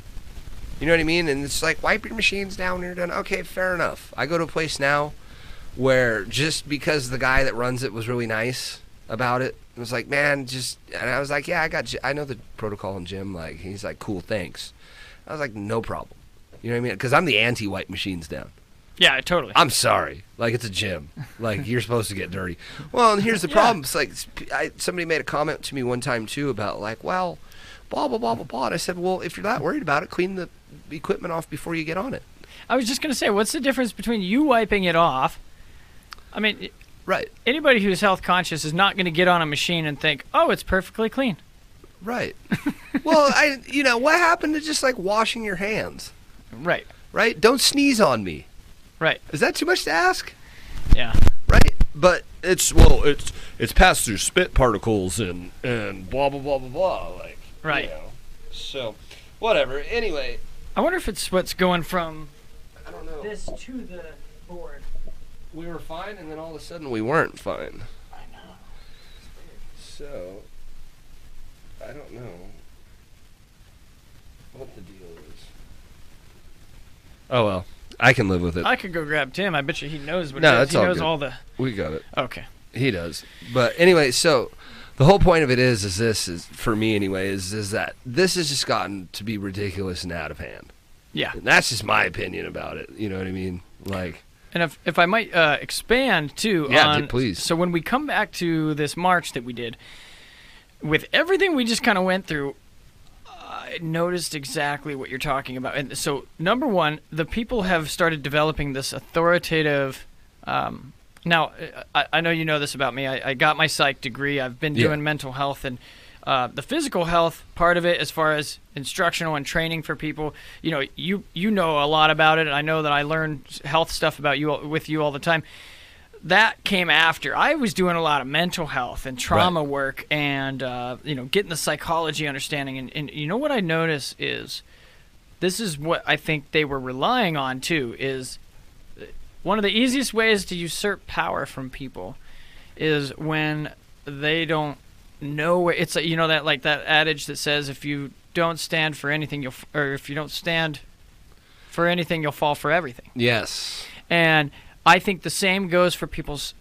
B: You know what I mean? And it's like wipe your machines down when you're done. Okay, fair enough. I go to a place now where just because the guy that runs it was really nice about it, it was like, man, just and I was like, yeah, I got, J- I know the protocol in gym. Like, he's like, cool, thanks. I was like, no problem. You know what I mean? Because I'm the anti-white machines down.
C: Yeah, totally.
B: I'm sorry. Like it's a gym. Like you're supposed to get dirty. Well, and here's the
C: Yeah.
B: problem. It's like I, somebody made a comment to me one time too about like, well, blah blah blah blah blah. And I said, well, if you're not worried about it, clean the equipment off before you get on it.
C: I was just gonna say, what's the difference between you wiping it off? I mean,
B: Right.
C: anybody who's health conscious is not gonna get on a machine and think, oh, it's perfectly clean.
B: Right. well, I you know what happened to just like washing your hands?
C: Right.
B: Right. Don't sneeze on me.
C: Right.
B: Is that too much to ask?
C: Yeah.
B: right? But it's well, it's it's passed through spit particles and and blah blah blah blah blah, like you
C: Right.
B: know. So, whatever. Anyway,
C: I wonder if it's what's going from
B: I don't know.
C: this to the board.
B: We were fine, and then all of a sudden we weren't fine. So, I don't know what the deal is. Oh well, I can live with it.
C: I could go grab Tim. I bet you he knows what
B: No,
C: it is.
B: that's
C: he
B: all
C: knows
B: good.
C: all the.
B: we got it.
C: Okay.
B: He does. But anyway, so the whole point of it is, is this is for me anyway, is is that this has just gotten to be ridiculous and out of hand.
C: Yeah.
B: And that's just my opinion about it. You know what I mean? Like,
C: And if, if I might uh, expand too
B: Yeah,
C: on
B: d- please.
C: so when we come back to this march that we did with everything we just kind of went through I noticed exactly what you're talking about and so number one the people have started developing this authoritative um, now I, I know you know this about me I, I got my psych degree I've been
B: Yeah.
C: doing mental health and uh, the physical health part of it as far as instructional and training for people you know you you know a lot about it and I know that I learn health stuff about you all- with you all the time that came after. I was doing a lot of mental health and trauma work, and uh, you know, getting the psychology understanding. And, and you know what I notice is, this is what I think they were relying on too. Is uh, one of the easiest ways to usurp power from people is when they don't know. where- It's like, you know that like that adage that says if you don't stand for anything, you'll f- or if you don't stand for anything, you'll fall for everything.
B: yes.
C: And I think the same goes for people's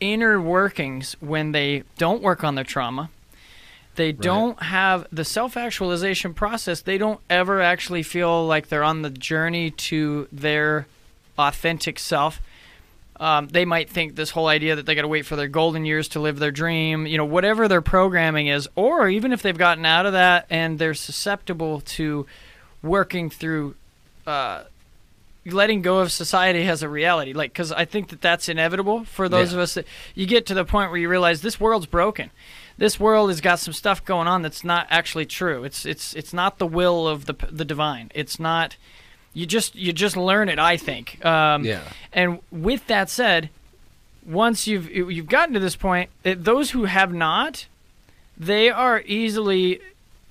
C: inner workings when they don't work on their trauma. They don't have the self actualization process. They don't ever actually feel like they're on the journey to their authentic self. Um, they might think this whole idea that they got to wait for their golden years to live their dream, you know, whatever their programming is, or even if they've gotten out of that and they're susceptible to working through letting go of society as a reality like because i think that that's inevitable for those
B: Yeah.
C: of us that you get to the point where you realize this world's broken this world has got some stuff going on that's not actually true it's it's it's not the will of the the divine it's not you just you just learn it i think um
B: Yeah.
C: and with that said once you've you've gotten to this point it, those who have not they are easily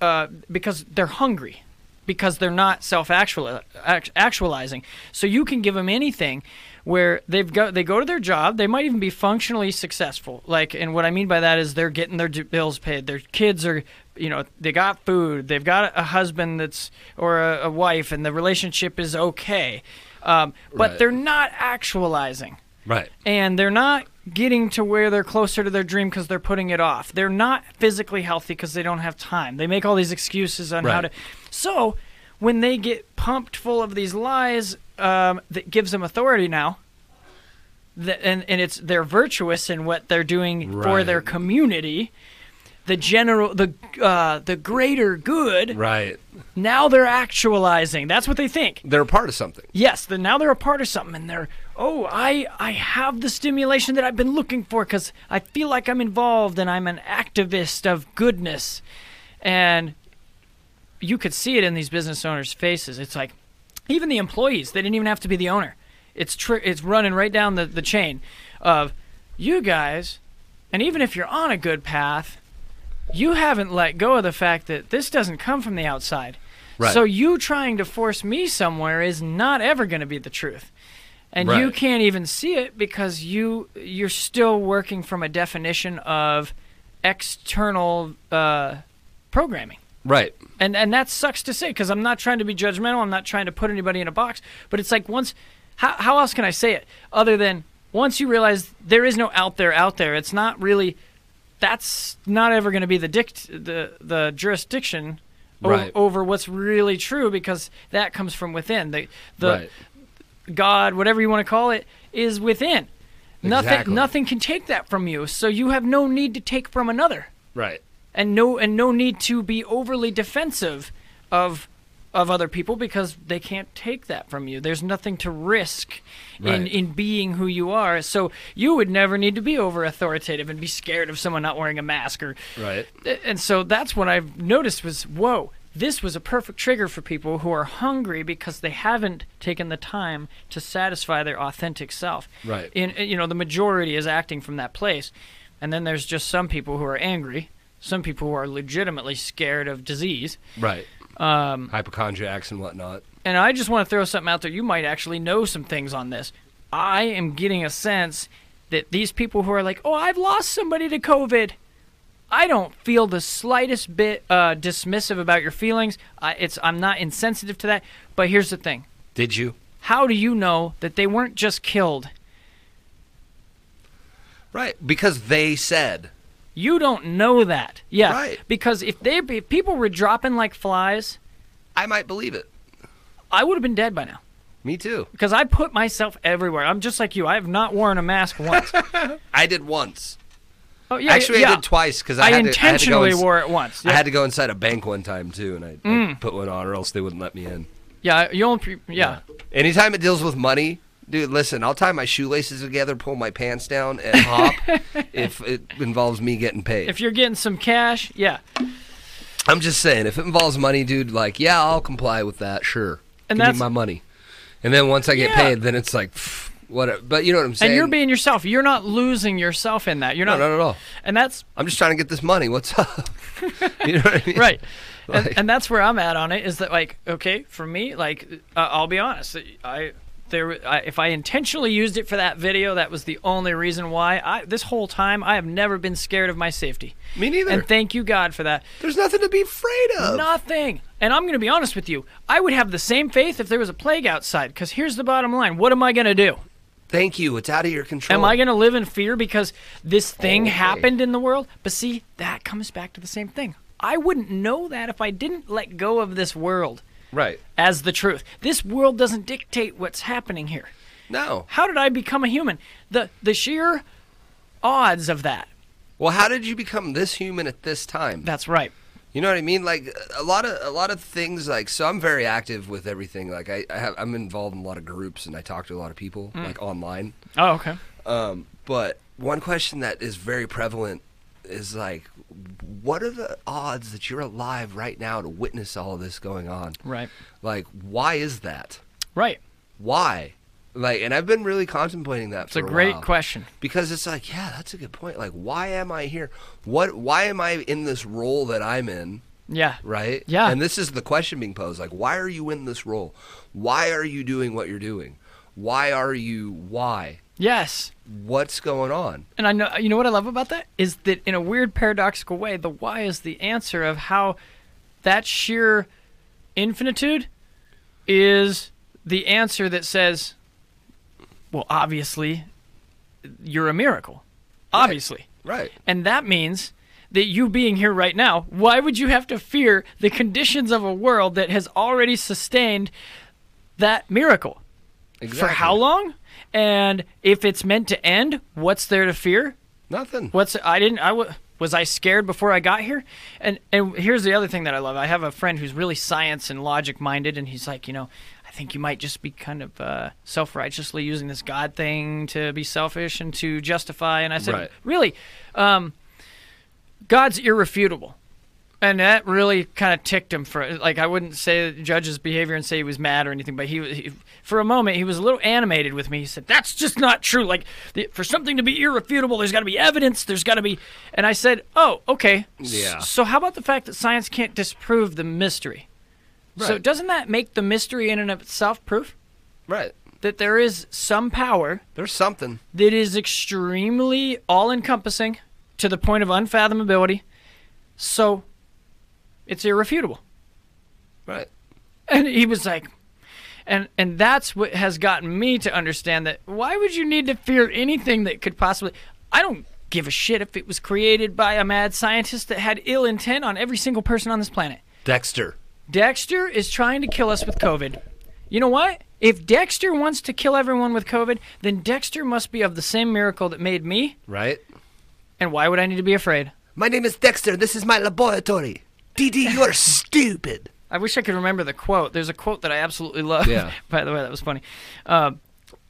C: uh, because they're hungry because they're not self-actualizing so you can give them anything where they've go they go to their job they might even be functionally successful like and what i mean by that is they're getting their d- bills paid their kids are you know they got food they've got a husband that's or a, a wife and the relationship is okay um, but
B: Right.
C: they're not actualizing
B: Right.
C: and they're not getting to where they're closer to their dream because they're putting it off. They're not physically healthy because they don't have time. They make all these excuses on how
B: Right.
C: to. So when they get pumped full of these lies, um, that gives them authority now. Th and and it's they're virtuous in what they're doing for
B: Right.
C: their community. The general, the uh, the greater good.
B: Right.
C: Now they're actualizing. That's what they think.
B: They're a part of something.
C: Yes, then now they're a part of something, and they're oh, I I have the stimulation that I've been looking for because I feel like I'm involved and I'm an activist of goodness, and you could see it in these business owners' faces. It's like even the employees; they didn't even have to be the owner. It's tr- it's running right down the the chain of you guys, and even if you're on a good path, you haven't let go of the fact that this doesn't come from the outside.
B: Right.
C: So you trying to force me somewhere is not ever going to be the truth. And you
B: Right.
C: can't even see it because you you're still working from a definition of external uh, programming.
B: Right.
C: And and that sucks to say because I'm not trying to be judgmental. I'm not trying to put anybody in a box. But it's like once, how, how else can I say it other than once you realize there is no out there, out there, it's not really. That's not ever going to be the dict the the jurisdiction o-
B: Right.
C: over what's really true because that comes from within. The the
B: right.
C: God, whatever you want to call it, is within.
B: Exactly.
C: Nothing nothing can take that from you. So you have no need to take from another
B: Right.
C: and no and no need to be overly defensive of of other people because they can't take that from you. There's nothing to risk in
B: Right.
C: in being who you are. So you would never need to be over authoritative and be scared of someone not wearing a mask or
B: Right.
C: and so that's what I've noticed was whoa, this was a perfect trigger for people who are hungry because they haven't taken the time to satisfy their authentic self.
B: Right.
C: In uh, you know the majority is acting from that place, and then there's just some people who are angry, some people who are legitimately scared of disease,
B: Right. Um, Hypochondriacs and whatnot.
C: and I just want to throw something out there. You might actually know some things on this. I am getting a sense that these people who are like, oh, I've lost somebody to COVID. I don't feel the slightest bit uh, dismissive about your feelings. I, it's I'm not insensitive to that. But here's the thing:
B: Did you?
C: How do you know that they weren't just killed?
B: Right. Because they said.
C: You don't know that, yeah.
B: Right.
C: Because if they be, if people were dropping like flies,
B: I might believe it.
C: I would have been dead by now.
B: Me too.
C: Because I put myself everywhere. I'm just like you. I have not worn a mask once.
B: I did once.
C: Oh, yeah,
B: Actually,
C: yeah.
B: I did twice because I,
C: I,
B: had
C: intentionally
B: to, I had to go ins-
C: wore it once. Yeah, Mm.
B: I had to go inside a bank one time too, and I, I put one on, or else they wouldn't let me in.
C: yeah you only. Pre- yeah.
B: Anytime it deals with money, dude, listen, I'll tie my shoelaces together, pull my pants down, and hop if it involves me getting paid.
C: If you're getting some cash, yeah.
B: I'm just saying, if it involves money, dude, like, yeah, I'll comply with that, sure.
C: And
B: Give me
C: that's-
B: my money. And then once I get
C: Yeah.
B: paid, then it's like, pff, whatever. But you know what I'm saying?
C: and you're being yourself. You're not losing yourself in that. You're
B: no,
C: not.
B: not at all.
C: And that's
B: I'm just trying to get this money. What's up? you know what I mean?
C: right. and,
B: Like-
C: and that's where I'm at on it. Is that like okay for me? Like uh, I'll be honest. I there I, if I intentionally used it for that video, that was the only reason why. I this whole time I have never been scared of my safety.
B: Me neither.
C: And thank you God for that.
B: There's nothing to be afraid of.
C: Nothing. And I'm going to be honest with you. I would have the same faith if there was a plague outside. Because here's the bottom line: What am I going to do?
B: Thank you. It's out of your control.
C: Am I going to live in fear because this thing
B: Okay.
C: happened in the world? But see, that comes back to the same thing. I wouldn't know that if I didn't let go of this world
B: Right.
C: as the truth. This world doesn't dictate what's happening here.
B: No.
C: How did I become a human? The the sheer odds of that.
B: Well, how did you become this human at this time?
C: That's right.
B: You know what I mean? Like a lot of a lot of things. Like so, I'm very active with everything. Like I, I have, I'm involved in a lot of groups and I talk to a lot of people
C: Mm.
B: like online.
C: Oh, okay.
B: Um, but one question that is very prevalent is like, what are the odds that you're alive right now to witness all this going on?
C: Right.
B: Like, why is that?
C: Right.
B: Why? Like, and I've been really contemplating that.
C: It's a great question.
B: because it's like, yeah, that's a good point. Like, why am I here? What? Why am I in this role that I'm in?
C: Yeah.
B: right?
C: Yeah.
B: And this is the question being posed like, why are you in this role? Why are you doing what you're doing? Why are you, why?
C: Yes.
B: What's going on?
C: And I know you know what I love about that is that in a weird paradoxical way, the why is the answer of how that sheer infinitude is the answer that says, well, obviously, you're a miracle, obviously,
B: Right.
C: and that means that you being here right now, why would you have to fear the conditions of a world that has already sustained that miracle?
B: Exactly.
C: For how long? And if it's meant to end, what's there to fear?
B: Nothing.
C: What's I didn't I wa- was I scared before I got here? And and here's the other thing that I love. I have a friend who's really science and logic minded, and he's like, you know, I think you might just be kind of uh, self righteously using this God thing to be selfish and to justify. And I said,
B: Right.
C: really, um, God's irrefutable. And that really kind of ticked him for like I wouldn't say judge's behavior and say he was mad or anything, but he, he for a moment he was a little animated with me. He said, "That's just not true. Like the, for something to be irrefutable, there's got to be evidence. There's got to be." And I said, "Oh, okay. S-
B: Yeah.
C: So how about the fact that science can't disprove the mystery? So
B: Right.
C: doesn't that make the mystery in and of itself proof
B: Right.
C: that there is some power
B: There's something.
C: that is extremely all encompassing to the point of unfathomability. So it's irrefutable.
B: Right.
C: And he was like, and and that's what has gotten me to understand that why would you need to fear anything that could possibly I don't give a shit if it was created by a mad scientist that had ill intent on every single person on this planet.
B: Dexter.
C: Dexter is trying to kill us with COVID. You know what? If Dexter wants to kill everyone with COVID, then Dexter must be of the same miracle that made me.
B: Right.
C: And why would I need to be afraid?
B: My name is Dexter. This is my laboratory. DD, you are stupid.
C: I wish I could remember the quote. There's a quote that I absolutely love.
B: Yeah.
C: By the way, that was funny. Uh,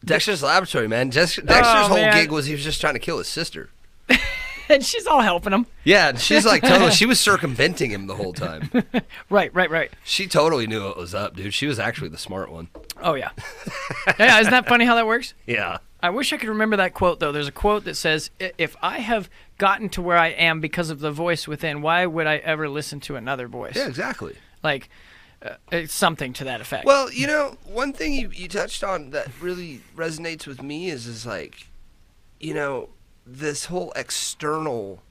B: Dexter's laboratory, man. Dexter, Dexter's whole
C: man.
B: gig was he was just trying to kill his sister.
C: and she's all helping him.
B: Yeah, and she's like totally. She was circumventing him the whole time.
C: Right, right, right.
B: She totally knew what was up, dude. She was actually the smart one.
C: Oh yeah. yeah, isn't that funny how that works?
B: Yeah.
C: I wish I could remember that quote though. There's a quote that says, "I- "If I have gotten to where I am because of the voice within, why would I ever listen to another voice?"
B: Yeah, exactly.
C: Like uh, it's something to that effect.
B: Well, you know, one thing you, you touched on that really resonates with me is is like, you know, this whole external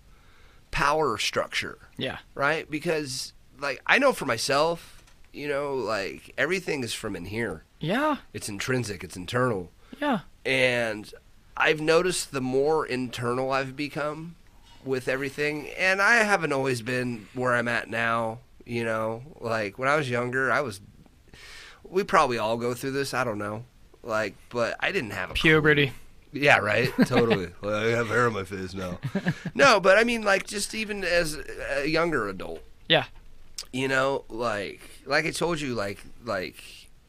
B: power structure.
C: yeah.
B: right? Because like I know for myself, you know, like everything is from in here.
C: Yeah.
B: It's intrinsic, it's internal.
C: Yeah.
B: And I've noticed the more internal I've become with everything, and I haven't always been where I'm at now, you know. Like when I was younger, I was we probably all go through this, I don't know. Like, but I didn't have a clue.
C: Puberty.
B: Yeah, right. Totally. Well, I have hair on my face now. No, but I mean, like, just even as a younger adult,
C: Yeah.
B: you know like like i told you like like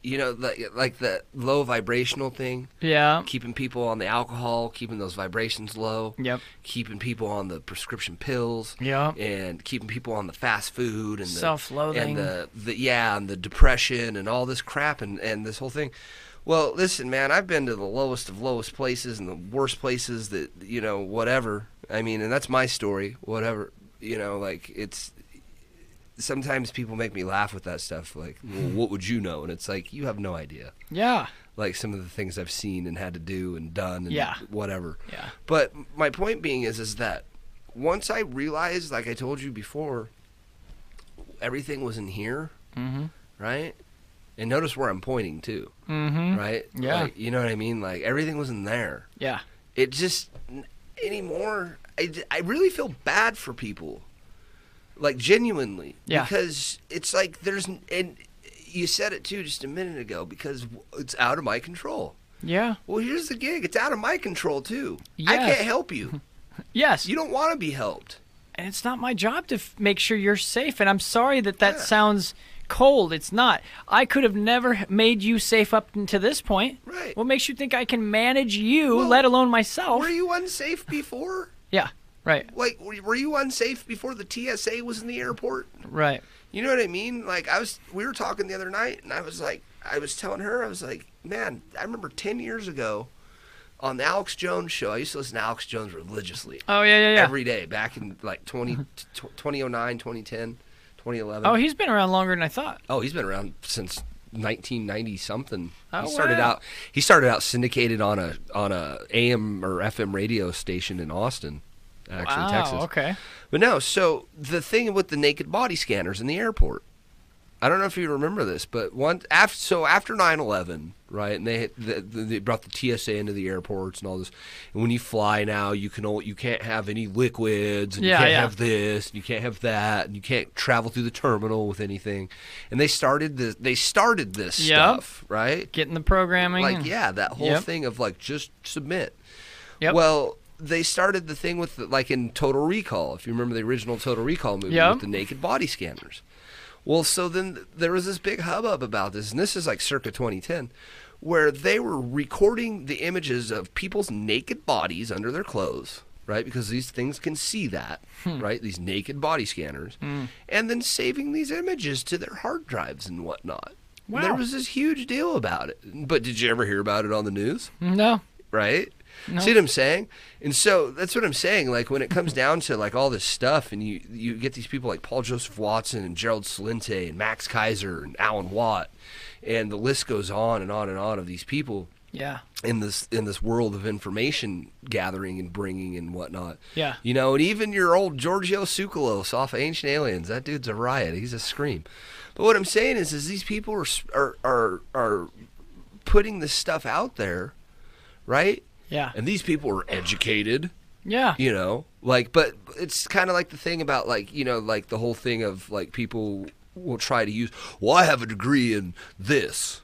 B: you know like, like the low vibrational thing
C: Yeah.
B: keeping people on the alcohol keeping those vibrations low
C: Yep.
B: keeping people on the prescription pills
C: Yep.
B: and keeping people on the fast food and the
C: Self-loathing.
B: and the, the yeah and the depression and all this crap and and this whole thing well listen man i've been to the lowest of lowest places and the worst places that you know whatever i mean and that's my story whatever you know like it's sometimes people make me laugh with that stuff like well, what would you know and it's like you have no idea
C: Yeah.
B: like some of the things I've seen and had to do and done and
C: Yeah.
B: whatever.
C: Yeah.
B: But my point being is is that once I realized, like I told you before, everything was in here,
C: Mm-hmm.
B: right? And notice where I'm pointing to,
C: Mm-hmm.
B: right?
C: Yeah.
B: Like, you know what I mean? Like everything was in there.
C: Yeah.
B: It just anymore. I j- I really feel bad for people, like genuinely.
C: Yeah.
B: Because it's like there's n- and you said it too just a minute ago because w- it's out of my control.
C: Yeah.
B: Well, here's the gig. It's out of my control too. I
C: Yes.
B: can't help you.
C: Yes.
B: You don't want to be helped.
C: and it's not my job to f- make sure you're safe. And I'm sorry that that
B: Yeah.
C: sounds cold. It's not. I could have never h- made you safe up until this point.
B: Right.
C: What makes you think I can manage you,
B: Well,
C: let alone myself?
B: Were you unsafe before?
C: yeah. Right.
B: Like, were were you unsafe before the TSA was in the airport?
C: Right.
B: You know what I mean? Like, I was. We were talking the other night, and I was like, I was telling her, I was like, man, I remember ten years ago, on the Alex Jones show. I used to listen to Alex Jones religiously
C: Oh yeah, yeah, yeah.
B: every day back in like 20, t- 2009, 2010, 2011.
C: oh, he's been around longer than I thought.
B: Oh, he's been around since 1990 something.
C: Oh,
B: he started
C: wow.
B: out he started out syndicated on a on a AM or FM radio station in Austin, actually
C: wow.
B: Texas.
C: Okay.
B: But no, so the thing with the naked body scanners in the airport. I don't know if you remember this, but one after so after 9/11, right? And they had- the, the, they brought the TSA into the airports and all this. And when you fly now, you can only, you can't have any liquids, and
C: Yeah,
B: you can't
C: yeah.
B: have this, and you can't have that, and you can't travel through the terminal with anything. And they started the they started this
C: Yep.
B: stuff, right?
C: Getting the programming.
B: Like
C: and-
B: yeah, that whole
C: Yep.
B: thing of like just submit.
C: Yep.
B: Well, they started the thing with the, like in Total Recall, if you remember the original Total Recall movie
C: Yep.
B: with the naked body scanners. Well, so then th- there was this big hubbub about this, and this is like circa 2010, where they were recording the images of people's naked bodies under their clothes, right? Because these things can see that, right? These naked body scanners, and then saving these images to their hard drives and whatnot. There
C: Wow.
B: was this huge deal about it. But did you ever hear about it on the news?
C: No.
B: right? See what I'm saying? And so that's what I'm saying. Like when it comes down to like all this stuff, and you you get these people like Paul Joseph Watson and Gerald Salente and Max Kaiser and Alan Watt, and the list goes on and on and on of these people
C: Yeah.
B: in this in this world of information gathering and bringing and whatnot.
C: Yeah.
B: you know, and even your old Giorgio Tsoukalos off of Ancient Aliens, that dude's a riot. He's a scream. But what I'm saying is, is these people are s- are are, are putting this stuff out there, right?
C: Yeah.
B: And these people were educated,
C: Yeah.
B: you know, like, but it's kind of like the thing about like, you know, like the whole thing of like people will try to use, well, I have a degree in this.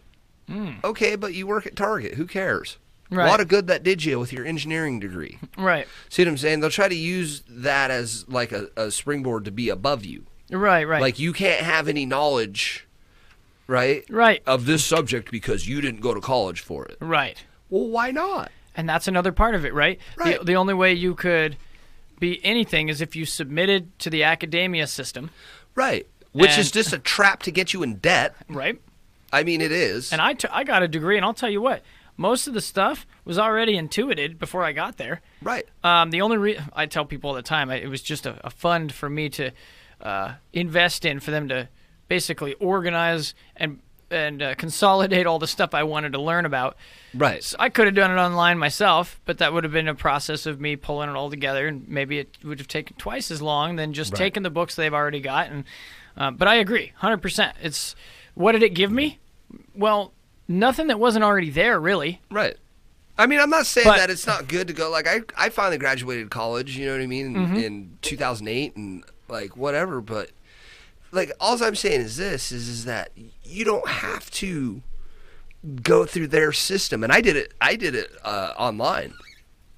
B: Okay, but you work at Target. Who cares? A
C: Right.
B: lot of good that did you with your engineering degree.
C: Right.
B: See what I'm saying? They'll try to use that as like a, a springboard to be above you.
C: Right. Right.
B: Like you can't have any knowledge, right?
C: Right.
B: Of this subject because you didn't go to college for it.
C: right.
B: Well, why not?
C: And that's another part of it, right?
B: Right.
C: The, the only way you could be anything is if you submitted to the academia system,
B: Right. Which is
C: And-
B: just a trap to get you in debt.
C: right?
B: I mean, it is.
C: And I, t- I got a degree, and I'll tell you what, most of the stuff was already intuited before I got there.
B: right.
C: Um, the only re- I tell people all the time, I, it was just a, a fund for me to uh, invest in, for them to basically organize and and uh, consolidate all the stuff I wanted to learn about.
B: Right.
C: So I could have done it online myself, but that would have been a process of me pulling it all together, and maybe it would have taken twice as long than just taking the books they've already got. And uh, but I agree, hundred percent. It's what did it give me? Well, nothing that wasn't already there, really.
B: Right. I mean, I'm not saying
C: But-
B: that it's not good to go. Like, I, I finally graduated college, you know what I mean, in,
C: Mm-hmm.
B: in 2008 and like whatever. But, like, all I'm saying is this is, is that you don't have to go through their system. And I did it, I did it uh, online.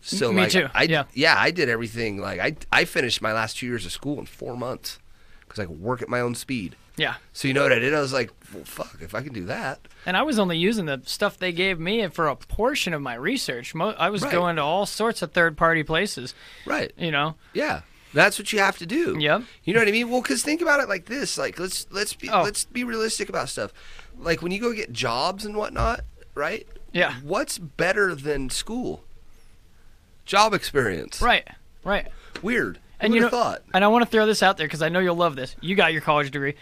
B: So,
C: Me
B: like,
C: too,
B: I,
C: yeah.
B: I did everything. Like, I, I finished my last two years of school in four months because I could work at my own speed.
C: Yeah.
B: So, you know what I did? I was like, well, fuck, if I can do that.
C: And I was only using the stuff they gave me for a portion of my research. Mo- I was
B: Right.
C: going to all sorts of third party places,
B: Right.
C: you know.
B: Yeah. That's what you have to do.
C: Yep.
B: You know what I mean? Well, cuz think about it like this, like let's let's be
C: Oh.
B: let's be realistic about stuff. Like when you go get jobs and whatnot, right?
C: Yeah.
B: What's better than school? Job experience.
C: Right. Right.
B: Weird.
C: And
B: Who
C: you know,
B: would've thought?
C: and I want to throw this out there because I know you'll love this. You got your college degree.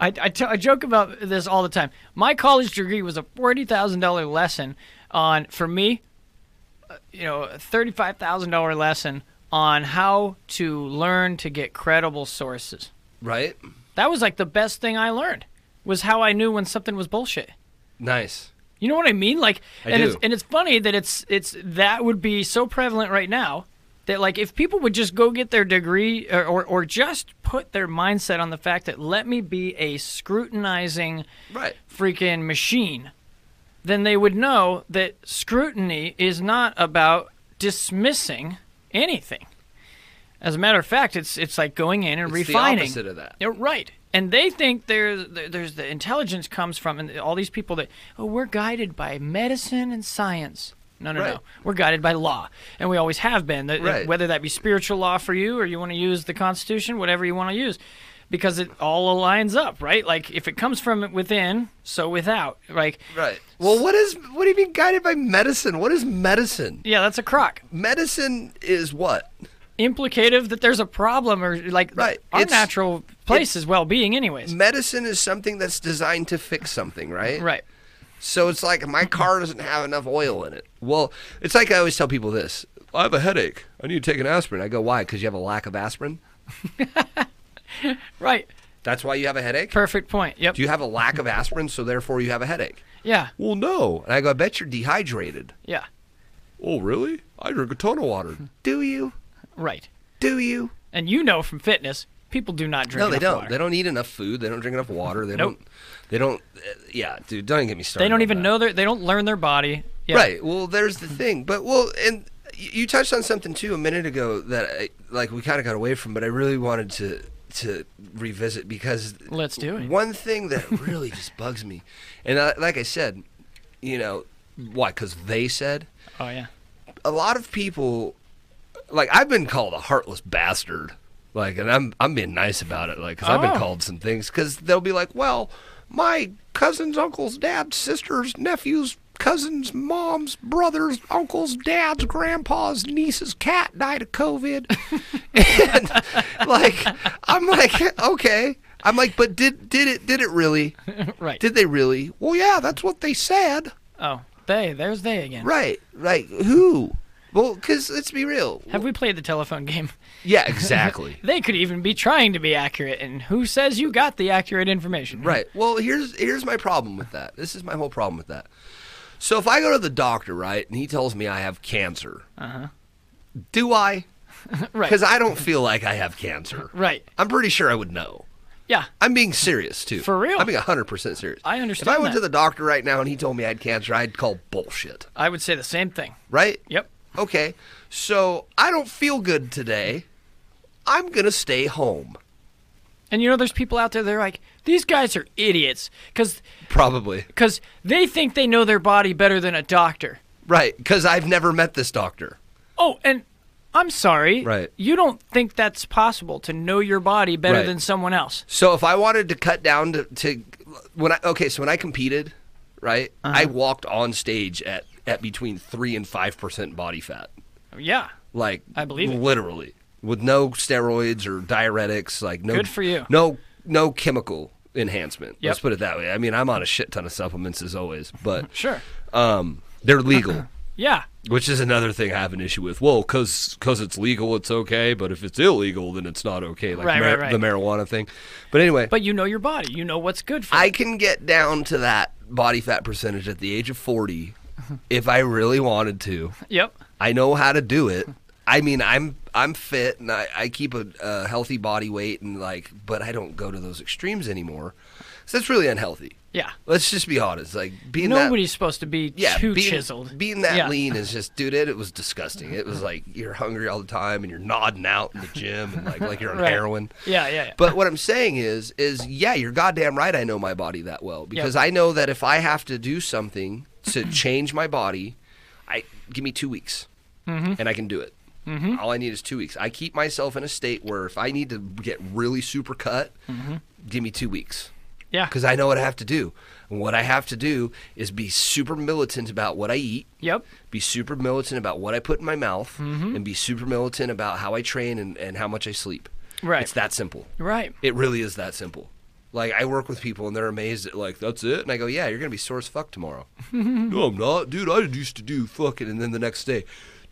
C: I, I, t- I joke about this all the time. My college degree was a forty thousand dollar lesson on for me. uh, You know, a thirty-five thousand dollar lesson on how to learn to get credible sources.
B: Right?
C: That was like the best thing I learned. Was how I knew when something was bullshit.
B: Nice.
C: You know what I mean? Like,
B: I
C: and it's
B: do.
C: and it's funny that it's it's that would be so prevalent right now that like if people would just go get their degree or or, or just put their mindset on the fact that let me be a scrutinizing
B: Right.
C: freaking machine, then they would know that scrutiny is not about dismissing anything. As a matter of fact, it's it's like going in and
B: It's the
C: refining.
B: opposite of that.
C: Yeah, right. And they think there's there's the intelligence comes from and all these people that oh we're guided by medicine and science. No, no,
B: Right.
C: no. We're guided by law, and we always have been. That-
B: Right.
C: Whether that be spiritual law for you, or you want to use the Constitution, whatever you want to use, because it all aligns up, right? Like if it comes from within, so without. Like
B: Right. Well, what is what do you mean guided by medicine? What is medicine?
C: yeah, that's a crock.
B: Medicine is what?
C: Implicative that there's a problem, or like
B: Right.
C: our
B: It's-
C: natural place is well-being, anyways.
B: Medicine is something that's designed to fix something, right?
C: Right.
B: So it's like my car doesn't have enough oil in it. Well, it's like I always tell people this. I have a headache. I need to take an aspirin. I go, why? Because you have a lack of aspirin.
C: Right.
B: That's why you have a headache.
C: Perfect point. Yep.
B: Do you have a lack of aspirin, so therefore you have a headache?
C: yeah.
B: Well, no. And I go, I bet you're dehydrated.
C: Yeah.
B: Oh, really? I drink a ton of water. Do you?
C: Right.
B: Do you?
C: And you know from fitness, people do not drink.
B: No, they
C: enough
B: don't.
C: water.
B: They don't eat enough food. They don't drink enough water. They
C: Nope.
B: don't. They don't. Uh, yeah, dude, don't even get me started.
C: They don't
B: on
C: even
B: that.
C: know their. They don't learn their body. Yeah.
B: Right. Well, there's the thing. But well, and y- you touched on something too a minute ago that I, like we kind of got away from, but I really wanted to to revisit because
C: Let's do it.
B: One thing that really just bugs me, and I, like I said, you know, why? Because they said
C: Oh yeah.
B: a lot of people, like I've been called a heartless bastard. Like, and I'm I'm being nice about it, like, because I've
C: Oh.
B: been called some things. Because they'll be like, well, my cousin's uncle's dad's sister's nephew's cousin's mom's brother's uncle's dad's grandpa's niece's cat died of COVID, and like, I'm like, okay, I'm like, but did did it did it really?
C: Right.
B: Did they really? Well, yeah, that's what they said.
C: oh, they. There's they again.
B: Right, right. Who? Well, because let's be real.
C: Have we played the telephone game?
B: Yeah, exactly.
C: They could even be trying to be accurate, and who says you got the accurate information?
B: right. Well, here's here's my problem with that. This is my whole problem with that. So if I go to the doctor, right, and he tells me I have cancer, do I?
C: Uh-huh. Right.
B: Because I don't feel like I have cancer.
C: Right.
B: I'm pretty sure I would know.
C: Yeah.
B: I'm being serious too.
C: For real?
B: I'm being 100% serious.
C: I
B: If I
C: understand
B: went to
C: that.
B: the doctor right now and he told me I had cancer, I'd call bullshit,
C: I would say the same thing.
B: right?
C: Yep.
B: Okay. So I don't feel good today. I'm going to stay home.
C: And you know, there's people out there. They're like, these guys are idiots because
B: Probably.
C: because they think they know their body better than a doctor.
B: Right. Because I've never met this doctor.
C: Oh, and I'm sorry.
B: Right.
C: You don't think that's possible to know your body better
B: Right.
C: than someone else.
B: So if I wanted to cut down to, to when I okay, so when I competed, right, I
C: Uh-huh.
B: walked on stage at at between three and five percent body fat,
C: Yeah.
B: like
C: I believe it.
B: literally with no steroids or diuretics, like no
C: Good for you.
B: no no chemical enhancement. Let's
C: Yep.
B: put it that way. I mean, I'm on a shit ton of supplements as always, but
C: Sure.
B: um, they're legal.
C: Yeah.
B: Which is another thing I have an issue with. Well, because it's legal, it's okay, but if it's illegal, then it's not okay. Like
C: Right,
B: mar-
C: right, right.
B: the marijuana thing. But anyway,
C: But you know your body. You know what's good for
B: I
C: you.
B: can get down to that body fat percentage at the age of 40 if I really wanted to.
C: Yep.
B: I know how to do it. I mean, I'm I'm fit and I, I keep a, a healthy body weight and like, but I don't go to those extremes anymore. So that's really unhealthy.
C: Yeah.
B: Let's just be honest. Like being that-
C: Nobody's supposed to be
B: yeah,
C: too
B: being,
C: chiseled.
B: Being that
C: Yeah.
B: lean is just, dude, it, it was disgusting. It was like you're hungry all the time and you're nodding out in the gym and like like you're on
C: Right.
B: heroin.
C: Yeah, yeah, yeah.
B: But what I'm saying is, is yeah, you're goddamn right. I know my body that well because I know that if I have to do something to change my body, I give me two weeks
C: Mm-hmm.
B: and I can do it. All I need is two weeks. I keep myself in a state where if I need to get really super cut, give me two weeks
C: Mm-hmm. Yeah.
B: because I know what I have to do. And what I have to do is be super militant about what I eat,
C: Yep.
B: be super militant about what I put in my mouth,
C: Mm-hmm.
B: and be super militant about how I train and, and how much I sleep.
C: Right.
B: It's that simple.
C: Right.
B: It really is that simple. Like I work with people and they're amazed at like that's it, and I go, yeah, you're gonna be sore as fuck tomorrow. no, I'm not, dude. I used to do fucking, and then the next day,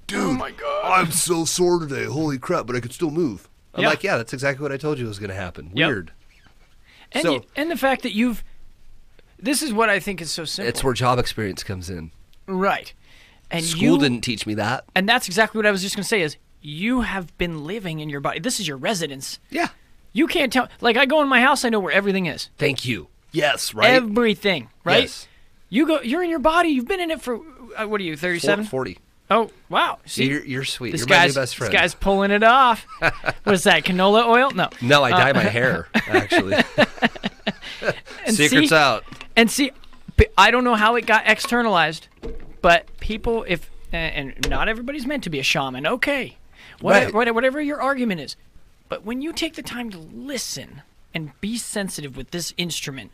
B: dude,
C: Oh
B: my god, I'm so sore today. Holy crap! But I could still move. I'm
C: Yeah.
B: like, yeah, that's exactly what I told you was gonna happen.
C: Yep.
B: Weird.
C: And
B: So-
C: you, and the fact that you've this is what I think is so simple.
B: It's where job experience comes in.
C: right. And
B: School
C: you
B: didn't teach me that.
C: and that's exactly what I was just going to say is you have been living in your body. This is your residence.
B: Yeah.
C: You can't tell like I go in my house, I know where everything is.
B: Thank you. Yes, right?
C: Everything, right?
B: Yes.
C: You go you're in your body. You've been in it for uh, what are you? 37?
B: Four- 40.
C: Oh, wow. See,
B: You're, you're sweet.
C: this
B: You're my new
C: guy's
B: best friend.
C: this guy's pulling it off. What's that? Canola oil? No.
B: no, I dye my hair, actually.
C: uh, And
B: Secret's
C: see,
B: out.
C: And see, p- I don't know how it got externalized, but people, if and and not everybody's meant to be a shaman. Okay,
B: Right.
C: whatever, whatever your argument is, but when you take the time to listen and be sensitive with this instrument,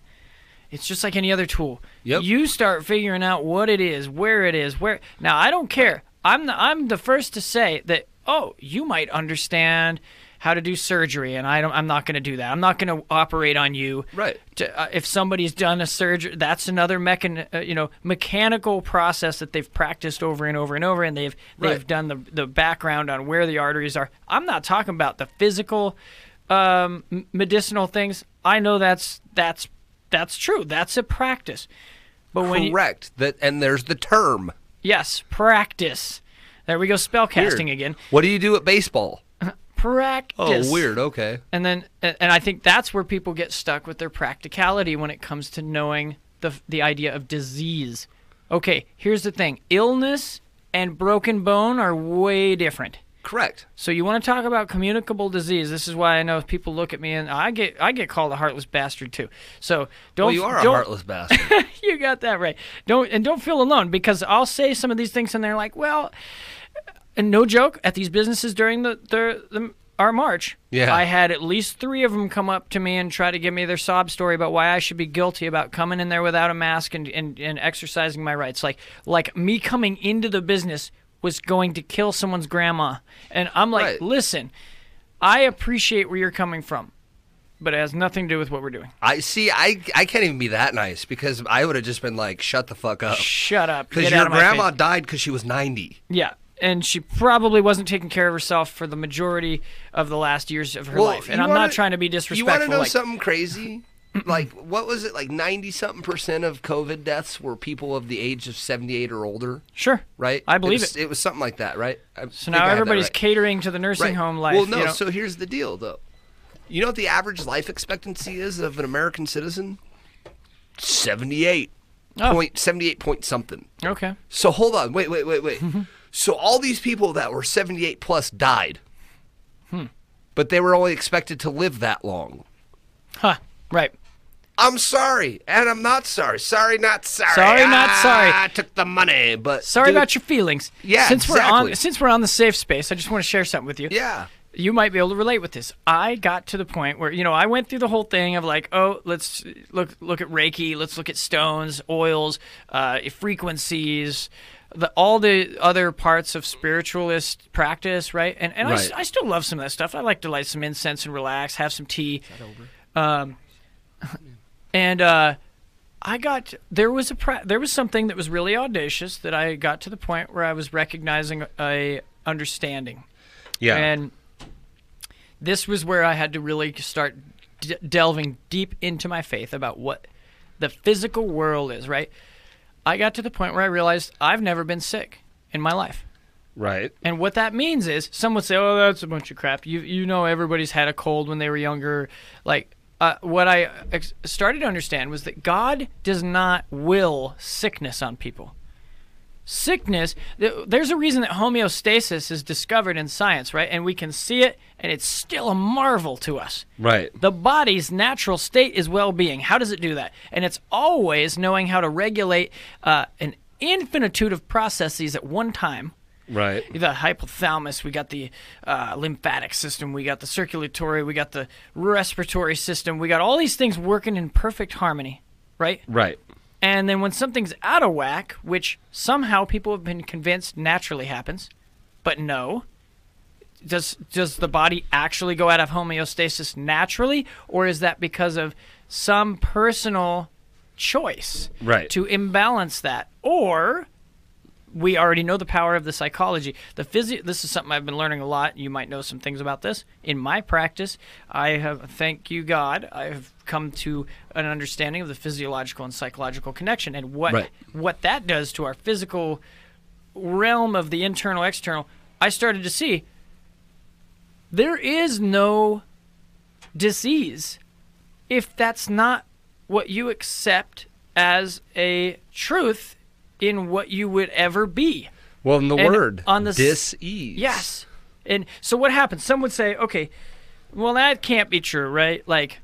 C: it's just like any other tool.
B: Yep.
C: You start figuring out what it is, where it is, where. Now I don't care. I'm the, I'm the first to say that. Oh, you might understand how to do surgery, and I don't. I'm not going to do that. I'm not going to operate on you
B: Right.
C: to, uh, if somebody's done a surgery, that's another mechan- uh, you know mechanical process that they've practiced over and over and over, and they've they've
B: Right.
C: done the the background on where the arteries are. I'm not talking about the physical um, m- medicinal things. I know that's that's that's true. That's a practice. But when you-
B: Correct. That and there's the term.
C: yes, practice. There we go, spell
B: Weird.
C: casting again.
B: What do you do at baseball?
C: Practice.
B: Oh, weird. Okay.
C: and then a- and I think that's where people get stuck with their practicality when it comes to knowing the the idea of disease. Okay, here's the thing: illness and broken bone are way different.
B: Correct.
C: So you want to talk about communicable disease? This is why I know people look at me and I get I get called a heartless bastard too. So don't
B: Well, you are a
C: don't-
B: heartless bastard.
C: you got that right. Don't and don't feel alone because I'll say some of these things and they're like, well, and no joke, at these businesses during the the, the our march,
B: Yeah.
C: I had at least three of them come up to me and try to give me their sob story about why I should be guilty about coming in there without a mask and, and, and exercising my rights. Like like me coming into the business was going to kill someone's grandma. And I'm like,
B: Right.
C: listen, I appreciate where you're coming from, but it has nothing to do with what we're doing.
B: I see. I I can't even be that nice because I would have just been like, shut the fuck up.
C: Shut up.
B: Because
C: Get
B: your
C: out of my face.
B: grandma died because she was 90.
C: Yeah, and she probably wasn't taking care of herself for the majority of the last years of her life. And
B: you
C: I'm
B: wanna-
C: not trying to be
B: You want
C: disrespectful.
B: to know
C: like,
B: something crazy? like what was it like 90 something percent of covid deaths were people of the age of 78 or older
C: Sure.
B: right
C: I believe
B: it was,
C: it.
B: was something like that right I
C: So
B: think I
C: now
B: have that
C: everybody's
B: right.
C: catering to the nursing
B: Right.
C: home life.
B: well no
C: you know?
B: so here's the deal though you know what the average life expectancy is of an american citizen 78
C: Oh.
B: point 78 point something
C: okay.
B: so hold on wait wait wait wait so all these people that were 78 plus died
C: Hmm.
B: but they were only expected to live that long
C: Huh. Right.
B: I'm sorry, and I'm not sorry. Sorry, not sorry. Ah,
C: Sorry, not sorry.
B: I took the money, but
C: Sorry
B: dude,
C: about your feelings.
B: Yeah,
C: Since we're
B: exactly.
C: on since we're on the safe space, I just want to share something with you.
B: Yeah,
C: you might be able to relate with this. I got to the point where you know I went through the whole thing of like, oh, let's look look at Reiki, let's look at stones, oils, uh, frequencies, the, all the other parts of spiritualist practice, right? And and I s-
B: Right.
C: I, still love some of that stuff. I like to light some incense and relax, have some tea. Um, and uh, I got there was a pra- there was something that was really audacious that I got to the point where I was recognizing a understanding.
B: yeah.
C: And this was where I had to really start d- delving deep into my faith about what the physical world is, right? I got to the point where I realized I've never been sick in my life.
B: right.
C: And what that means is some would say, "Oh, that's a bunch of crap." You you know everybody's had a cold when they were younger. Like uh, what I ex- started to understand was that God does not will sickness on people. Sickness, th- there's a reason that homeostasis is discovered in science, right? And we can see it, and it's still a marvel to us.
B: Right.
C: The body's natural state is well being. How does it do that? And it's always knowing how to regulate uh, an infinitude of processes at one time
B: Right.
C: we got hypothalamus, we got the uh, lymphatic system, we got the circulatory, we got the respiratory system, we got all these things working in perfect harmony, right?
B: Right.
C: And then when something's out of whack, which somehow people have been convinced naturally happens, but no. Does does the body actually go out of homeostasis naturally, or is that because of some personal choice
B: Right.
C: to imbalance that? Or we already know the power of the psychology. The physio. This is something I've been learning a lot. You might know some things about this. In my practice, I have, thank you God, I've come to an understanding of the physiological and psychological connection and what
B: Right.
C: what that does to our physical realm of the internal external. I started to see there is no disease if that's not what you accept as a truth in what you would ever be.
B: Well, in the
C: And
B: word
C: on the s-
B: dis-ease.
C: Yes. And so what happens? Some would say, okay, well, that can't be true, right? Like,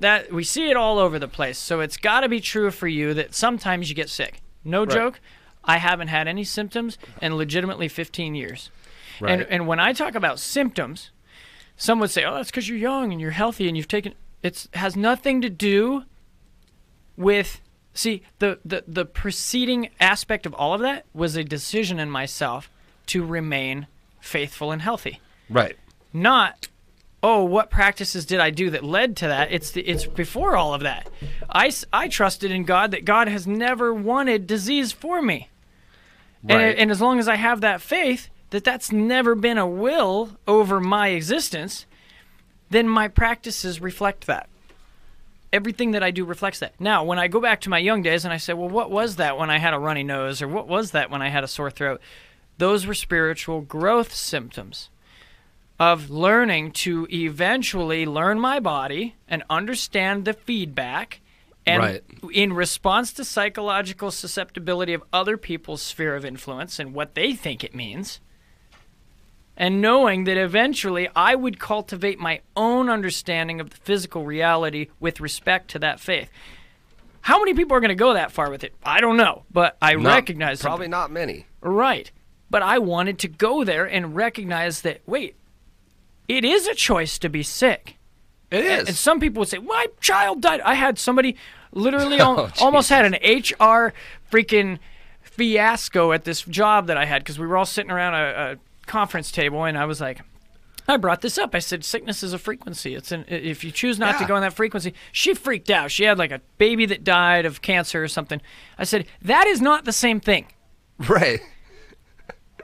C: that we see it all over the place. So it's got to be true for you that sometimes you get sick. No joke. I haven't had any symptoms in legitimately 15 years. And,
B: Right.
C: and when I talk about symptoms, some would say, "Oh, that's because you're young and you're healthy and you've taken." It has nothing to do with. See, the, the the preceding aspect of all of that was a decision in myself to remain faithful and healthy
B: Right.
C: not oh what practices did i do that led to that it's the, it's before all of that I, s- I trusted in god that god has never wanted disease for me
B: Right.
C: and, and as long as i have that faith that that's never been a will over my existence then my practices reflect that everything that i do reflects that now when i go back to my young days and i say well what was that when i had a runny nose or what was that when i had a sore throat those were spiritual growth symptoms of learning to eventually learn my body and understand the feedback and
B: Right.
C: in response to psychological susceptibility of other people's sphere of influence and what they think it means and knowing that eventually I would cultivate my own understanding of the physical reality with respect to that faith. How many people are going to go that far with it? I don't know, but I
B: Not-
C: recognize something.
B: Probably not many.
C: Right. But I wanted to go there and recognize that, wait, it is a choice to be sick.
B: It is.
C: And some people would say, my child died. I had somebody literally al-
B: Oh,
C: almost had an HR freaking fiasco at this job that I had because we were all sitting around a, a conference table and I was like, I brought this up. I said sickness is a frequency. It's an if you choose not to
B: Yeah.
C: go in that frequency. She freaked out. She had like a baby that died of cancer or something. I said that is not the same thing.
B: right.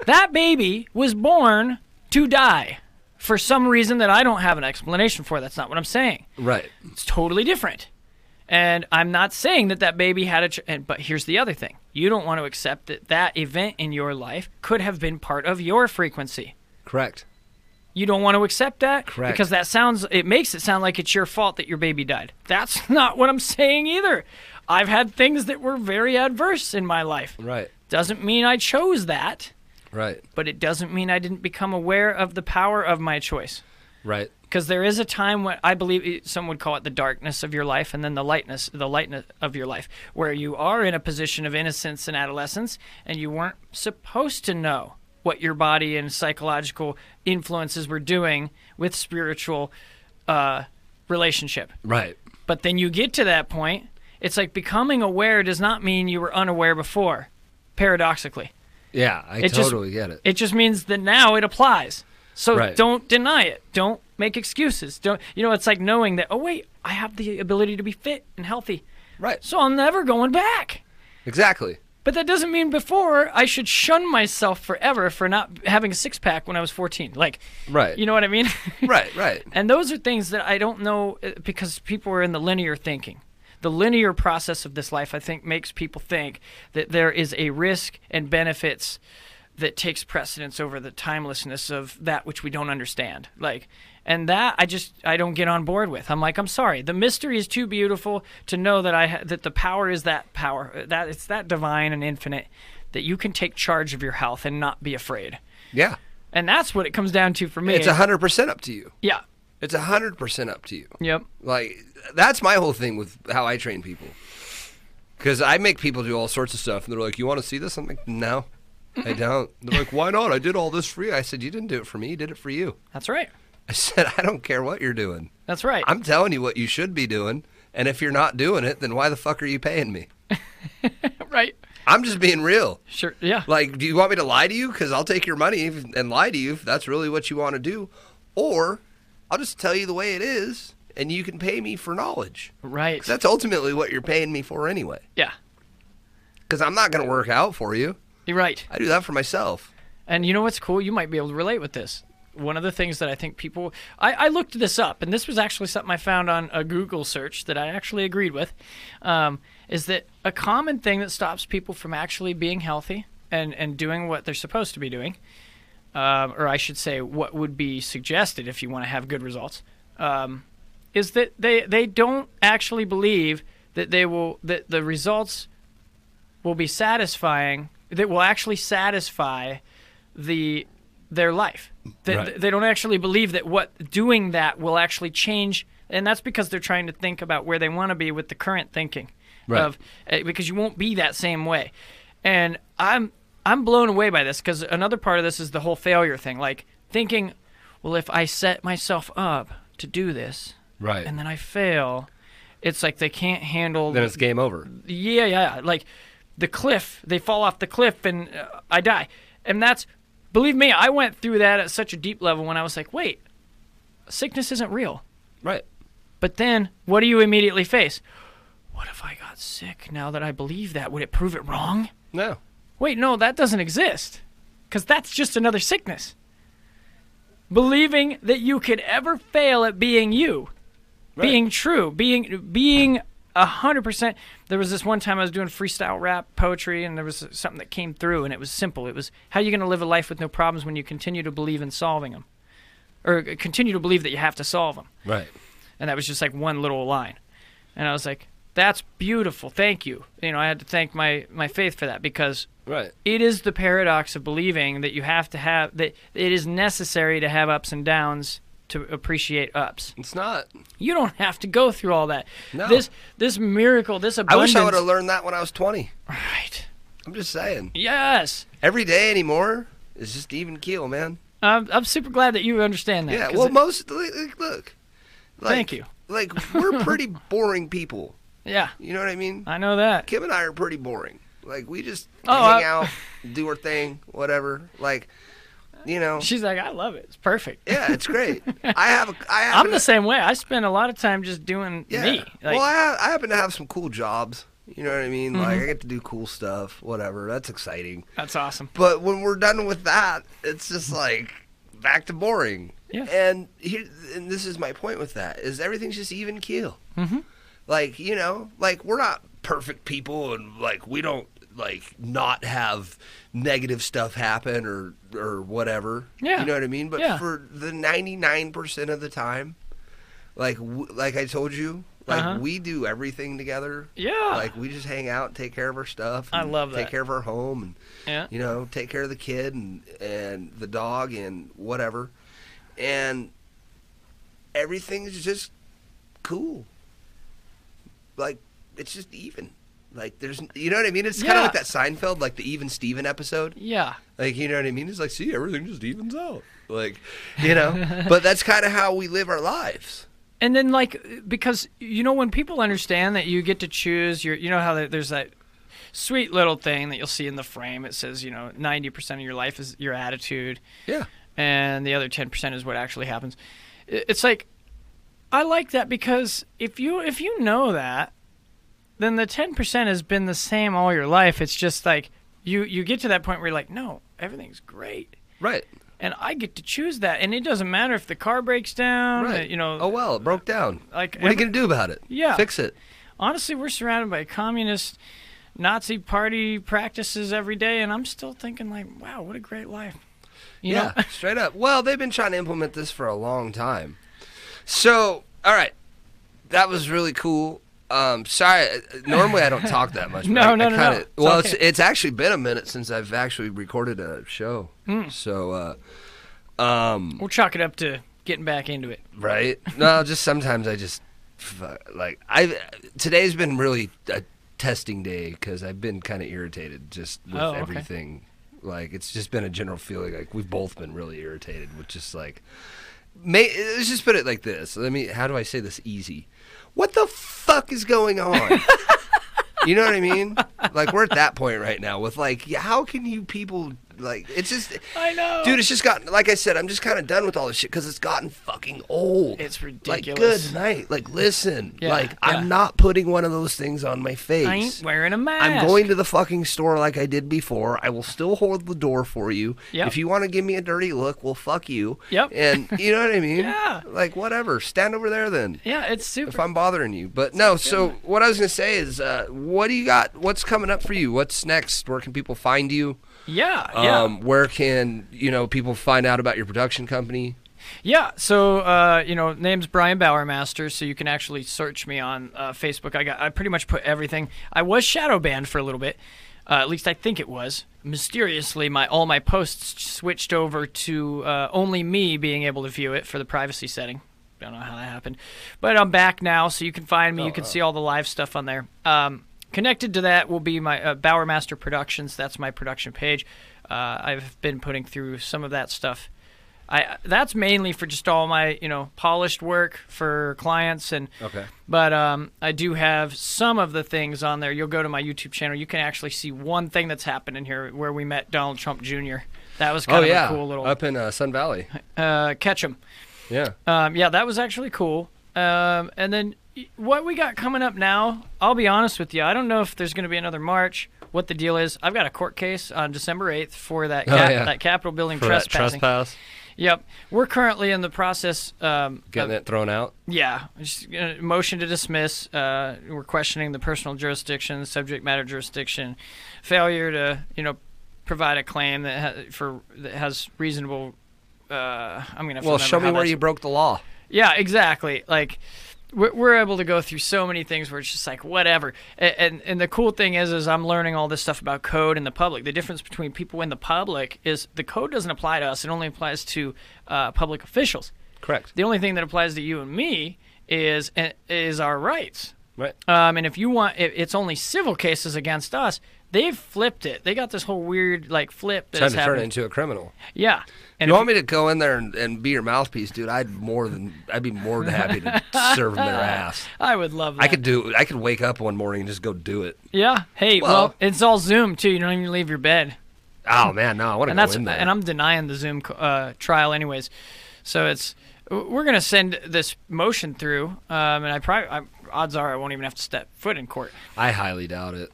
C: That baby was born to die for some reason that I don't have an explanation for. That's not what I'm saying.
B: Right.
C: It's totally different. And I'm not saying that that baby had a. Ch- and, but here's the other thing: you don't want to accept that that event in your life could have been part of your frequency.
B: Correct.
C: You don't want to accept that
B: Correct.
C: because that sounds it makes it sound like it's your fault that your baby died. That's not what I'm saying either. I've had things that were very adverse in my life.
B: Right.
C: Doesn't mean I chose that,
B: Right.
C: but it doesn't mean I didn't become aware of the power of my choice.
B: Right.
C: Because there is a time when I believe it- some would call it the darkness of your life, and then the lightness, the lightness of your life, where you are in a position of innocence and adolescence, and you weren't supposed to know what your body and psychological influences were doing with spiritual uh, relationship.
B: Right.
C: But then you get to that point. It's like becoming aware does not mean you were unaware before. Paradoxically,
B: Yeah, I
C: It just-
B: totally get it.
C: it just means that now it applies. So
B: Right.
C: don't deny it. Don't make excuses. Don't you know? It's like knowing that. Oh wait, I have the ability to be fit and healthy,
B: Right.
C: so I'm never going back.
B: Exactly.
C: But that doesn't mean before I should shun myself forever for not having a six pack when I was 14. Like,
B: Right.
C: you know what I mean?
B: Right, right.
C: And those are things that I don't know uh, because people are in the linear thinking. The linear process of this life, I think, makes people think that there is a risk and benefits that takes precedence over the timelessness of that which we don't understand. Like, and that I just I don't get on board with. I'm like, I'm sorry, the mystery is too beautiful to know that I ha- that the power is that power uh, that it's that divine and infinite that you can take charge of your health and not be afraid.
B: Yeah.
C: And that's what it comes down to for me.
B: It's a 100% up to you.
C: yeah.
B: It's a 100% up to you.
C: Yep.
B: Like that's my whole thing with how I train people. Cuz I make people do all sorts of stuff and they're like, "You want to see this?" I'm like, "No." I don't. They're like, "Why not? I did all this for you." I said, "You didn't do it for me. You did it for you."
C: That's right.
B: I said, "I don't care what you're doing.
C: That's right.
B: I'm telling you what you should be doing, and if you're not doing it, then why the fuck are you paying me?"
C: right.
B: I'm just being real.
C: Sure. Yeah.
B: Like, do you want me to lie to you? Because I'll take your money if, and lie to you if that's really what you want to do. Or I'll just tell you the way it is and you can pay me for knowledge.
C: right.
B: 'Cause that's ultimately what you're paying me for anyway.
C: yeah.
B: Because I'm not going to work out for you.
C: You're right.
B: I do that for myself.
C: And you know what's cool? You might be able to relate with this. One of the things that I think people, I, I looked this up, and this was actually something I found on a Google search that I actually agreed with, um, is that a common thing that stops people from actually being healthy and, and doing what they're supposed to be doing, um, or I should say, what would be suggested if you want to have good results, um, is that they, they don't actually believe that they will that the results will be satisfying that will actually satisfy the their life. They,
B: Right.
C: they don't actually believe that what doing that will actually change, and that's because they're trying to think about where they want to be with the current thinking
B: Right.
C: of eh, because you won't be that same way. And I'm I'm blown away by this because another part of this is the whole failure thing, like thinking, well, if I set myself up to do this,
B: Right.
C: and then I fail, it's like they can't handle
B: Then it's game over.
C: yeah, yeah, yeah. like the cliff. They fall off the cliff and uh, I die. And that's, believe me, I went through that at such a deep level when I was like, wait, sickness isn't real.
B: Right.
C: But then, what do you immediately face? What if I got sick now that I believe that? Would it prove it wrong?
B: No.
C: Wait, no, that doesn't exist. Because that's just another sickness. Believing that you could ever fail at being you, being true, being being a hundred percent. There was this one time I was doing freestyle rap, poetry, and there was something that came through, and it was simple. It was how you going to live a life with no problems when you continue to believe in solving them, or uh, continue to believe that you have to solve them
B: Right.
C: and that was just like one little line and i was like that's beautiful thank you you know i had to thank my my faith for that because
B: Right.
C: it is the paradox of believing that you have to have that it is necessary to have ups and downs to appreciate ups
B: It's not.
C: you don't have to go through all that
B: No.
C: this this miracle this
B: I
C: abundance
B: wish I would have learned that when I was 20.
C: right
B: I'm just saying.
C: yes
B: Every day anymore is just even keel, man.
C: I'm, I'm super glad that you understand that
B: Yeah,
C: 'cause
B: well,
C: it-
B: most li- li- look. Like,
C: Thank you.
B: Like we're pretty boring people.
C: yeah
B: You know what I mean?
C: i know that
B: Kim and I are pretty boring. Like we just
C: Oh,
B: hang
C: I-
B: out, do our thing, whatever. Like, you know.
C: she's like i love it it's perfect
B: yeah, it's great. I have. A, I happen
C: i'm
B: to-
C: the same way i spend a lot of time just doing
B: Yeah.
C: me like,
B: well, I, ha- I happen to have some cool jobs. You know what I mean?
C: Mm-hmm.
B: Like I get to do cool stuff. Whatever. That's exciting.
C: that's awesome
B: But when we're done with that, it's just like back to boring.
C: Yeah.
B: And here, and this is my point with that is everything's just even keel. Mm-hmm. Like, you know, like we're not perfect people and like we don't like not have negative stuff happen or or whatever.
C: Yeah.
B: You know what I mean? But
C: Yeah.
B: for the 99% of the time, like w- like I told you, like
C: Uh-huh.
B: we do everything together.
C: Yeah.
B: Like we just hang out, and take care of our stuff.
C: I
B: and
C: love
B: Take
C: that.
B: care of our home and
C: yeah.
B: you know, take care of the kid and and the dog and whatever, and everything's just cool. Like it's just even. Like there's, you know what I mean? It's kind
C: Yeah.
B: of like that Seinfeld, like the even Steven episode.
C: Yeah.
B: Like you know what I mean? It's like see everything just evens out. Like you know, but that's kind of how we live our lives.
C: And then like because you know when people understand that you get to choose your you know how there- there's that sweet little thing that you'll see in the frame it says, you know, 90% of your life is your attitude
B: Yeah.
C: and the other 10% is what actually happens. I- It's like I like that because if you if you know that then the 10% has been the same all your life. It's just like you you get to that point where you're like, "No, everything's great."
B: Right.
C: And I get to choose that, and it doesn't matter if the car breaks down. uh,
B: Right.
C: You know,
B: Oh well, it broke down.
C: like
B: What are
C: every-
B: you gonna do about it?
C: Yeah.
B: Fix it.
C: honestly, we're surrounded by communist Nazi party practices every day, and I'm still thinking like, wow, what a great life. You
B: yeah,
C: know?
B: straight up. Well, they've been trying to implement this for a long time. So, all right, that was really cool. Um, sorry, uh, normally I don't talk that much. but
C: No,
B: I-
C: no,
B: I
C: no,
B: kinda-
C: no. It's
B: Well,
C: okay.
B: it's it's actually been a minute since I've actually recorded a show.
C: Hmm.
B: So, uh, um,
C: We'll chalk it up to getting back into it.
B: right? No, just sometimes I just fu- like I today's been really a testing day because I've been kind of irritated just with
C: Oh, okay.
B: everything. Like it's just been a general feeling like we've both been really irritated with just like. May, let's just put it like this. Let me. How do I say this easy? What the fuck is going on? you know what I mean? Like we're at that point right now with like, how can you people like? It's just
C: I know,
B: Dude, it's just gotten like I said. I'm just kind of done with all this shit because it's gotten fucking old.
C: It's
B: Like,
C: ridiculous.
B: good night. Like, listen.
C: Yeah,
B: like,
C: yeah.
B: I'm not putting one of those things on my
C: I ain't
B: face.
C: wearing a mask.
B: I'm going to the fucking store like I did before. I will still hold the door for you.
C: Yep.
B: If you want to give me a dirty look, well, fuck you.
C: Yep.
B: And you know what I mean?
C: Yeah.
B: Like, whatever. Stand over there then.
C: Yeah, it's super.
B: If I'm bothering you, but no. So what I was gonna say is, uh, what do you got? What's coming up for you? What's next? Where can people find you?
C: yeah, yeah.
B: Um, where can you know people find out about your production company?
C: Yeah, so uh, you know, name's Brian Bauermaster, so you can actually search me on uh, Facebook. I got, I pretty much put everything. I was shadow banned for a little bit, uh, at least I think it was. Mysteriously, my all my posts switched over to uh, only me being able to view it for the privacy setting. Don't know how that happened, but I'm back now, so you can find me. you can see all the live stuff on there. Um, connected to that will be my uh, Bauermaster Productions. That's my production page. Uh, I've been putting through some of that stuff I that's mainly for just all my you know polished work for clients and
B: Okay.
C: But um, I do have some of the things on there. You'll go to my YouTube channel. You can actually see one thing that's happened in here where we met Donald Trump Jr. That was kind
B: oh
C: of
B: yeah,
C: a cool little
B: up in uh, Sun Valley.
C: uh, catch him.
B: Yeah.
C: Um, yeah, that was actually cool. Um, and then y- what we got coming up now, I'll be honest with you. I don't know if there's going to be another march. What the deal is? I've got a court case on December 8th for that
B: Oh,
C: cap-
B: yeah.
C: that Capitol building
B: For that
C: trespassing.
B: trespass,
C: Yep, we're currently in the process. Um,
B: getting
C: of-
B: it thrown out.
C: Yeah, just, uh, motion to dismiss. Uh, we're questioning the personal jurisdiction, subject matter jurisdiction, failure to you know provide a claim that ha- for that has reasonable. Uh, I'm gonna. have to
B: Well,
C: remember
B: show me
C: how
B: where
C: that's-
B: you broke the law.
C: yeah, exactly. Like we're, we're able to go through so many things where it's just like whatever. A- And and the cool thing is, is I'm learning all this stuff about code and the public. The difference between people and the public is the code doesn't apply to us. It only applies to uh, public officials.
B: Correct.
C: The only thing that applies to you and me is eh, is our rights.
B: Right.
C: Um, and if you want, it, it's only civil cases against us. They've flipped it. They got this whole weird like flip that
B: Trying
C: has
B: to turn it
C: happened.
B: into a criminal.
C: Yeah. And
B: you
C: if
B: want me to go in there and, and be your mouthpiece, dude? I'd more than I'd be more than happy to serve them their ass.
C: I would love that.
B: I could do. I could wake up one morning and just go do it.
C: Yeah. Hey, well,
B: Well-
C: it's all Zoom too. You don't even leave your bed,
B: Oh man, no, I want to
C: and
B: go
C: that's
B: in there.
C: and I'm denying the Zoom co- uh, trial anyways. So it's we're gonna send this motion through, um, and I probably I, odds are I won't even have to step foot in court.
B: I highly doubt it.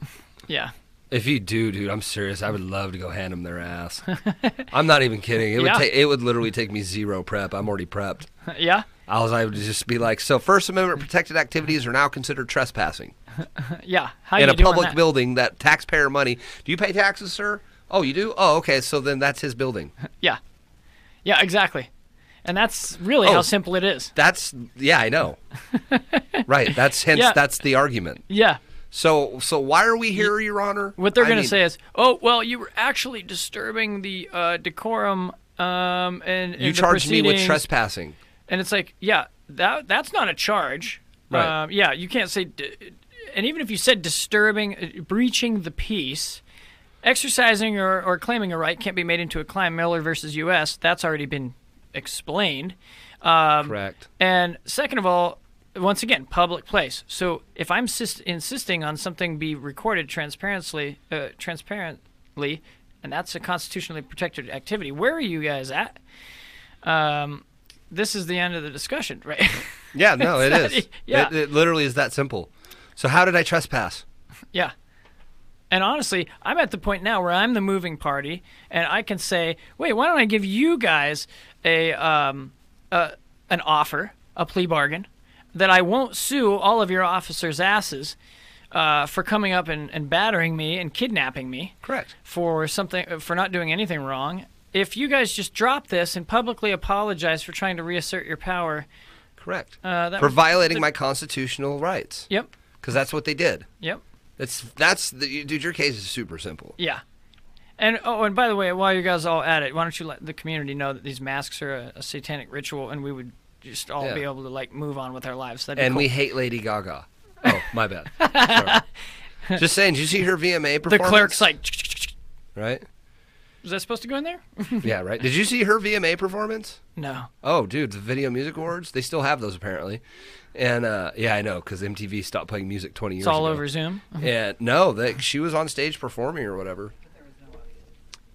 C: Yeah.
B: If you do, dude, I'm serious. I would love to go hand them their ass. I'm not even kidding. It would
C: Yeah.
B: take. It would literally take me zero prep. I'm already prepped.
C: yeah.
B: I was able to just be like, so First Amendment protected activities are now considered trespassing
C: Yeah. How
B: in
C: you
B: a
C: doing
B: public
C: that?
B: building that taxpayer money. Do you pay taxes, sir? Oh, you do. Oh, okay. So then that's his building.
C: Yeah. Yeah, exactly. And that's really
B: Oh.
C: how simple it is.
B: That's yeah, I know. right. That's hence
C: Yeah.
B: that's the argument.
C: Yeah.
B: So so why are we here, Your Honor?
C: What they're
B: I
C: going to
B: mean,
C: say is, "Oh, well, you were actually disturbing the uh, decorum um and, and
B: you
C: the
B: charge me with
C: proceedings."
B: trespassing.
C: And it's like, "Yeah, that that's not a charge."
B: Right.
C: Um, yeah, you can't say di- and even if you said disturbing uh, breaching the peace, exercising or, or claiming a right can't be made into a claim Miller versus US. That's already been explained. um,
B: Correct.
C: And second of all, once again, public place. So if I'm sis- insisting on something be recorded transparently, uh, transparently, and that's a constitutionally protected activity, where are you guys at? Um, this is the end of the discussion, right?
B: Yeah, no, it is. It-
C: yeah.
B: It, literally is that simple. So how did I trespass?
C: yeah. And honestly, I'm at the point now where I'm the moving party, and I can say, "Wait, why don't I give you guys a um, uh, an offer, a plea bargain, that I won't sue all of your officers' asses uh, for coming up and, and battering me and kidnapping me
B: Correct.
C: for something for not doing anything wrong. If you guys just drop this and publicly apologize for trying to reassert your power,
B: Correct.
C: Uh, that
B: For
C: was-
B: violating my constitutional rights.
C: yep,
B: Because that's what they did.
C: yep,
B: That's that's the, you- dude. Your case is super simple.
C: Yeah. And oh, and by the way, while you guys are all at it, why don't you let the community know that these masks are a, a satanic ritual, and we would just all
B: Yeah.
C: be able to like move on with our lives. That'd be
B: And
C: cool.
B: we hate Lady Gaga. Oh, my bad. Sorry. Just saying. Did you see her VMA
C: the
B: performance?
C: clerk's like,
B: right?
C: is that supposed to go in there?
B: Yeah, right. Did you see her VMA performance?
C: no.
B: Oh, dude, the Video Music Awards. They still have those apparently. And uh, yeah, I know because MTV stopped playing music 20 years
C: It's all
B: ago.
C: over Zoom.
B: Yeah, no, that she was on stage performing or whatever.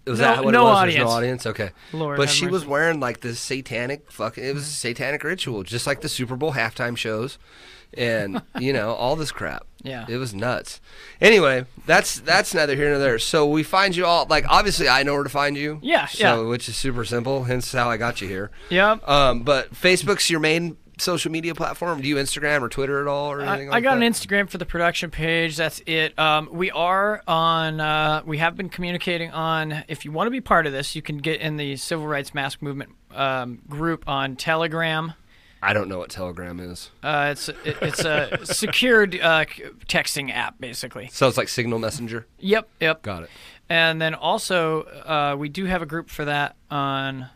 B: Was
C: No-
B: that what
C: no
B: it was? There's
C: audience.
B: no audience. Okay.
C: Lord
B: but
C: have
B: she was
C: mercy.
B: wearing like this satanic fucking. It was a satanic ritual, just like the Super Bowl halftime shows, and you know all this crap.
C: Yeah.
B: It was nuts. Anyway, that's that's neither here nor there. So we find you all like obviously I know where to find you.
C: Yeah,
B: So
C: yeah.
B: which is super simple. Hence how I got you here.
C: Yep.
B: Um, but Facebook's your main social media platform. Do you Instagram or Twitter at all or anything?
C: I,
B: like
C: I got
B: that?
C: an Instagram for the production page. That's it. Um, we are on. Uh, we have been communicating on. If you want to be part of this, you can get in the Civil Rights Mask Movement um, group on Telegram.
B: I don't know what Telegram is.
C: Uh, it's it, it's a secured uh, c- texting app, basically.
B: So it's like Signal Messenger.
C: Yep, yep.
B: Got it.
C: And then also, uh, we do have a group for that on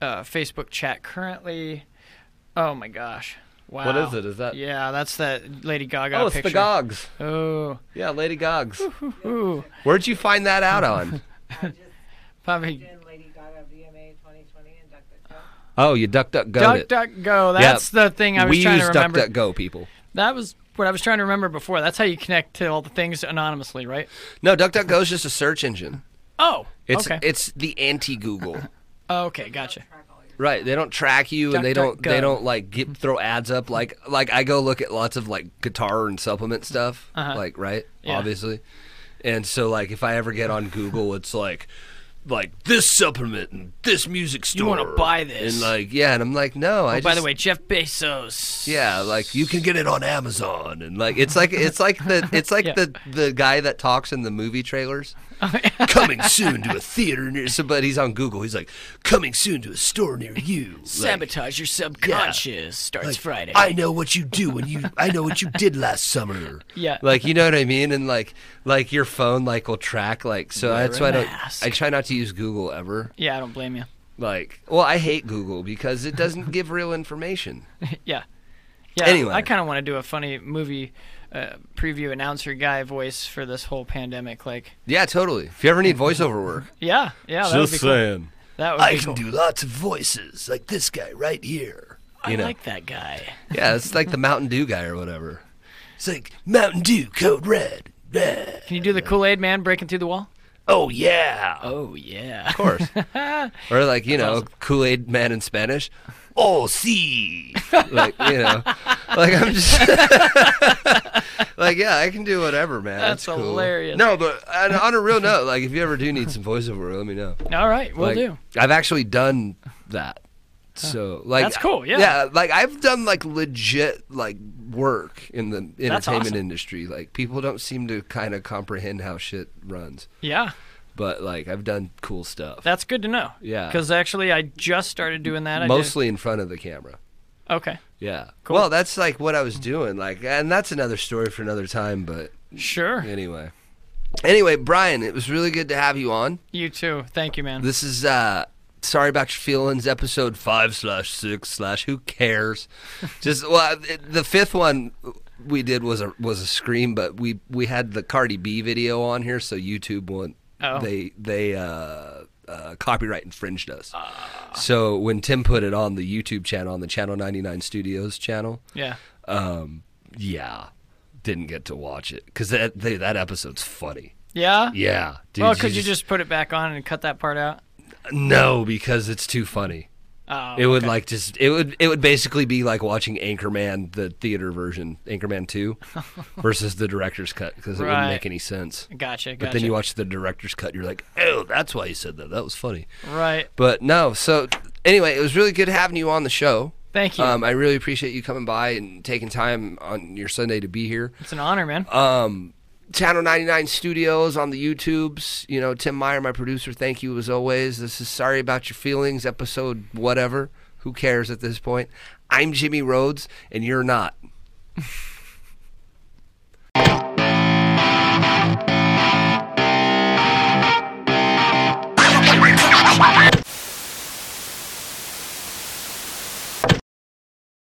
C: uh, Facebook chat currently. Oh my gosh! Wow.
B: What is it? Is that-
C: Yeah, that's that Lady Gaga
B: oh, it's
C: picture.
B: the Gogs.
C: Oh,
B: Yeah, Lady Gogs.
C: ooh,
B: Where'd you find that out on?
C: probably
E: Lady Gaga VMA 2020 and Dr.
B: Oh, you duck duck go.
C: Duck Duck Go. That's the thing I was
B: we
C: trying
B: use
C: to remember.
B: duck duck go, people.
C: That was what I was trying to remember before. That's how you connect to all the things anonymously, right?
B: No, duck duck go is just a search engine.
C: Oh,
B: It's
C: okay.
B: it's the anti Google.
C: okay, gotcha.
B: Right, they don't track you, and they don't
C: DuckDuckGo.
B: they don't like get, throw ads up like like I go look at lots of like guitar and supplement stuff, like right,
C: Uh-huh. Yeah.
B: obviously, and so like if I ever get on Google, it's like like this supplement and this music store.
C: You wanna buy this.
B: and like yeah, and I'm like no, I
C: Oh, by the
B: just-
C: way, Jeff Bezos.
B: yeah, like you can get it on Amazon, and like it's like it's like the it's like
C: Yeah. Oh,
B: the the guy that talks in the movie trailers. coming soon to a theater near somebody. He's on Google. He's like, coming soon to a store near you. Like,
C: Sabotage your subconscious starts Friday.
B: I know what you do when you. I know what you did last summer.
C: Yeah.
B: like you know what I mean, and like like your phone like will track like so. that's
C: a
B: why I don't.
C: mask.
B: I try not to use Google ever.
C: yeah, I don't blame you.
B: Like, well, I hate Google because it doesn't give real information.
C: Yeah. Yeah.
B: Anyway.
C: I kind of want to do a funny movie uh, preview announcer guy voice for this whole pandemic. Like,
B: Yeah, totally. If you ever need voiceover work,
C: yeah, yeah. Oh, That would be cool. That would
B: I
C: be
B: can
C: cool.
B: do lots of voices like this guy right here. You know.
C: I like that guy.
B: Yeah, it's like the Mountain Dew guy or whatever. It's like Mountain Dew Code Red. Red.
C: Can you do the Kool Aid Man breaking through the wall?
B: Oh yeah. Of
C: Oh yeah.
B: course. or like you know Kool Aid Man in Spanish. Oh see. like you know, like I'm just like like, yeah, I can do whatever, man.
C: That's
B: That's, cool.
C: hilarious.
B: No, but on, on a real note, like if you ever do need some voiceover, let me know.
C: All right, we'll
B: like,
C: do.
B: I've actually done that. So like
C: That's cool, yeah.
B: Yeah, like I've done like legit like work in the entertainment
C: awesome.
B: industry. Like people don't seem to kind of comprehend how shit runs.
C: Yeah,
B: But like I've done cool stuff.
C: that's good to know.
B: Yeah.
C: Because actually, I just started doing that. I did-
B: Mostly in front of the camera.
C: Okay.
B: Yeah.
C: Cool.
B: Well, that's like what I was doing. Like and that's another story for another time, but
C: Sure.
B: anyway. Anyway, Brian, it was really good to have you on.
C: You too. Thank you, man.
B: This is uh Sorry About Your Feelings, episode five slash six slash who cares? Just well it- the fifth one we did was a was a scream, but we we had the Cardi B video on here, so YouTube went
C: Oh.
B: they they uh uh, copyright infringed us.
C: Ah.
B: So when Tim put it on the YouTube channel, on the Channel 99 Studios channel,
C: yeah.
B: um, yeah, didn't get to watch it because that they, that episode's funny.
C: Yeah.
B: Yeah, dude,
C: well, could you just put it back on and cut that part out?
B: no because it's too funny.
C: Oh,
B: It would
C: okay.
B: like just it would it would basically be like watching Anchorman the theater version, Anchorman Two, versus the director's cut because it
C: Right.
B: wouldn't make any sense.
C: Gotcha. Gotcha.
B: But then you watch the director's cut, you're like, oh, that's why he said that. That was funny.
C: right.
B: But no, so anyway, it was really good having you on the show.
C: Thank you.
B: Um, I really appreciate you coming by and taking time on your Sunday to be here.
C: it's an honor, man.
B: Um, Channel 99 Studios on the YouTubes. You know, Tim Meyer, my producer, thank you as always. This is Sorry About Your Feelings, episode whatever. Who cares at this point? I'm Jimmy Rhodes, and you're not.